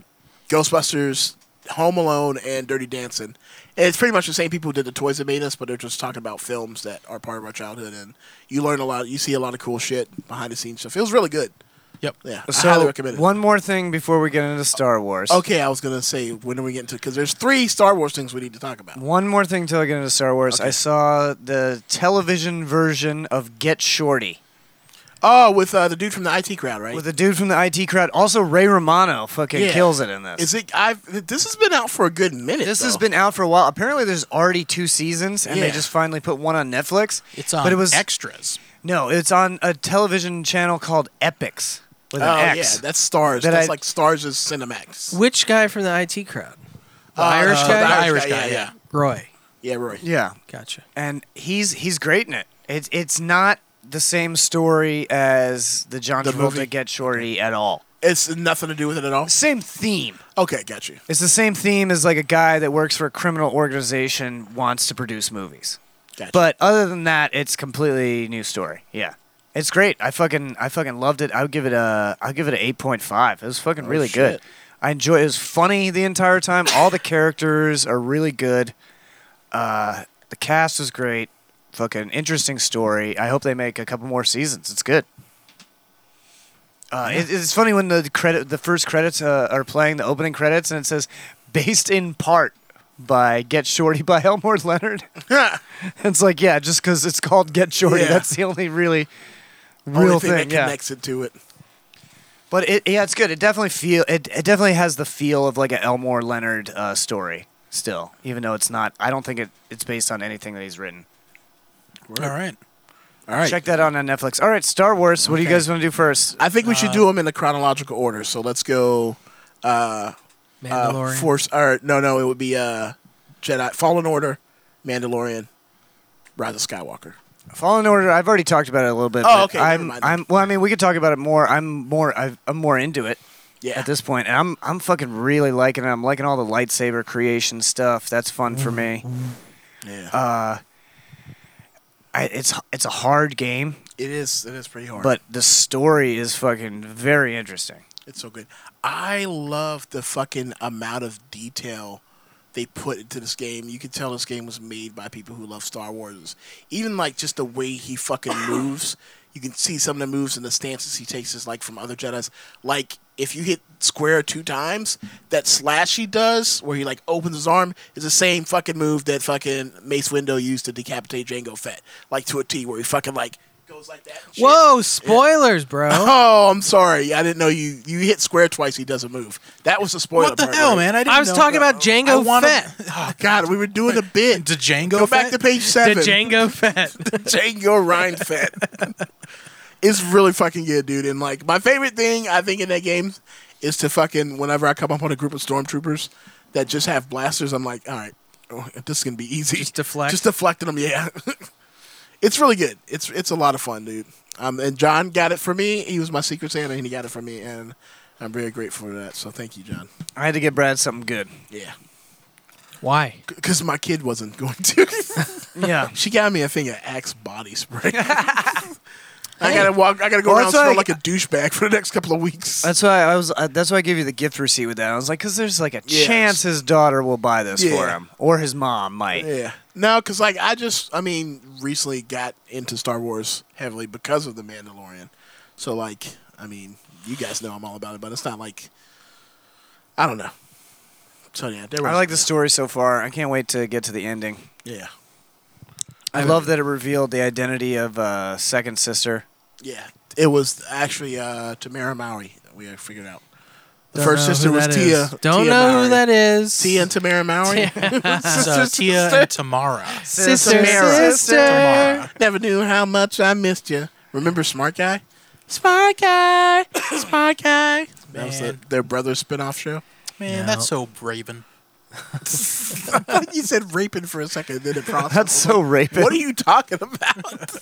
S1: Ghostbusters, Home Alone, and Dirty Dancing. And it's pretty much the same people who did the toys that made us, but they're just talking about films that are part of our childhood, and you learn a lot. You see a lot of cool shit behind the scenes stuff. It was really good.
S7: Yep.
S1: Yeah, I highly
S5: So,
S1: recommend it.
S5: one more thing before we get into Star Wars.
S1: Okay, I was gonna say when are we getting to? Because there's three Star Wars things we need to talk about.
S5: One more thing till I get into Star Wars. I saw the television version of Get Shorty
S1: Oh, with uh, the dude from the IT crowd, right?
S5: with a dude from the IT crowd. Also, Ray Romano fucking
S1: Yeah.
S5: kills it in this.
S1: Is it? I've this has been out for a good minute.
S5: this
S1: though.
S5: has been out for a while. Apparently, there's already two seasons, and
S1: Yeah.
S5: they just finally put one on Netflix.
S7: It's on
S5: but it was
S7: extras.
S5: no, it's on a television channel called Epics with
S1: oh
S5: an X.
S1: yeah, that's stars.
S5: That
S1: that's
S5: I-
S1: like stars is Cinemax.
S6: Which guy from the IT crowd? The
S1: Uh,
S6: Irish
S1: uh,
S6: guy.
S1: the Irish guy, yeah, yeah.
S6: Roy.
S1: Yeah, Roy.
S5: yeah,
S6: Gotcha.
S5: and he's he's great in it. It's it's not the same story as the John
S1: The
S5: Travolta
S1: movie?
S5: Get Shorty at all.
S1: It's nothing to do with it at all.
S5: Same theme.
S1: Okay, got you.
S5: It's the same theme as like a guy that works for a criminal organization wants to produce movies.
S1: Gotcha.
S5: But other than that, it's completely new story. Yeah. It's great. I fucking I fucking loved it. I would give it a I'll give it an 8.5. It was fucking really good.
S1: Oh, shit.
S5: I enjoy it was funny the entire time. All the characters are really good. Uh the cast is great. Fucking interesting story. I hope they make a couple more seasons. It's good. Uh, it, it's funny when the credit, the first credits uh, are playing, the opening credits, and it says "based in part by Get Shorty by [laughs] Elmore Leonard." [laughs] it's like, yeah, just because it's called Get Shorty,
S1: Yeah.
S5: that's the only really real
S1: Only
S5: thing.
S1: thing, that
S5: yeah.
S1: connects it to it.
S5: But it, yeah, it's good. It definitely feel it, it definitely has the feel of like an Elmore Leonard uh, story still, even though it's not. I don't think it, it's based on anything that he's written.
S7: All
S5: [laughs]
S7: right.
S1: All right.
S5: Check that out on Netflix. All right, Star Wars. What do you guys want to do first? Uh,
S1: I think we should do them in the chronological order. So let's go. Uh, uh,
S6: Mandalorian.
S1: Force. Or no, no, it would be uh, Jedi, Fallen Order, Mandalorian, Rise of Skywalker.
S5: Fallen Order. I've already talked about it a little bit.
S1: Oh,
S5: but
S1: okay, never
S5: I'm,
S1: mind then.
S5: I'm. Well, I mean, we could talk about it more. I'm more. I've, I'm more into it
S1: Yeah.
S5: at this point, and I'm. I'm fucking really liking it. I'm liking all the lightsaber creation stuff. That's fun for me. Uh,
S1: yeah.
S5: I, it's it's a hard game,
S1: it is. It is pretty hard.
S5: but the story is fucking very interesting.
S1: It's so good. I love the fucking amount of detail they put into this game. You could tell this game was made by people who love Star Wars. Even like just the way he fucking moves. You can see some of the moves and the stances he takes is like from other Jedi's. Like if you hit square two times, that slash he does where he like opens his arm is the same fucking move that fucking Mace Windu used to decapitate Django Fett, like to a T, where he fucking like goes like that. and shit.
S6: Whoa! Spoilers, bro.
S1: [laughs] Oh, I'm sorry. I didn't know you. You hit square twice. He doesn't move. That was the spoiler.
S7: What the
S1: part,
S7: hell,
S1: right?
S7: man? I didn't.
S6: I was
S7: know.
S6: talking about
S7: I
S6: Django
S7: wanna-
S6: Fett.
S1: Oh God, we were doing a bit.
S6: [laughs]
S7: To Django.
S1: Go back
S7: Fett?
S1: to page
S6: The
S1: seven.
S6: Django Fett.
S1: [laughs] Django Ryan Fett. it's really fucking good, dude. And like my favorite thing I think in that game is to fucking whenever I come up on a group of stormtroopers that just have blasters, I'm like, all right, oh, this is gonna be easy.
S6: Just deflect.
S1: Just deflecting them. Yeah. [laughs] it's really good. It's it's a lot of fun, dude. Um, and John got it for me. He was my secret Santa, and he got it for me, and I'm very grateful for that. So thank you, John.
S5: I had to get Brad something good.
S1: Yeah,
S6: Why?
S1: because my kid wasn't going to.
S5: [laughs] Yeah.
S1: She got me a thing of Axe
S5: [laughs]
S1: body spray. I gotta walk. I gotta go
S5: Well,
S1: around
S5: that's why
S1: smelling
S5: I-
S1: like a douchebag for the next couple of weeks.
S5: That's why I was. Uh, that's why I gave you the gift receipt with that. I was like, because there's like a
S1: Yes.
S5: chance his daughter will buy this for
S1: Yeah.
S5: him, or his mom might.
S1: yeah. No, because like I just, I mean, recently got into Star Wars heavily because of the Mandalorian. So like, I mean, you guys know I'm all about it, but it's not like, I don't know. So yeah, there was,
S5: I like the story so far. I can't wait to get to the ending.
S1: Yeah.
S5: I love that it revealed the identity of uh, second sister.
S1: Yeah, it was actually uh, Tamara Maui. that We had figured out. The
S6: Don't
S1: first
S6: know who
S1: sister was
S6: that
S1: Tia.
S6: is. Don't
S1: Tia
S6: know
S1: Mowry.
S6: who that is.
S1: Tia and Tamara [laughs] Maui.
S7: It's, uh, Tia and Tamara.
S6: Sister,
S5: Tamara.
S6: sister.
S1: Never knew how much I missed you. Remember Smart Guy?
S6: Smart guy.
S1: [coughs]
S6: Smart guy.
S1: That was [laughs] the, their brother's spinoff show.
S7: Man,
S6: No.
S7: that's so Raven.
S1: you said raping for a second, then it
S5: [laughs]
S1: processed.
S5: That's so raping.
S1: What are you talking about?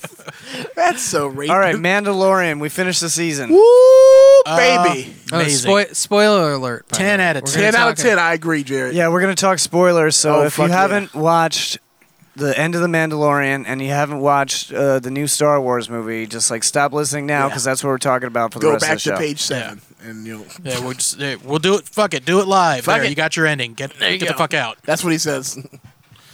S1: That's so raping.
S5: All right, Mandalorian. We finished the season.
S1: Woo, baby.
S6: Oh, spoi- spoiler alert. by the way. We're gonna talk-
S1: I agree, Jared.
S5: Yeah, we're gonna talk spoilers. So
S1: Oh,
S5: if you
S1: fuck yeah.
S5: haven't watched the end of the Mandalorian and you haven't watched uh, the new Star Wars movie, just like stop listening now because that's what we're talking about [laughs] for the
S1: Go
S5: rest
S1: back
S5: of the show.
S1: to page seven, and you'll.
S7: Yeah, we'll just yeah, we'll do it. Fuck it, do it live.
S1: Fuck
S7: There,
S1: it.
S7: you got your ending. Get
S1: There you
S7: get the
S1: go.
S7: fuck out.
S1: That's what he says.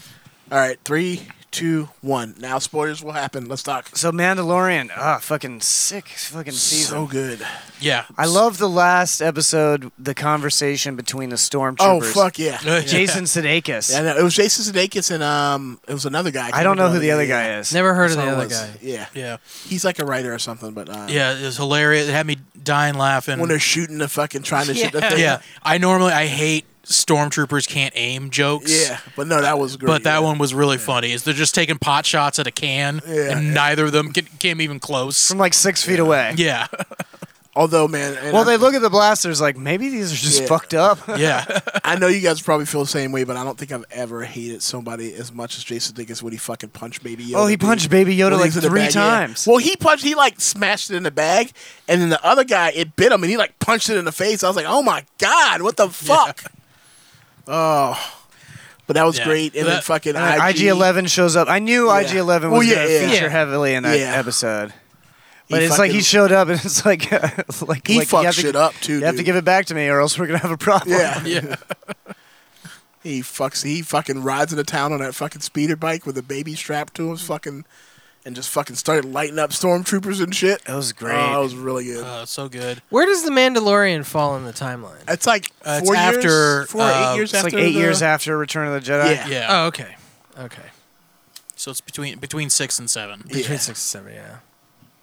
S1: [laughs] All right, three, two, one. Now spoilers will happen. Let's talk.
S5: So Mandalorian, ah, fucking sick, fucking season.
S1: So good.
S7: Yeah,
S5: I love the last episode, the conversation between the stormtroopers.
S1: Oh
S7: [laughs]
S1: fuck yeah,
S5: Jason Sudeikis.
S1: Yeah, no, it was Jason Sudeikis and um, it was another guy.
S5: I don't know who the other guy is. Never heard of
S1: That's
S5: the
S1: all
S5: other
S1: it was.
S5: guy.
S1: Yeah,
S7: yeah.
S1: He's like a writer or something, but uh,
S7: Yeah, it was hilarious. It had me dying laughing.
S1: When they're shooting the fucking trying to shoot the
S7: yeah.
S1: thing.
S7: Yeah. I normally I hate stormtroopers can't aim jokes.
S1: Yeah, but no, that was great.
S7: But that one was really funny. Is they're just taking pot shots at a can,
S1: Yeah.
S7: and neither of them can, came even close
S5: from like six feet away.
S7: Yeah.
S1: Although, Oh, man, and
S5: Well,
S1: I-
S5: they look at the blasters like maybe these are just
S1: Yeah.
S5: fucked
S1: [laughs]
S5: up. [laughs]
S1: I know you guys probably feel the same way, but I don't think I've ever hated somebody as much as Jason Dickens when he fucking punched Baby Yoda.
S5: Oh, he
S1: dude.
S5: punched Baby Yoda
S1: When he
S5: like
S1: was in the
S5: three
S1: bag, yeah.
S5: times.
S1: Well, he punched, he like smashed it in the bag, and then the other guy, it bit him and he like punched it in the face. I was like, oh my God, what the fuck? Oh. But that was
S5: Yeah.
S1: great. And then
S5: That-
S1: fucking
S5: and then
S1: IG.
S5: Eleven shows up. I knew
S1: Yeah.
S5: IG Eleven
S1: Well,
S5: was
S1: yeah,
S5: going to
S1: yeah.
S5: feature
S1: Yeah.
S5: heavily in that
S1: Yeah.
S5: episode,
S1: He
S5: but it's like he
S1: fucking-
S5: showed up and it's like [laughs] like
S1: He
S5: like, you
S1: fucked
S5: have to-
S1: shit up, too,
S5: You have to
S1: dude.
S5: give it back to me or else we're going to have a problem.
S1: [laughs] Yeah. Yeah. He fucks. He fucking rides into town on that fucking speeder bike with a baby strapped to him, fucking, and just fucking started lighting up stormtroopers and shit. That
S5: was
S6: great.
S1: that was really good.
S7: Oh, so good.
S6: Where does the Mandalorian fall in the timeline?
S1: It's like
S7: Uh, it's four years- after, four or eight uh, years
S5: It's like
S7: after
S5: eight
S7: the-
S5: years after Return of the Jedi.
S7: Yeah. Yeah.
S6: Oh, okay. Okay.
S7: So it's between between six and seven.
S6: Between six and seven, yeah.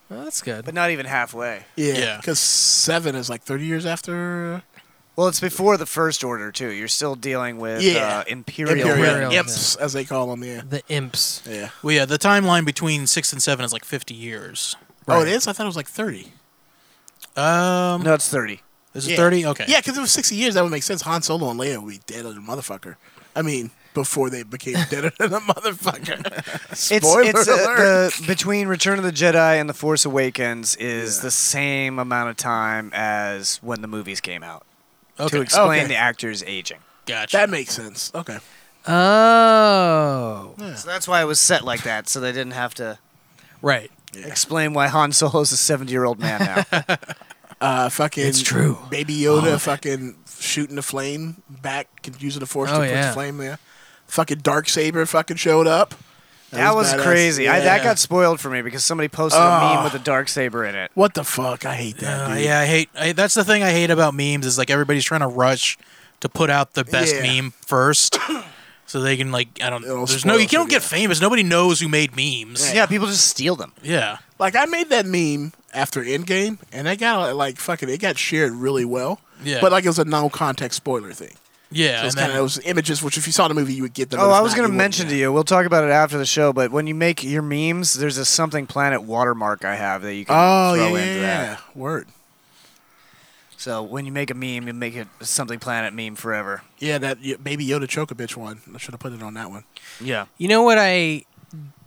S6: Well, that's good.
S5: But not even halfway.
S1: Yeah, because seven is like thirty years after. uh,
S5: Well, it's before the First Order too. You're still dealing with
S1: Yeah.
S5: uh, Imperial.
S1: Imperial imps, as they call them. Yeah,
S6: the imps.
S1: Yeah.
S7: Well, yeah. The timeline between six and seven is like fifty years.
S1: Oh, it is. I thought it was like thirty.
S7: Um,
S5: no, it's thirty.
S7: Is it thirty? Okay.
S1: Yeah, because it was sixty years. That would make sense. Han Solo and Leia would be dead as a motherfucker. I mean, before they became [laughs] deader than a motherfucker.
S5: It's,
S1: Spoiler
S5: it's uh,
S1: alert.
S5: the [laughs] between Return of the Jedi and the Force Awakens is the same amount of time as when the movies came out.
S1: Okay.
S5: To explain
S1: Okay.
S5: the actors aging.
S7: Gotcha.
S1: That makes sense. Okay.
S6: Oh.
S5: So that's why it was set like that, so they didn't have to
S6: Right.
S5: explain why Han Solo's a seventy year old man now.
S1: [laughs] Uh, fucking.
S5: It's true. Oh.
S1: Baby
S5: All of
S1: Yoda
S5: it.
S1: fucking shooting the flame back, using the force
S5: Oh,
S1: to put
S5: yeah.
S1: the flame there. Fucking dark saber fucking showed up.
S5: that, was,
S1: badass.
S5: crazy. I, that
S1: Yeah.
S5: got spoiled for me because somebody posted a meme
S1: Oh.
S5: with a dark saber in it.
S1: What the fuck? I hate that.
S7: Uh,
S1: dude.
S7: yeah, I hate. I, that's the thing I hate about memes is like everybody's trying to rush to put out the best
S1: Yeah.
S7: meme first, [coughs] so they can like I don't. There's no
S1: spoil
S7: you
S1: it,
S7: don't get famous. Nobody knows who made memes.
S5: Yeah, people just steal them.
S7: Yeah.
S1: Like I made that meme after Endgame, and it got like fucking it got shared really well.
S7: Yeah.
S1: But like it was a no context spoiler thing.
S7: Yeah,
S1: So it's
S7: and
S1: kind of
S7: then-
S1: those images, which if you saw the movie, you would get them.
S5: Oh, I was going to mention to you. We'll talk about it after the show. But when you make your memes, there's a something planet watermark I have that you can
S1: Oh
S5: throw
S1: yeah, yeah,
S5: into
S1: yeah.
S5: that.
S1: Word.
S5: So when you make a meme, you make it a something planet meme forever.
S1: Yeah, that y- Baby Yoda choke a bitch one. I should have put it on that one.
S5: Yeah.
S6: You know what I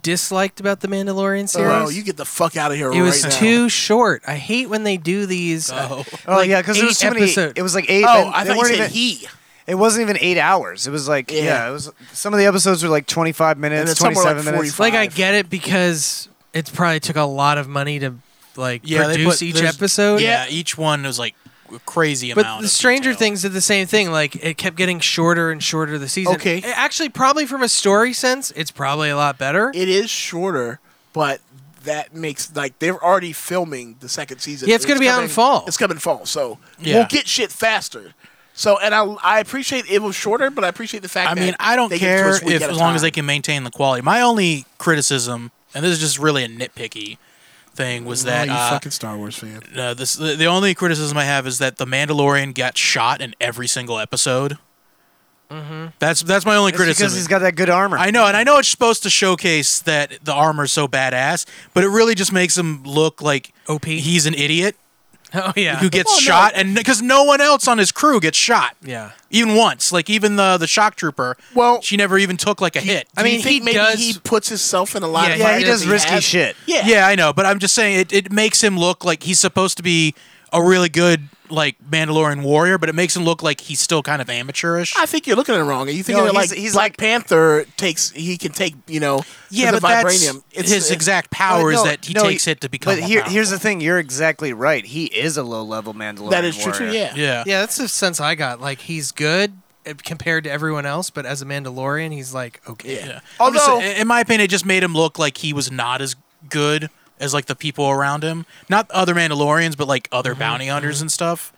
S6: disliked about the Mandalorian series?
S1: Oh, you get the fuck out of here!
S6: it was
S1: right now.
S6: too short. I hate when they do these. Oh,
S5: Oh yeah, because there was so many. It was like eight.
S6: Oh,
S5: and
S6: I
S5: they
S6: thought you
S5: weren't even-
S6: said
S1: he.
S5: It wasn't even eight hours. It was like yeah.
S6: Yeah.
S5: it was. Some of the episodes were like 25 minutes, 27 minutes.
S6: Like I get it because it probably took a lot of money to like
S7: they
S6: produce
S7: put-
S6: each
S7: there's-
S6: episode.
S7: Yeah, each one was like a crazy
S6: But
S7: amount.
S6: the
S7: of-
S6: Stranger Things did the same thing. Like it kept getting shorter and shorter the season.
S1: Okay.
S6: A- Actually, probably from a story sense, it's probably a lot better.
S1: It is shorter, but that makes like they're already filming the second season.
S6: Yeah, it's gonna be out in
S1: coming-
S6: fall.
S1: It's coming fall, so
S7: Yeah.
S1: we'll get shit faster. So, and I, I appreciate it was shorter, but I appreciate the fact.
S7: I mean,
S1: that
S7: I don't
S1: they give it to
S7: care
S1: us week
S7: if
S1: at a
S7: as long as
S1: time.
S7: they can maintain the quality. My only criticism, and this is just really a nitpicky thing, was that
S1: oh, you
S7: uh,
S1: fucking Star Wars fan.
S7: no, this the, the only criticism I have is that the Mandalorian got shot in every single episode.
S6: Mm-hmm.
S7: That's that's my only
S5: It's
S7: criticism.
S5: because he's got that good armor.
S7: I know, and I know it's supposed to showcase that the armor's so badass, but it really just makes him look like
S6: OP.
S7: He's an idiot
S6: [laughs] Oh yeah.
S7: who gets
S6: Well, no.
S7: shot, and because no one else on his crew gets shot.
S6: Yeah.
S7: Even once, like even the the shock trooper.
S1: Well,
S7: she never even took like a hit.
S1: Do you think maybe he puts himself in a lot of environments he has?
S7: Yeah,
S1: Yeah,
S7: yeah, I know, but I'm just saying it, it makes him look like he's supposed to be a really good like Mandalorian warrior, but it makes him look like he's still kind of amateurish.
S1: I think you're looking at it wrong. You think
S7: No,
S1: that, like
S7: he's-
S1: he's Black Panther takes he can take you know
S7: Yeah,
S1: the
S7: but that's
S1: vibranium.
S7: his exact power
S5: Oh,
S7: is
S5: no,
S7: that he
S5: no,
S7: takes it to become.
S5: But
S7: a
S5: here,
S7: power.
S5: here's the thing: you're exactly right. He is a low level Mandalorian. warrior.
S7: yeah,
S6: yeah. That's the sense I got. Like he's good eh, compared to everyone else, but as a Mandalorian, he's like okay.
S7: I'm just
S6: Although-
S7: saying, in my opinion, it just made him look like he was not as good as like the people around him. Not other Mandalorians, but like
S6: Mm-hmm.
S7: other bounty hunters and stuff.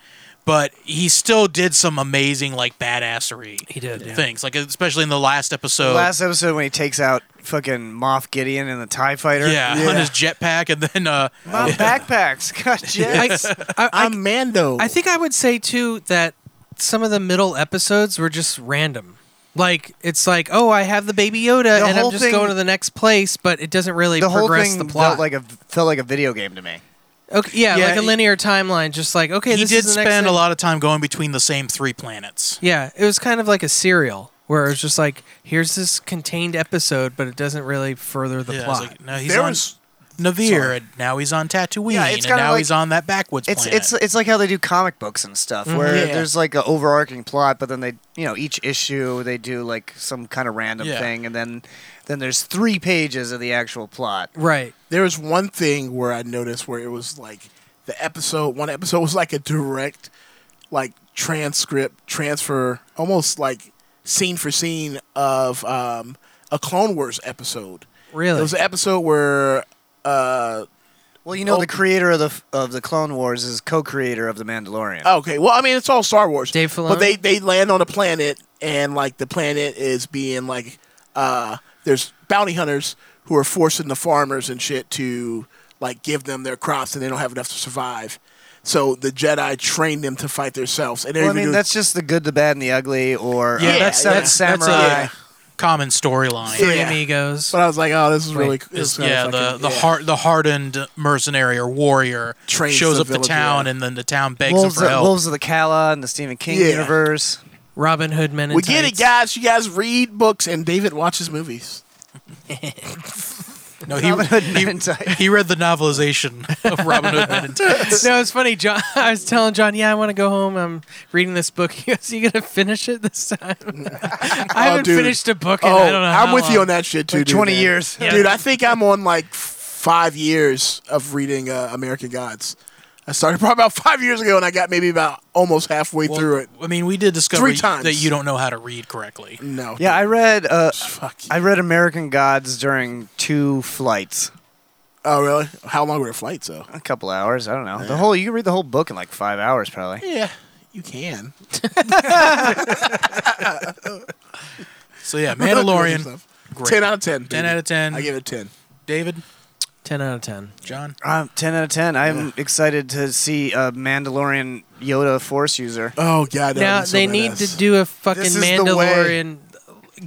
S7: But he still did some amazing like badassery. He did things like especially in the last episode.
S5: The last episode when he takes out fucking Moff Gideon and the Tie Fighter.
S7: yeah, [laughs] on his jetpack, and then uh,
S5: My backpacks. [laughs] God, yes.
S1: I'm Mando.
S6: I think I would say too that some of the middle episodes were just random. Like it's like, oh, I have the baby Yoda,
S5: The
S6: and I'm
S5: whole
S6: just
S5: thing-
S6: going to the next place, but it doesn't really
S5: the whole
S6: progress
S5: thing
S6: the plot.
S5: felt like a felt like a video game to me.
S6: okay, yeah,
S7: Yeah,
S6: like a
S7: he-
S6: linear timeline. Just like okay,
S7: he
S6: this
S7: did
S6: is the next
S7: spend a
S6: thing.
S7: lot of time going between the same three planets.
S6: Yeah, it was kind of like a serial where it was just like, here's this contained episode, but it doesn't really further the
S7: Yeah, I was
S6: plot.
S7: like, no, he's There on was- Navir,
S6: Sorry.
S7: and now he's on Tatooine,
S5: Yeah, it's
S7: and
S5: kinda
S7: now
S5: like-
S7: he's on that backwoods
S5: It's
S7: planet.
S5: it's it's like how they do comic books and stuff,
S7: Mhm.
S5: where
S7: Yeah.
S5: there's like an overarching plot, but then they you know each issue they do like some kind of random
S1: Yeah.
S5: thing, and then then there's three pages of the actual plot.
S6: Right.
S1: There was one thing where I noticed where it was like the episode one episode was like a direct like transcript transfer almost like scene for scene of um a Clone Wars episode.
S6: Really?
S1: It was an episode where uh
S5: Well, you know, the creator of the of the Clone Wars is co-creator of the Mandalorian.
S1: Oh, Okay, well, I mean, it's all Star Wars.
S6: Dave
S1: But they they land on a planet, and like the planet is being like, uh, there's bounty hunters who are forcing the farmers and shit to like give them their crops, and they don't have enough to survive. So the Jedi train them to fight themselves, and they're
S5: Well, I
S1: even
S5: mean,
S1: doing-
S5: that's just the good, the bad, and the ugly, or
S7: yeah,
S5: uh,
S7: that's
S5: Seven
S7: that's,
S5: Samurai.
S7: that's a common storyline.
S6: Three Amigos.
S1: But I was like, oh, this is really. This is
S7: Is-
S1: kinda
S7: yeah, the
S1: fucking-
S7: the har- the hardened mercenary or warrior
S1: Trains
S7: shows
S1: the
S7: up
S1: village,
S7: the town,
S1: yeah.
S7: and then the town begs
S5: Wolves,
S7: him for
S5: of,
S7: help.
S5: Wolves of the Kala and the Stephen King
S1: Yeah.
S5: universe.
S6: Robin Hood men.
S1: we get it, guys. You guys read books, and David watches movies.
S7: no, he, he, he read the novelization [laughs] of [laughs] Robin Hood
S1: [laughs]
S7: Men in Tights.
S6: no, it's funny. John, [laughs] I was telling John, yeah, I want to go home. I'm reading this book. [laughs] He goes, "You gonna finish it this time?" [laughs] I haven't
S1: Oh, dude.
S6: finished a book, and
S1: oh,
S6: I don't know.
S1: I'm
S6: how
S1: with you
S6: long.
S1: on that shit too.
S6: Like
S1: dude,
S6: 20
S1: man.
S6: years. Yeah.
S1: dude. I think I'm on like f- five years of reading uh, American Gods. I started [laughs] probably about five years ago, and I got maybe about almost halfway through it.
S7: I mean, we did discover
S1: three
S7: you-
S1: times
S7: that you don't know how to read correctly.
S1: No.
S5: Yeah, I read. Uh, I read American Gods during two flights.
S1: Oh, really? How long were the flights though?
S5: A couple hours. I don't know. The whole you can read the whole book in like five hours, probably.
S1: Yeah, you [laughs] can.
S7: So
S1: [laughs]
S7: yeah, Mandalorian.
S1: Stuff.
S7: great.
S1: Ten out of ten.
S7: Ten
S1: baby.
S7: out of ten.
S1: I give it ten.
S7: David,
S6: Ten out of ten.
S7: John.
S5: Um, ten out of ten. I'm excited to see a Mandalorian Yoda Force user.
S1: Oh God!
S6: Now they need to do a fucking
S5: This is the way.
S6: Mandalorian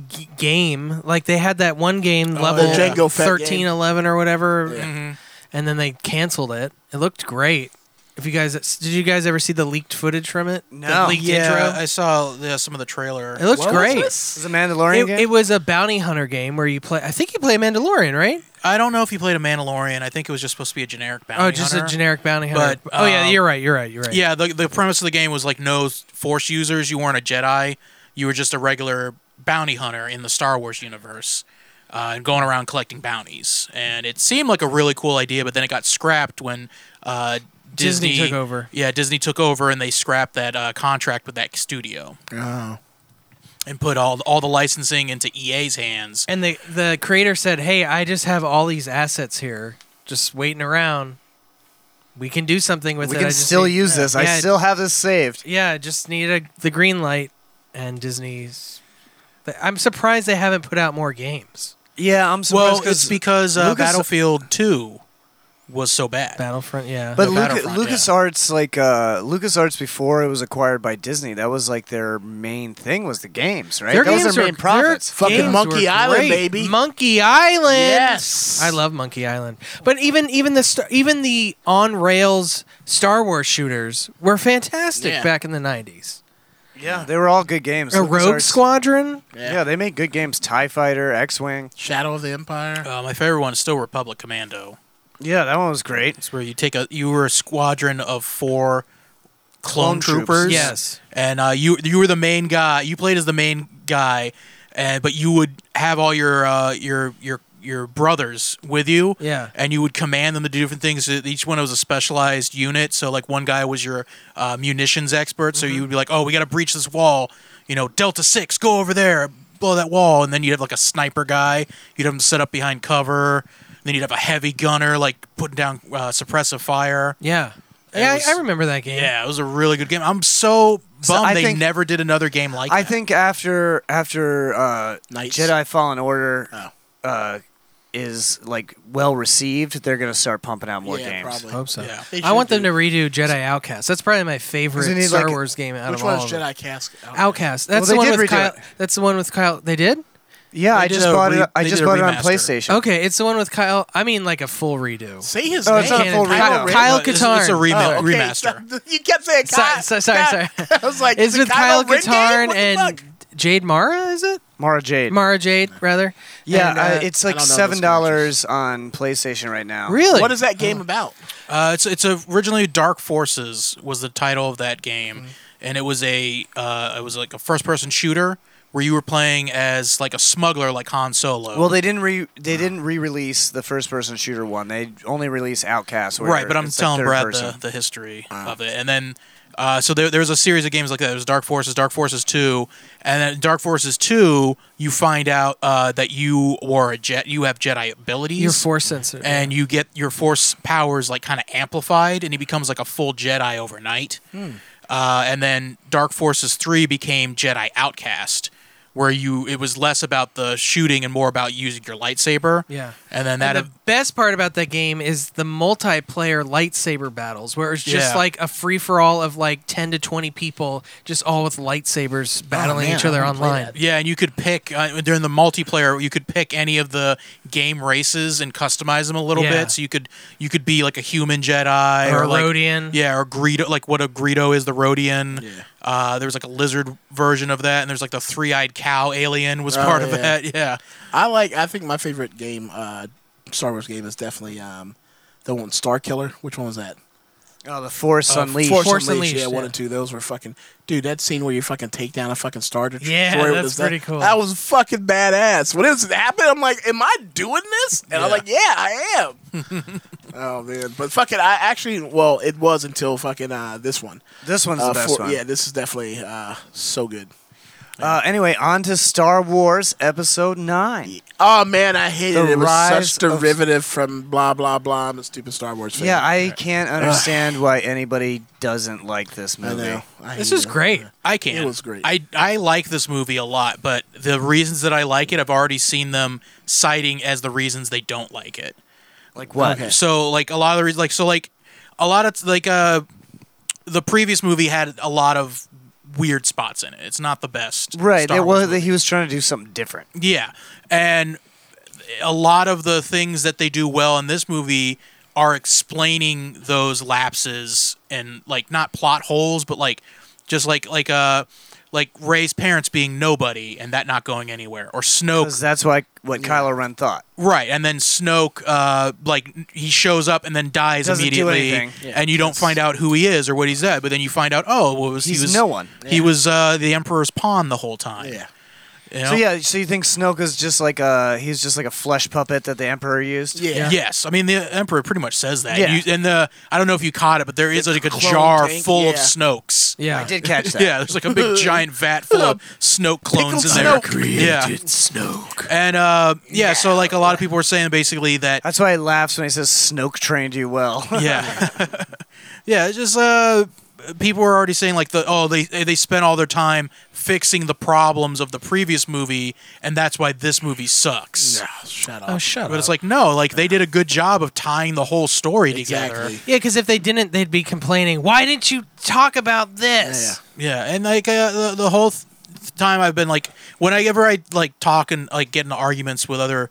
S6: g- game. Like they had that one game
S1: Oh,
S6: level
S1: the Jango Fett
S6: thirteen
S1: game.
S6: eleven or whatever, Mm-hmm.
S1: Yeah.
S6: and then they canceled it. It looked great. If you guys did, you guys ever see the leaked footage from it? the leaked
S7: yeah,
S6: intro.
S7: I saw yeah, some of the trailer.
S6: It looks great.
S5: Is it Mandalorian
S6: it,
S5: game?
S6: it was a bounty hunter game where you play. I think you play a Mandalorian, right?
S7: I don't know if he played a Mandalorian. I think it was just supposed to be a generic bounty.
S6: oh, just
S7: hunter.
S6: a generic bounty hunter. oh yeah,
S7: um,
S6: you're right. You're right. You're right.
S7: Yeah, the, the premise of the game was like no force users. You weren't a Jedi. You were just a regular bounty hunter in the Star Wars universe, uh, and going around collecting bounties. And it seemed like a really cool idea, but then it got scrapped when uh,
S6: Disney
S7: Disney,
S6: took over.
S7: Yeah, Disney took over, and they scrapped that uh, contract with that studio
S1: Oh.
S7: and put all all the licensing into EA's hands.
S6: And the the creator said, "Hey, I just have all these assets here, just waiting around. We can do something with
S5: we
S6: it.
S5: can
S6: I just
S5: still
S6: need-
S5: use this. I
S6: yeah,
S5: still have this saved.
S6: yeah, I just need a, the green light." And Disney's. I'm surprised they haven't put out more games.
S5: Yeah, I'm
S7: Well,
S5: surprised.
S7: it's because uh,
S5: Lucas-
S7: Battlefield Two was so bad.
S6: Uh, Battlefront, yeah.
S5: But
S7: No,
S5: Luca,
S7: Battlefront, yeah.
S5: LucasArts, like uh, LucasArts, before it was acquired by Disney, that was like their main thing was the games, right?
S6: Their
S5: that was
S6: games
S5: their
S6: were-
S5: main profits.
S6: their games were great. Monkey Island. Yes, I love Monkey Island. But even even the star, even the on rails Star Wars shooters were fantastic
S5: Yeah.
S6: back in the nineties.
S5: Yeah, they were all good games.
S6: A Rogue
S5: LucasArts-
S6: Squadron.
S5: Yeah. they made good games. Tie Fighter, X Wing.
S1: Shadow of the Empire.
S7: Uh, my favorite one is still Republic Commando.
S5: Yeah, that one was great.
S7: It's where you take a you were a squadron of four clone,
S5: Clone troops.
S7: troopers.
S5: Yes.
S7: and uh, you you were the main guy. You played as the main guy, and but you would have all your uh, your your your brothers with you.
S6: Yeah.
S7: and you would command them to do different things. Uh, Each one was a specialized unit. So like one guy was your uh, munitions expert.
S5: Mm-hmm.
S7: So you would be like, oh, we got to breach this wall. You know, Delta Six, go over there, blow that wall, and then you'd have like a sniper guy. You'd have him set up behind cover. Then you'd have a heavy gunner like putting down uh, suppressive fire.
S6: Yeah. Yeah, I, I remember that game.
S7: Yeah, it was a really good game. I'm so bummed
S5: So I
S7: they
S5: think-
S7: never did another game like
S5: I
S7: that.
S5: think after after uh, Jedi Fallen Order uh, is like well received, they're gonna start pumping out more games.
S6: I hope so.
S5: Yeah.
S6: I want them to redo Jedi Outcast. That's probably my favorite
S5: Isn't he
S6: Star
S5: like-
S6: Wars game out
S1: Which
S6: of
S1: one
S6: all.
S1: is
S6: of them.
S1: Jedi Cask?
S6: Outcast.
S5: Well,
S6: That's the
S5: they
S6: one
S5: did
S6: with
S5: redo
S6: Kyle. That's the one with Kyle. They did.
S5: Yeah, I just bought it. I just bought it on PlayStation.
S6: Okay, it's the one with Kyle. I mean, like a full redo.
S1: Say his
S5: Oh,
S1: name.
S5: it's not a full
S6: Kyle,
S5: redo.
S6: Kyle
S5: It's- it's
S6: Katarn.
S5: a rema- Oh, okay. remaster.
S1: [laughs] you kept saying Kyle.
S6: So- sorry, sorry.
S1: [laughs] I was like,
S6: it's
S1: the
S6: with Kyle
S1: Kylo Ren game?
S6: Katarn
S1: What the
S6: and Jade Mara, is it?
S5: Mara Jade.
S6: Mara Jade, rather.
S5: Yeah,
S6: And,
S5: uh,
S6: uh,
S5: it's like seven dollars on PlayStation right now.
S6: Really?
S1: What is that game about?
S7: Uh, it's it's originally Dark Forces was the title of that game,
S6: Mm-hmm.
S7: and it was a uh, it was like a first person shooter where you were playing as like a smuggler like Han Solo.
S5: Well, they didn't re they didn't re release the first person shooter one. They only released Outcast. Where
S7: right, but I'm
S5: it's, like,
S7: telling
S5: third
S7: Brad
S5: person.
S7: the, the history of it, and then uh, so there, there was a series of games like that. There was Dark Forces, Dark Forces Two, and then Dark Forces Two, you find out uh, that you were a jet, you have Jedi abilities,
S6: You're force sensitive.
S7: and you get your force powers like kind of amplified, and he becomes like a full Jedi overnight.
S5: Hmm.
S7: Uh, and then Dark Forces Three became Jedi Outcast, where you it was less about the shooting and more about using your lightsaber.
S6: Yeah.
S7: and then that
S6: And the best part about that game is the multiplayer lightsaber battles, where it's just
S7: Yeah.
S6: like a free for all of like ten to twenty people, just all with
S1: Oh,
S6: lightsabers battling
S7: man,
S6: each
S7: I
S6: other
S7: wanna play
S6: online.
S7: Yeah, and you could pick uh, during the multiplayer. You could pick any of the game races and customize them a little
S6: Yeah.
S7: bit. So you could you could be like a human Jedi
S6: Or
S7: or,
S6: a
S7: like,
S6: Rhodian.
S7: Yeah, or Greedo. Like what a Greedo is, the Rhodian. Yeah. Uh, there was like a lizard version of that, and there's like the three-eyed cow alien was
S1: Oh,
S7: part of
S1: yeah.
S7: that. Yeah.
S1: I like. I think my favorite game, uh, Star Wars game, is definitely um, the one Star Killer. Which one was that?
S5: Oh, the Force
S1: Uh,
S5: Unleashed.
S1: Force, Unleashed. Yeah, one and two. Those were fucking dude. That scene where you fucking take down a fucking star destroyer.
S6: Yeah,
S1: with
S6: that's
S1: his- that-
S6: pretty cool.
S1: That was fucking badass. When it was happening, I'm like, am I doing this? And I'm
S6: Yeah.
S1: like, yeah, I am. oh man, but fucking, I actually, well, it was until fucking uh, this one.
S5: This one's
S1: Uh,
S5: the best
S1: for-
S5: one.
S1: Yeah, this is definitely uh, so good.
S5: Uh, anyway, on to Star Wars Episode Nine.
S1: Oh man, I hated
S5: The
S1: it. It was
S5: rise
S1: such
S5: of-
S1: derivative from blah blah blah. I'm a stupid Star Wars fan.
S5: Yeah, I can't
S1: Ugh.
S5: understand why anybody doesn't like this movie.
S1: know. I
S6: This is great.
S7: I can.
S1: It was great.
S7: I I like this movie a lot, but the reasons that I like it, I've already seen them citing as the reasons they don't like it.
S5: Like what?
S1: Okay.
S7: So like a lot of the reasons, like so like a lot of like uh the previous movie had a lot of weird spots in it. It's not the best.
S5: Right,
S7: Star
S5: it
S7: Wars
S5: was he was trying to do something different.
S7: yeah, and a lot of the things that they do well in this movie are explaining those lapses and like not plot holes, but like just like like uh like Ray's parents being nobody and that not going anywhere, or Snoke.
S5: Because that's why what Kylo Ren thought.
S7: Right, and then Snoke, uh, like he shows up and then dies
S5: Doesn't do
S7: immediately,
S5: anything. Yeah.
S7: and you don't find out who he is or what he's at. But then you find out, oh, well, it was
S5: He's
S7: he was
S5: no one.
S7: He was uh, the Emperor's pawn the whole time.
S1: Yeah.
S7: You know?
S5: So yeah, so you think Snoke is just like a he's just like a flesh puppet that the Emperor used?
S7: Yes. I mean, the Emperor pretty much says that.
S5: Yeah.
S7: You, and the I don't know if you caught it, but there is like a
S1: clone
S7: jar
S1: tank,
S7: full of
S1: yeah.
S7: Snokes.
S6: Yeah.
S5: I did catch
S7: [laughs]
S5: that.
S7: yeah. There's like a
S5: [laughs]
S7: big giant vat full of Snoke clones
S1: Pickled
S7: in there.
S1: Snoke.
S7: Yeah.
S1: Snoke.
S7: And uh, yeah, so like a lot of people were saying basically that
S5: That's why he laughs when he says Snoke trained you well. [laughs]
S7: yeah, [laughs] yeah. It's just uh, people were already saying like the oh they they spent all their time fixing the problems of the previous movie, and that's why this movie sucks.
S1: No, shut up.
S6: Oh, shut
S7: But
S6: up.
S7: it's like no, like they did a good job of tying the whole story together.
S1: Exactly.
S6: yeah, because if they didn't, they'd be complaining. Why didn't you talk about this?
S7: Yeah, and like uh, the, the whole th- time I've been like, whenever I like talk and like get into arguments with other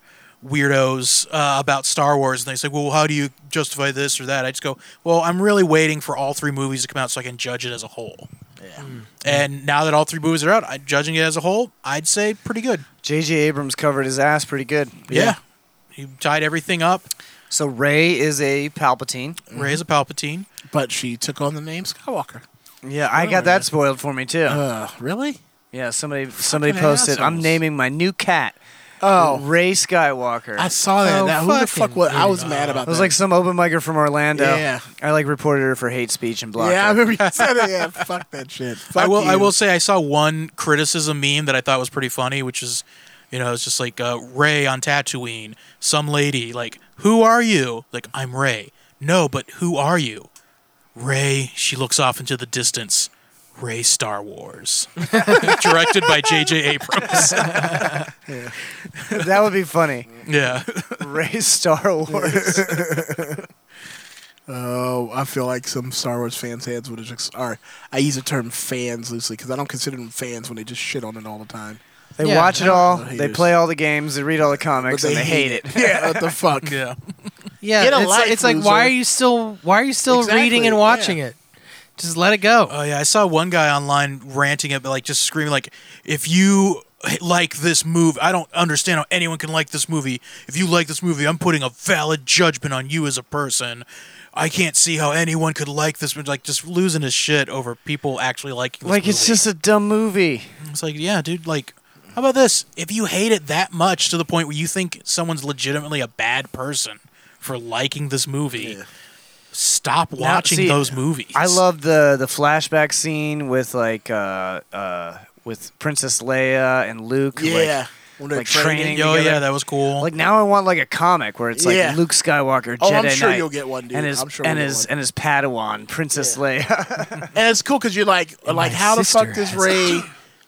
S7: weirdos uh, about Star Wars, and they say, "Well, how do you justify this or that?" I just go, "Well, I'm really waiting for all three movies to come out so I can judge it as a whole." Yeah. And now that all three movies are out, I, judging it as a whole, I'd say pretty good.
S5: J.J. Abrams covered his ass pretty good.
S7: Yeah. He tied everything up.
S5: So Ray is a Palpatine.
S7: Rey is a Palpatine.
S1: But she took on the name Skywalker.
S5: Yeah, I got that spoiled for me too.
S1: Uh, really?
S5: Yeah, somebody somebody
S1: Fucking
S5: posted. I'm
S1: assholes.
S5: naming my new cat.
S1: Oh.
S5: Ray Skywalker.
S1: I saw that.
S7: Oh,
S1: Now, who the fuck was? I was mad about
S5: It was
S1: that.
S5: like some open micer from Orlando.
S1: Yeah.
S5: I like reported her for hate speech and blocked
S1: yeah, I
S5: her.
S1: remember you said
S7: [laughs]
S1: it. Yeah, fuck that shit.
S7: I
S1: Fuck
S7: will. I
S1: you.
S7: will say I saw one criticism meme that I thought was pretty funny, which is, you know, it's just like uh, Ray on Tatooine. Some lady like, "Who are you?" Like, "I'm Ray." No, but who are you? Ray. She looks off into the distance. Ray Star
S6: [laughs]
S7: Wars, [laughs] directed by J.J. Abrams.
S5: [laughs] that would be funny.
S7: yeah.
S5: Ray Star
S1: [laughs]
S5: Wars.
S1: Oh, I feel like some Star Wars fans' heads would have just. Or I use the term fans loosely because I don't consider them fans when they just shit on it all the time.
S5: They watch it all.
S1: They're
S5: They
S1: haters.
S5: play all the games. They read all the comics,
S1: But
S5: and they hate it.
S1: [laughs]
S5: [laughs]
S1: Yeah, what the fuck?
S7: Yeah.
S6: Yeah,
S1: Get a
S6: it's,
S1: life,
S6: it's like
S1: loser.
S6: why are you still why are you still
S1: Exactly,
S6: reading and
S1: yeah.
S6: watching it? Just let it go.
S7: Oh yeah, I saw one guy online ranting about like just screaming like, if you like this movie, I don't understand how anyone can like this movie. If you like this movie, I'm putting a valid judgment on you as a person. I can't see how anyone could like this movie. Like just losing his shit over people actually liking. This
S5: Like it's
S7: movie.
S5: just a dumb movie.
S7: It's like yeah, dude. Like how about this? If you hate it that much to the point where you think someone's legitimately a bad person for liking this movie, stop
S5: Now,
S7: [laughs] watching
S5: see,
S7: those movies.
S5: I love the the flashback scene with like uh uh with Princess Leia and Luke. like-
S1: Yeah. When they're
S5: Like, training.
S7: Yo,
S5: together.
S7: Oh, yeah, that was cool.
S5: Like now, I want like a comic where it's like
S1: Yeah.
S5: Luke Skywalker,
S1: Oh,
S5: Jedi
S1: I'm sure
S5: Knight,
S1: you'll get one, dude.
S5: and his
S1: I'm sure
S5: and
S1: we'll get
S5: his
S1: one.
S5: and his Padawan, Princess Leia. [laughs]
S1: And it's cool because you're like, like,
S6: my
S1: how the
S6: sister
S1: fuck does
S6: has-
S1: Ray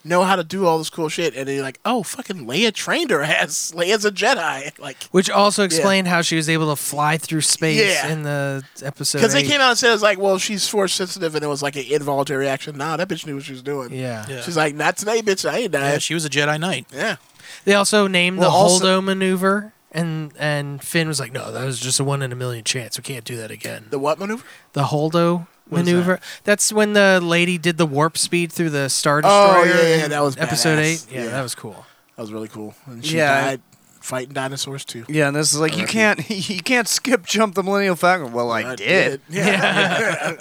S1: know how to do all this cool shit? And then you're like, oh, fucking Leia trained her ass. Leia's a Jedi. [laughs] Like,
S6: Which also explained how she was able to fly through space
S1: Yeah.
S6: in the episode.
S1: because they
S6: eight.
S1: came out and said, it's like, well, she's force sensitive, and it was like an involuntary action. Nah, that bitch knew what she was doing.
S6: Yeah.
S7: Yeah.
S1: She's like, not today, bitch. I ain't
S7: Yeah,
S1: dying.
S7: she was a Jedi Knight.
S1: Yeah.
S6: They also named
S5: Well,
S6: the
S5: also-
S6: Holdo maneuver, and and Finn was like, "No, that was just a one in a million chance. We can't do that again."
S1: The what maneuver?
S6: The Holdo
S1: What is
S6: maneuver. That's when the lady did the warp speed through the Star
S1: Oh,
S6: Destroyer.
S1: yeah, yeah,
S6: in
S1: that was
S6: episode
S1: badass.
S6: eight. Yeah,
S1: Yeah.
S6: that was cool.
S1: That was really cool. And she
S5: Yeah.
S1: died fighting dinosaurs too.
S5: yeah, and this is like you can't [laughs] you can't skip jump the Millennial Falcon. Well, I, [laughs] did.
S1: Yeah.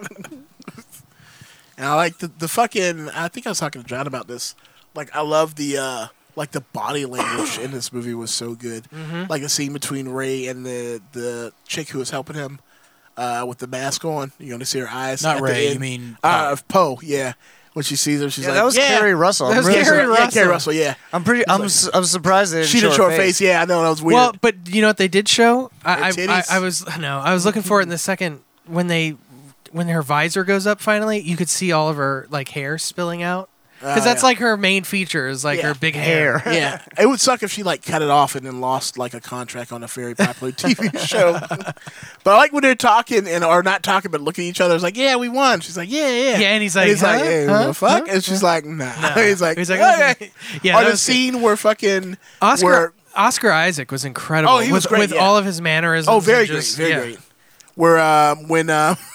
S1: [laughs] and I like the the fucking. I think I was talking to John about this. Like I love the uh like the body language in this movie was so good. Like the scene between Ray and the the chick who was helping him. Uh, with the mask on, you only see her eyes.
S7: Not
S1: at the
S7: Ray,
S1: end.
S7: you mean
S1: uh, of Poe? Yeah, when she sees her, she's
S5: Yeah,
S1: like,
S5: that was
S1: yeah.
S5: Carrie Russell.
S6: That
S5: I'm
S6: was
S5: really
S6: Carrie
S5: sur-
S1: Yeah,
S6: Russell.
S1: Carrie Russell. Yeah,
S5: [laughs] I'm pretty. I'm
S1: like-
S5: su- I'm surprised they didn't
S1: she
S5: show
S1: didn't
S5: her
S1: show her face. Yeah, I know that was weird.
S6: Well, but you know what they did show? I, I,
S1: Her
S6: I,
S1: titties.
S6: I was no, I was looking for it in the second when they when her visor goes up. Finally, you could see all of her like hair spilling out because
S1: Oh,
S6: that's
S1: yeah.
S6: like her main feature is like
S1: Yeah.
S6: her big
S1: [laughs]
S6: hair.
S5: Hair.
S1: Yeah, it would suck if she like cut it off and then lost like a contract on a very popular TV show. [laughs] but I like when they're talking and or not talking, but looking at each other. It's like, yeah, we won. She's like, yeah, yeah.
S6: Yeah, and he's like, huh?
S1: yeah,
S6: Huh?
S1: the fuck?
S6: Huh?
S1: and she's like, nah. [laughs] he's like,
S6: He's
S1: he's
S6: like,
S1: like, okay.
S6: [laughs] Yeah,
S1: Or
S6: that
S1: the
S6: was-
S1: scene where fucking
S6: Oscar
S1: where-
S6: Oscar Isaac was incredible.
S1: Oh, he was
S6: with,
S1: great,
S6: with
S1: yeah.
S6: all of his mannerisms.
S1: oh, very
S6: and just-
S1: great, very
S6: yeah.
S1: great. Where um, when um, [laughs]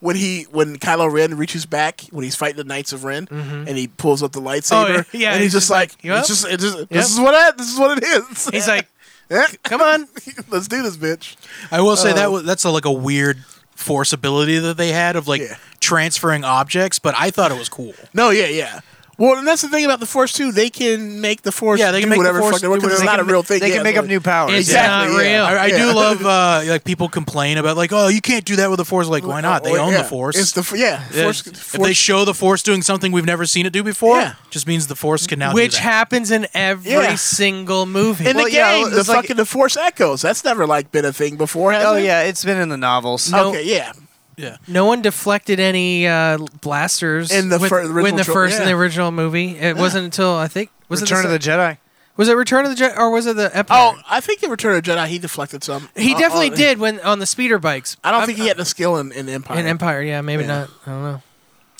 S1: when he when Kylo Ren reaches back when he's fighting the Knights of Ren and he pulls up the lightsaber
S6: yeah, yeah,
S1: and he's, just like,
S6: "Yup."
S1: it's just, it just
S6: Yep.
S1: this is what I, this is what it is.
S6: He's like,
S1: [laughs] Yeah.
S6: come on.
S1: [laughs] Let's do this, bitch. Uh,
S7: I will say that was, that's a, like a weird force ability that they had of like
S1: Yeah.
S7: transferring objects, but I thought it was cool.
S1: No, yeah, yeah. Well, and that's the thing about the Force too. They can make the Force.
S7: Yeah, they can make
S1: do
S7: the
S1: whatever
S7: Force
S1: fuck they want. 'cause
S7: do
S1: It's
S7: whatever-
S1: not a real thing.
S5: They
S1: yeah,
S5: can make
S1: so-
S5: up new powers.
S6: It's
S1: Exactly,
S6: not
S1: yeah. [laughs]
S6: real.
S7: I, I do [laughs] love uh, like people complain about like oh you can't do that with the force. Like why not? They
S1: Well,
S7: own
S1: yeah.
S7: the force.
S1: It's the f- yeah.
S7: Yeah,
S1: Force,
S7: if
S1: force,
S7: they show the force doing something we've never seen it do before,
S1: Yeah.
S7: just means the force can now do
S6: Which
S7: that.
S6: happens in every
S1: Yeah.
S6: single movie.
S1: in
S5: Well,
S1: the
S5: yeah,
S1: game, the
S5: it's like-
S1: fucking the Force echoes. That's never like been a thing before, has
S5: Oh
S1: it?
S5: yeah, it's been in the novels.
S6: No.
S1: Okay, yeah.
S7: yeah.
S6: No one deflected any uh, blasters
S1: In the
S6: with-
S1: fir- original
S6: in the
S1: tril-
S6: first in the
S1: yeah.
S6: original movie. It wasn't until I think was
S5: Return
S6: it
S5: of the Jedi.
S6: sec- was it Return of the Jedi or was it the Empire?
S1: Oh, I think in Return of the Jedi he deflected some.
S6: he
S1: Uh,
S6: definitely
S1: uh,
S6: did when on the speeder bikes.
S1: I don't
S6: I'm-
S1: think he had the skill in, in Empire.
S6: in Empire. Yeah, maybe
S1: Yeah.
S6: not. I don't know.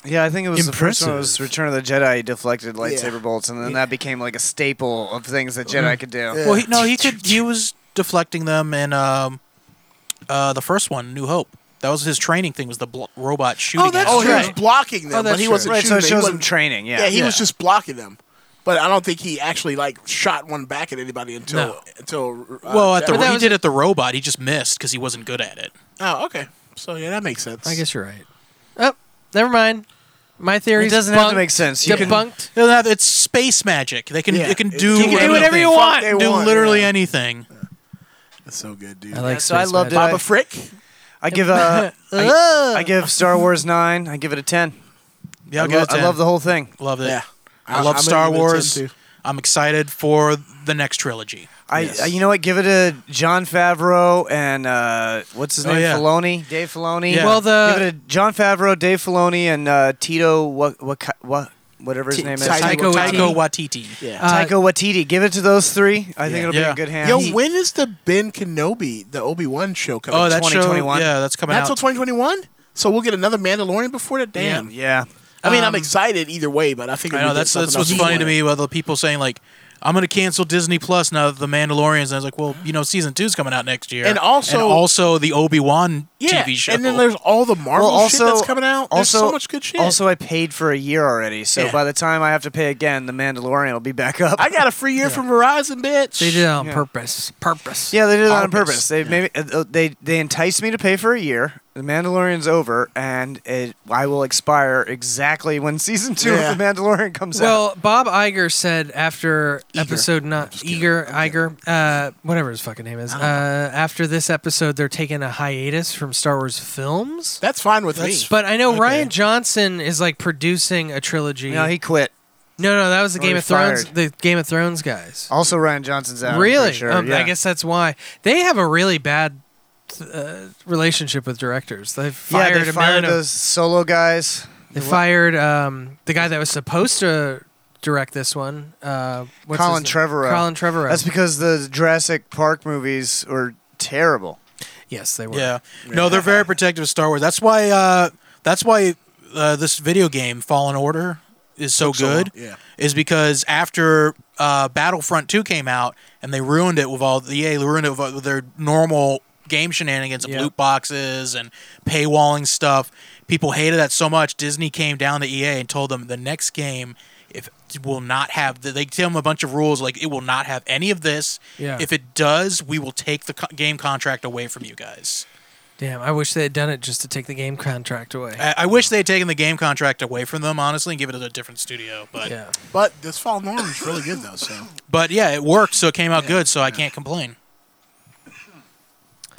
S5: Yeah, I think it was the first one
S1: Impressive.
S5: was Return of the Jedi deflected lightsaber
S1: Yeah.
S5: bolts, and then that became like a staple of things that
S7: Mm.
S5: Jedi could do.
S1: Yeah.
S7: Well, he, no, he could. He was deflecting them in um, uh, the first one, New Hope. That was his training thing. Was the bl- robot shooting?
S1: Oh, that's
S7: at him.
S1: true. He was blocking them,
S6: Oh, that's
S1: but he
S6: true.
S1: wasn't
S5: Right, so
S1: shooting.
S5: it
S1: them. He
S5: shows him
S1: wasn't-
S5: training. Yeah,
S1: Yeah, he was just blocking them. But I don't think he actually like shot one back at anybody until
S7: No.
S1: until. uh,
S7: well, at the
S1: Jack-
S7: he did at the robot. He just missed because he wasn't good at it.
S1: Oh, okay. So yeah, that makes sense.
S6: I guess you're right. Oh, never mind. My theory
S7: It doesn't have to make sense. You can-
S6: debunked.
S7: It doesn't have- it's space magic. They can
S6: Yeah.
S7: it can
S6: It-
S7: do
S6: you can do whatever you
S7: anything.
S6: want. Fuck they
S7: do
S6: want,
S7: literally
S6: yeah.
S7: anything.
S1: That's so good, dude.
S5: I like Yeah, so I space loved magic. it.
S1: Papa
S5: I-
S1: Frick.
S5: I give a. [laughs] I, I give Star Wars nine. I give it a ten.
S7: Yeah, I'll
S5: I,
S7: give it a
S5: I
S7: 10.
S5: love the whole thing.
S7: Love it.
S5: Yeah.
S7: I,
S5: I-
S7: love
S5: I'm
S7: Star
S5: gonna give it a 10
S7: Wars.
S5: too.
S7: I'm excited for the next trilogy.
S5: I, I you know what? Give it a John Favreau and uh, what's his
S7: Oh,
S5: name?
S7: yeah.
S5: Filoni, Dave Filoni.
S7: Yeah. Well, the-
S5: give it a John Favreau, Dave Filoni, and uh, Tito what what what whatever his
S7: T-
S5: name is.
S7: Taika Taika Waititi. Uh,
S5: Taika Waititi. Give it to those three. I think
S7: Yeah.
S5: it'll be
S7: Yeah.
S5: a good hand.
S1: Yo, when is the Ben Kenobi, the Obi Wan show coming?
S5: Oh, that show- 2021? yeah, that's coming
S1: Not
S5: out.
S1: till 2021. So we'll get another Mandalorian before that. Damn.
S5: Yeah.
S1: I mean, I'm
S7: Um,
S1: excited either way, but I think
S7: I know that's that's what's funny to me about the people saying like, "I'm going to cancel Disney Plus now that the Mandalorian's." And I was like, "Well, you know, season two's coming out next year,
S1: And also-
S7: also the Obi Wan
S1: Yeah,
S7: TV show."
S1: and then there's all the Marvel
S5: well, also,
S1: shit that's coming out. There's
S5: Also,
S1: so much good shit.
S5: Also, I paid for a year already, so
S1: Yeah.
S5: by the time I have to pay again, the Mandalorian will be back up.
S1: I got a free year from Verizon, bitch.
S5: They did it on Yeah.
S6: purpose. Purpose.
S5: Yeah, they did it on purpose.
S1: Purpose.
S5: They maybe uh, they they enticed me to pay for a year. The Mandalorian's over, and it I will expire exactly when [laughs] season two
S6: Yeah.
S5: of the Mandalorian comes out.
S6: Well, Bob Iger said after episode nine, Eager Iger, uh, whatever his fucking name is, uh, after this episode, they're taking a hiatus from Star Wars films.
S1: That's fine with me.
S6: But I know Ryan Johnson is like producing a trilogy.
S5: No, he quit.
S6: No, no, that was the
S5: Or
S6: Game
S5: he
S6: of Thrones.
S5: fired.
S6: The Game of Thrones guys.
S5: Also, Ryan Johnson's out. I'm pretty
S6: really?
S5: sure,
S6: Um, I
S5: yeah.
S6: guess that's why they have a really bad uh, relationship with directors. They've
S5: Yeah,
S6: fired
S5: they
S6: a
S5: fired
S6: million of-
S5: those solo guys.
S6: They
S5: What-
S6: fired um, the guy that was supposed to direct this one. Uh, what's
S5: Colin
S6: his name?
S5: Trevorrow.
S6: Colin Trevorrow.
S5: That's because the Jurassic Park movies were terrible.
S6: Yes, they were.
S7: Yeah. No, they're very protective of Star Wars. That's why. Uh, that's why uh, this video game Fallen Order is so
S1: Took so
S7: good.
S1: long, yeah.
S7: Is because after uh, Battlefront Two came out and they ruined it with all the EA ruined it with, all- with their normal game shenanigans of loot boxes and paywalling stuff. People hated that so much. Disney came down to EA and told them the next game. If will not have they tell them a bunch of rules like it will not have any of this.
S6: Yeah.
S7: If it does, we will take the co- game contract away from you guys.
S6: Damn, I wish they had done it just to take the game contract away.
S7: I, I wish they had taken the game contract away from them, honestly, and give it to a different studio. But
S6: yeah.
S1: But this Fall Norm is really good though. So
S7: but yeah, it worked, so it came out good, so I can't complain,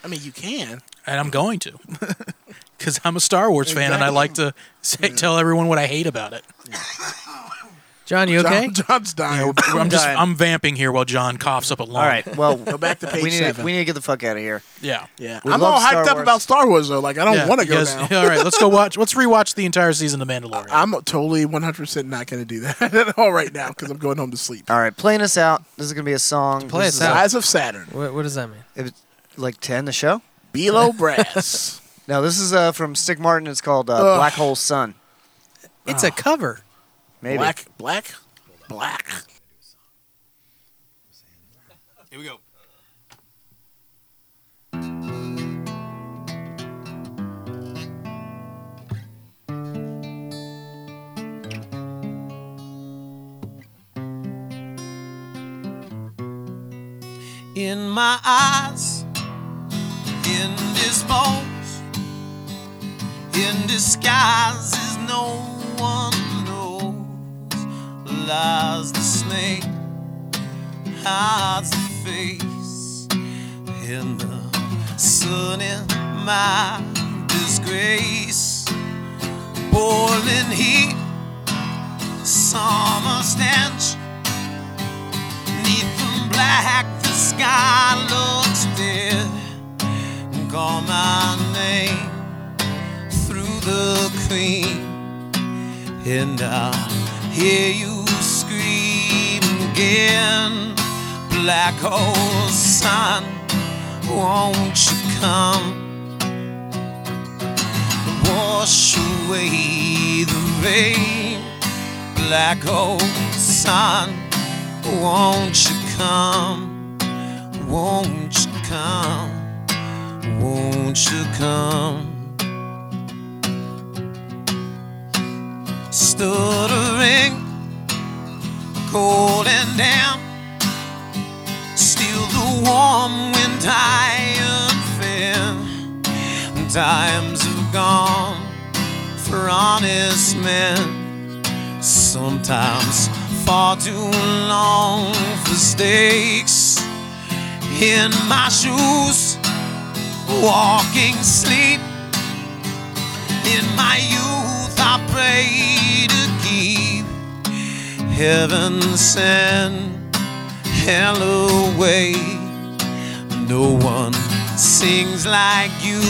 S1: I mean, you can.
S7: and I'm going to, [laughs] because I'm a Star Wars fan, and I like to say, tell everyone what I hate about it.
S6: John, you
S7: John-
S6: okay?
S1: John's dying.
S7: I'm just I'm vamping here while John coughs up a lung.
S5: All right. Well,
S1: Go back to page
S5: we need
S1: seven.
S5: we need to get the fuck out of here.
S7: yeah,
S1: yeah.
S5: We
S1: I'm
S5: love
S1: all
S5: Star
S1: hyped up
S5: Wars.
S1: about Star Wars though. Like I don't
S7: Yeah,
S1: want to go
S7: yes. [laughs]
S1: now.
S7: All right, let's go watch. Let's rewatch the entire season of Mandalorian.
S1: I'm totally 100 percent not going to do that at [laughs] all right now because I'm going home to sleep.
S5: All right, playing us out. This is gonna be a song.
S6: Play
S5: this
S6: us
S5: is a-
S6: out.
S1: Eyes of Saturn.
S6: What, what does that mean?
S5: It was like to end the show.
S1: Below brass.
S5: [laughs] No, this is uh, from Stick Martin. It's called uh,
S1: Ugh.
S5: Black Hole Sun.
S6: It's a cover.
S5: Maybe.
S1: Black. Black. Black.
S7: Here we go.
S12: in my eyes, in this bones, in disguises no one knows. Lies the snake, hides the face, in the sun in my disgrace. Boiling heat, summer stench, Neath the black, the sky looks dead. Call my name through the cream, and I hear you scream again. Black hole sun, won't you come? Wash away the rain. Black hole sun. Won't you come? Won't you come? Won't you come? Stuttering cold and damp. Still the warm wind high and fair. Times have gone for honest men. Sometimes far too long for stakes. In my shoes, walking sleep. In my youth, I pray to keep heaven sent, hell away. No one sings like you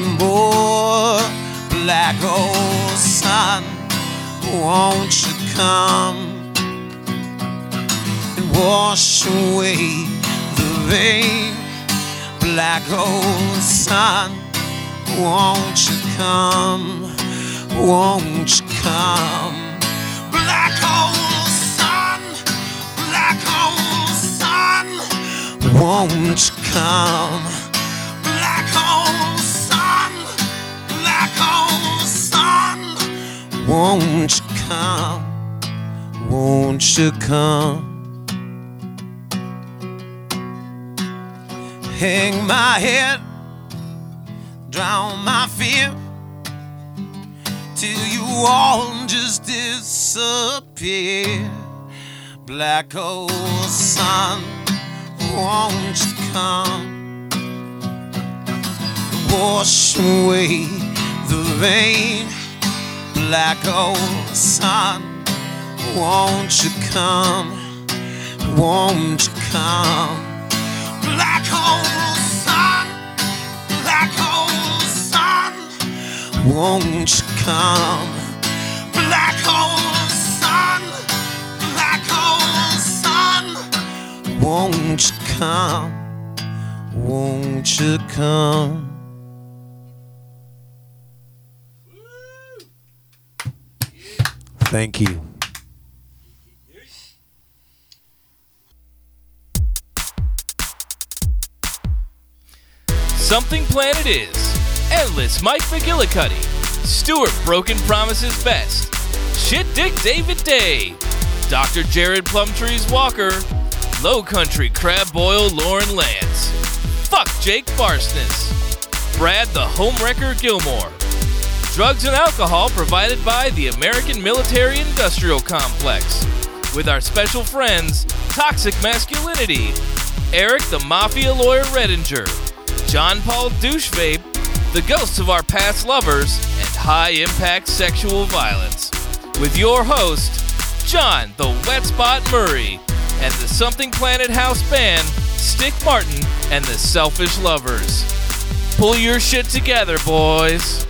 S12: anymore. Black old sun, won't you come and wash away the rain? Black old sun, won't you come? Won't you come? Black hole sun, black hole sun, won't you come? Black hole sun, black hole sun, won't you come? Won't you come? Hang my head, drown my fear till you all just disappear. Black hole sun, won't you come? Wash away the rain. Black hole sun, won't you come? Won't you come? Black hole sun, black hole sun, won't you come? Black hole sun, black hole sun, won't you come? Won't you come? Thank you.
S13: Something Planet is Endless Mike McGillicuddy, Stuart Broken Promises Best, Shit Dick David Day, Dr. Jared Plumtrees Walker, Low Country Crab Boil Lauren Lance, Fuck Jake Barsness, Brad the Homewrecker Gilmore, Drugs and alcohol provided by the American Military Industrial Complex, with our special friends Toxic Masculinity, Eric the Mafia Lawyer Redinger, John Paul Douche Vape, The Ghosts of Our Past Lovers, and High Impact Sexual Violence. With your host, John the Wet Spot Murray, and the Something Planet House Band, Stick Martin, and the Selfish Lovers. Pull your shit together, boys.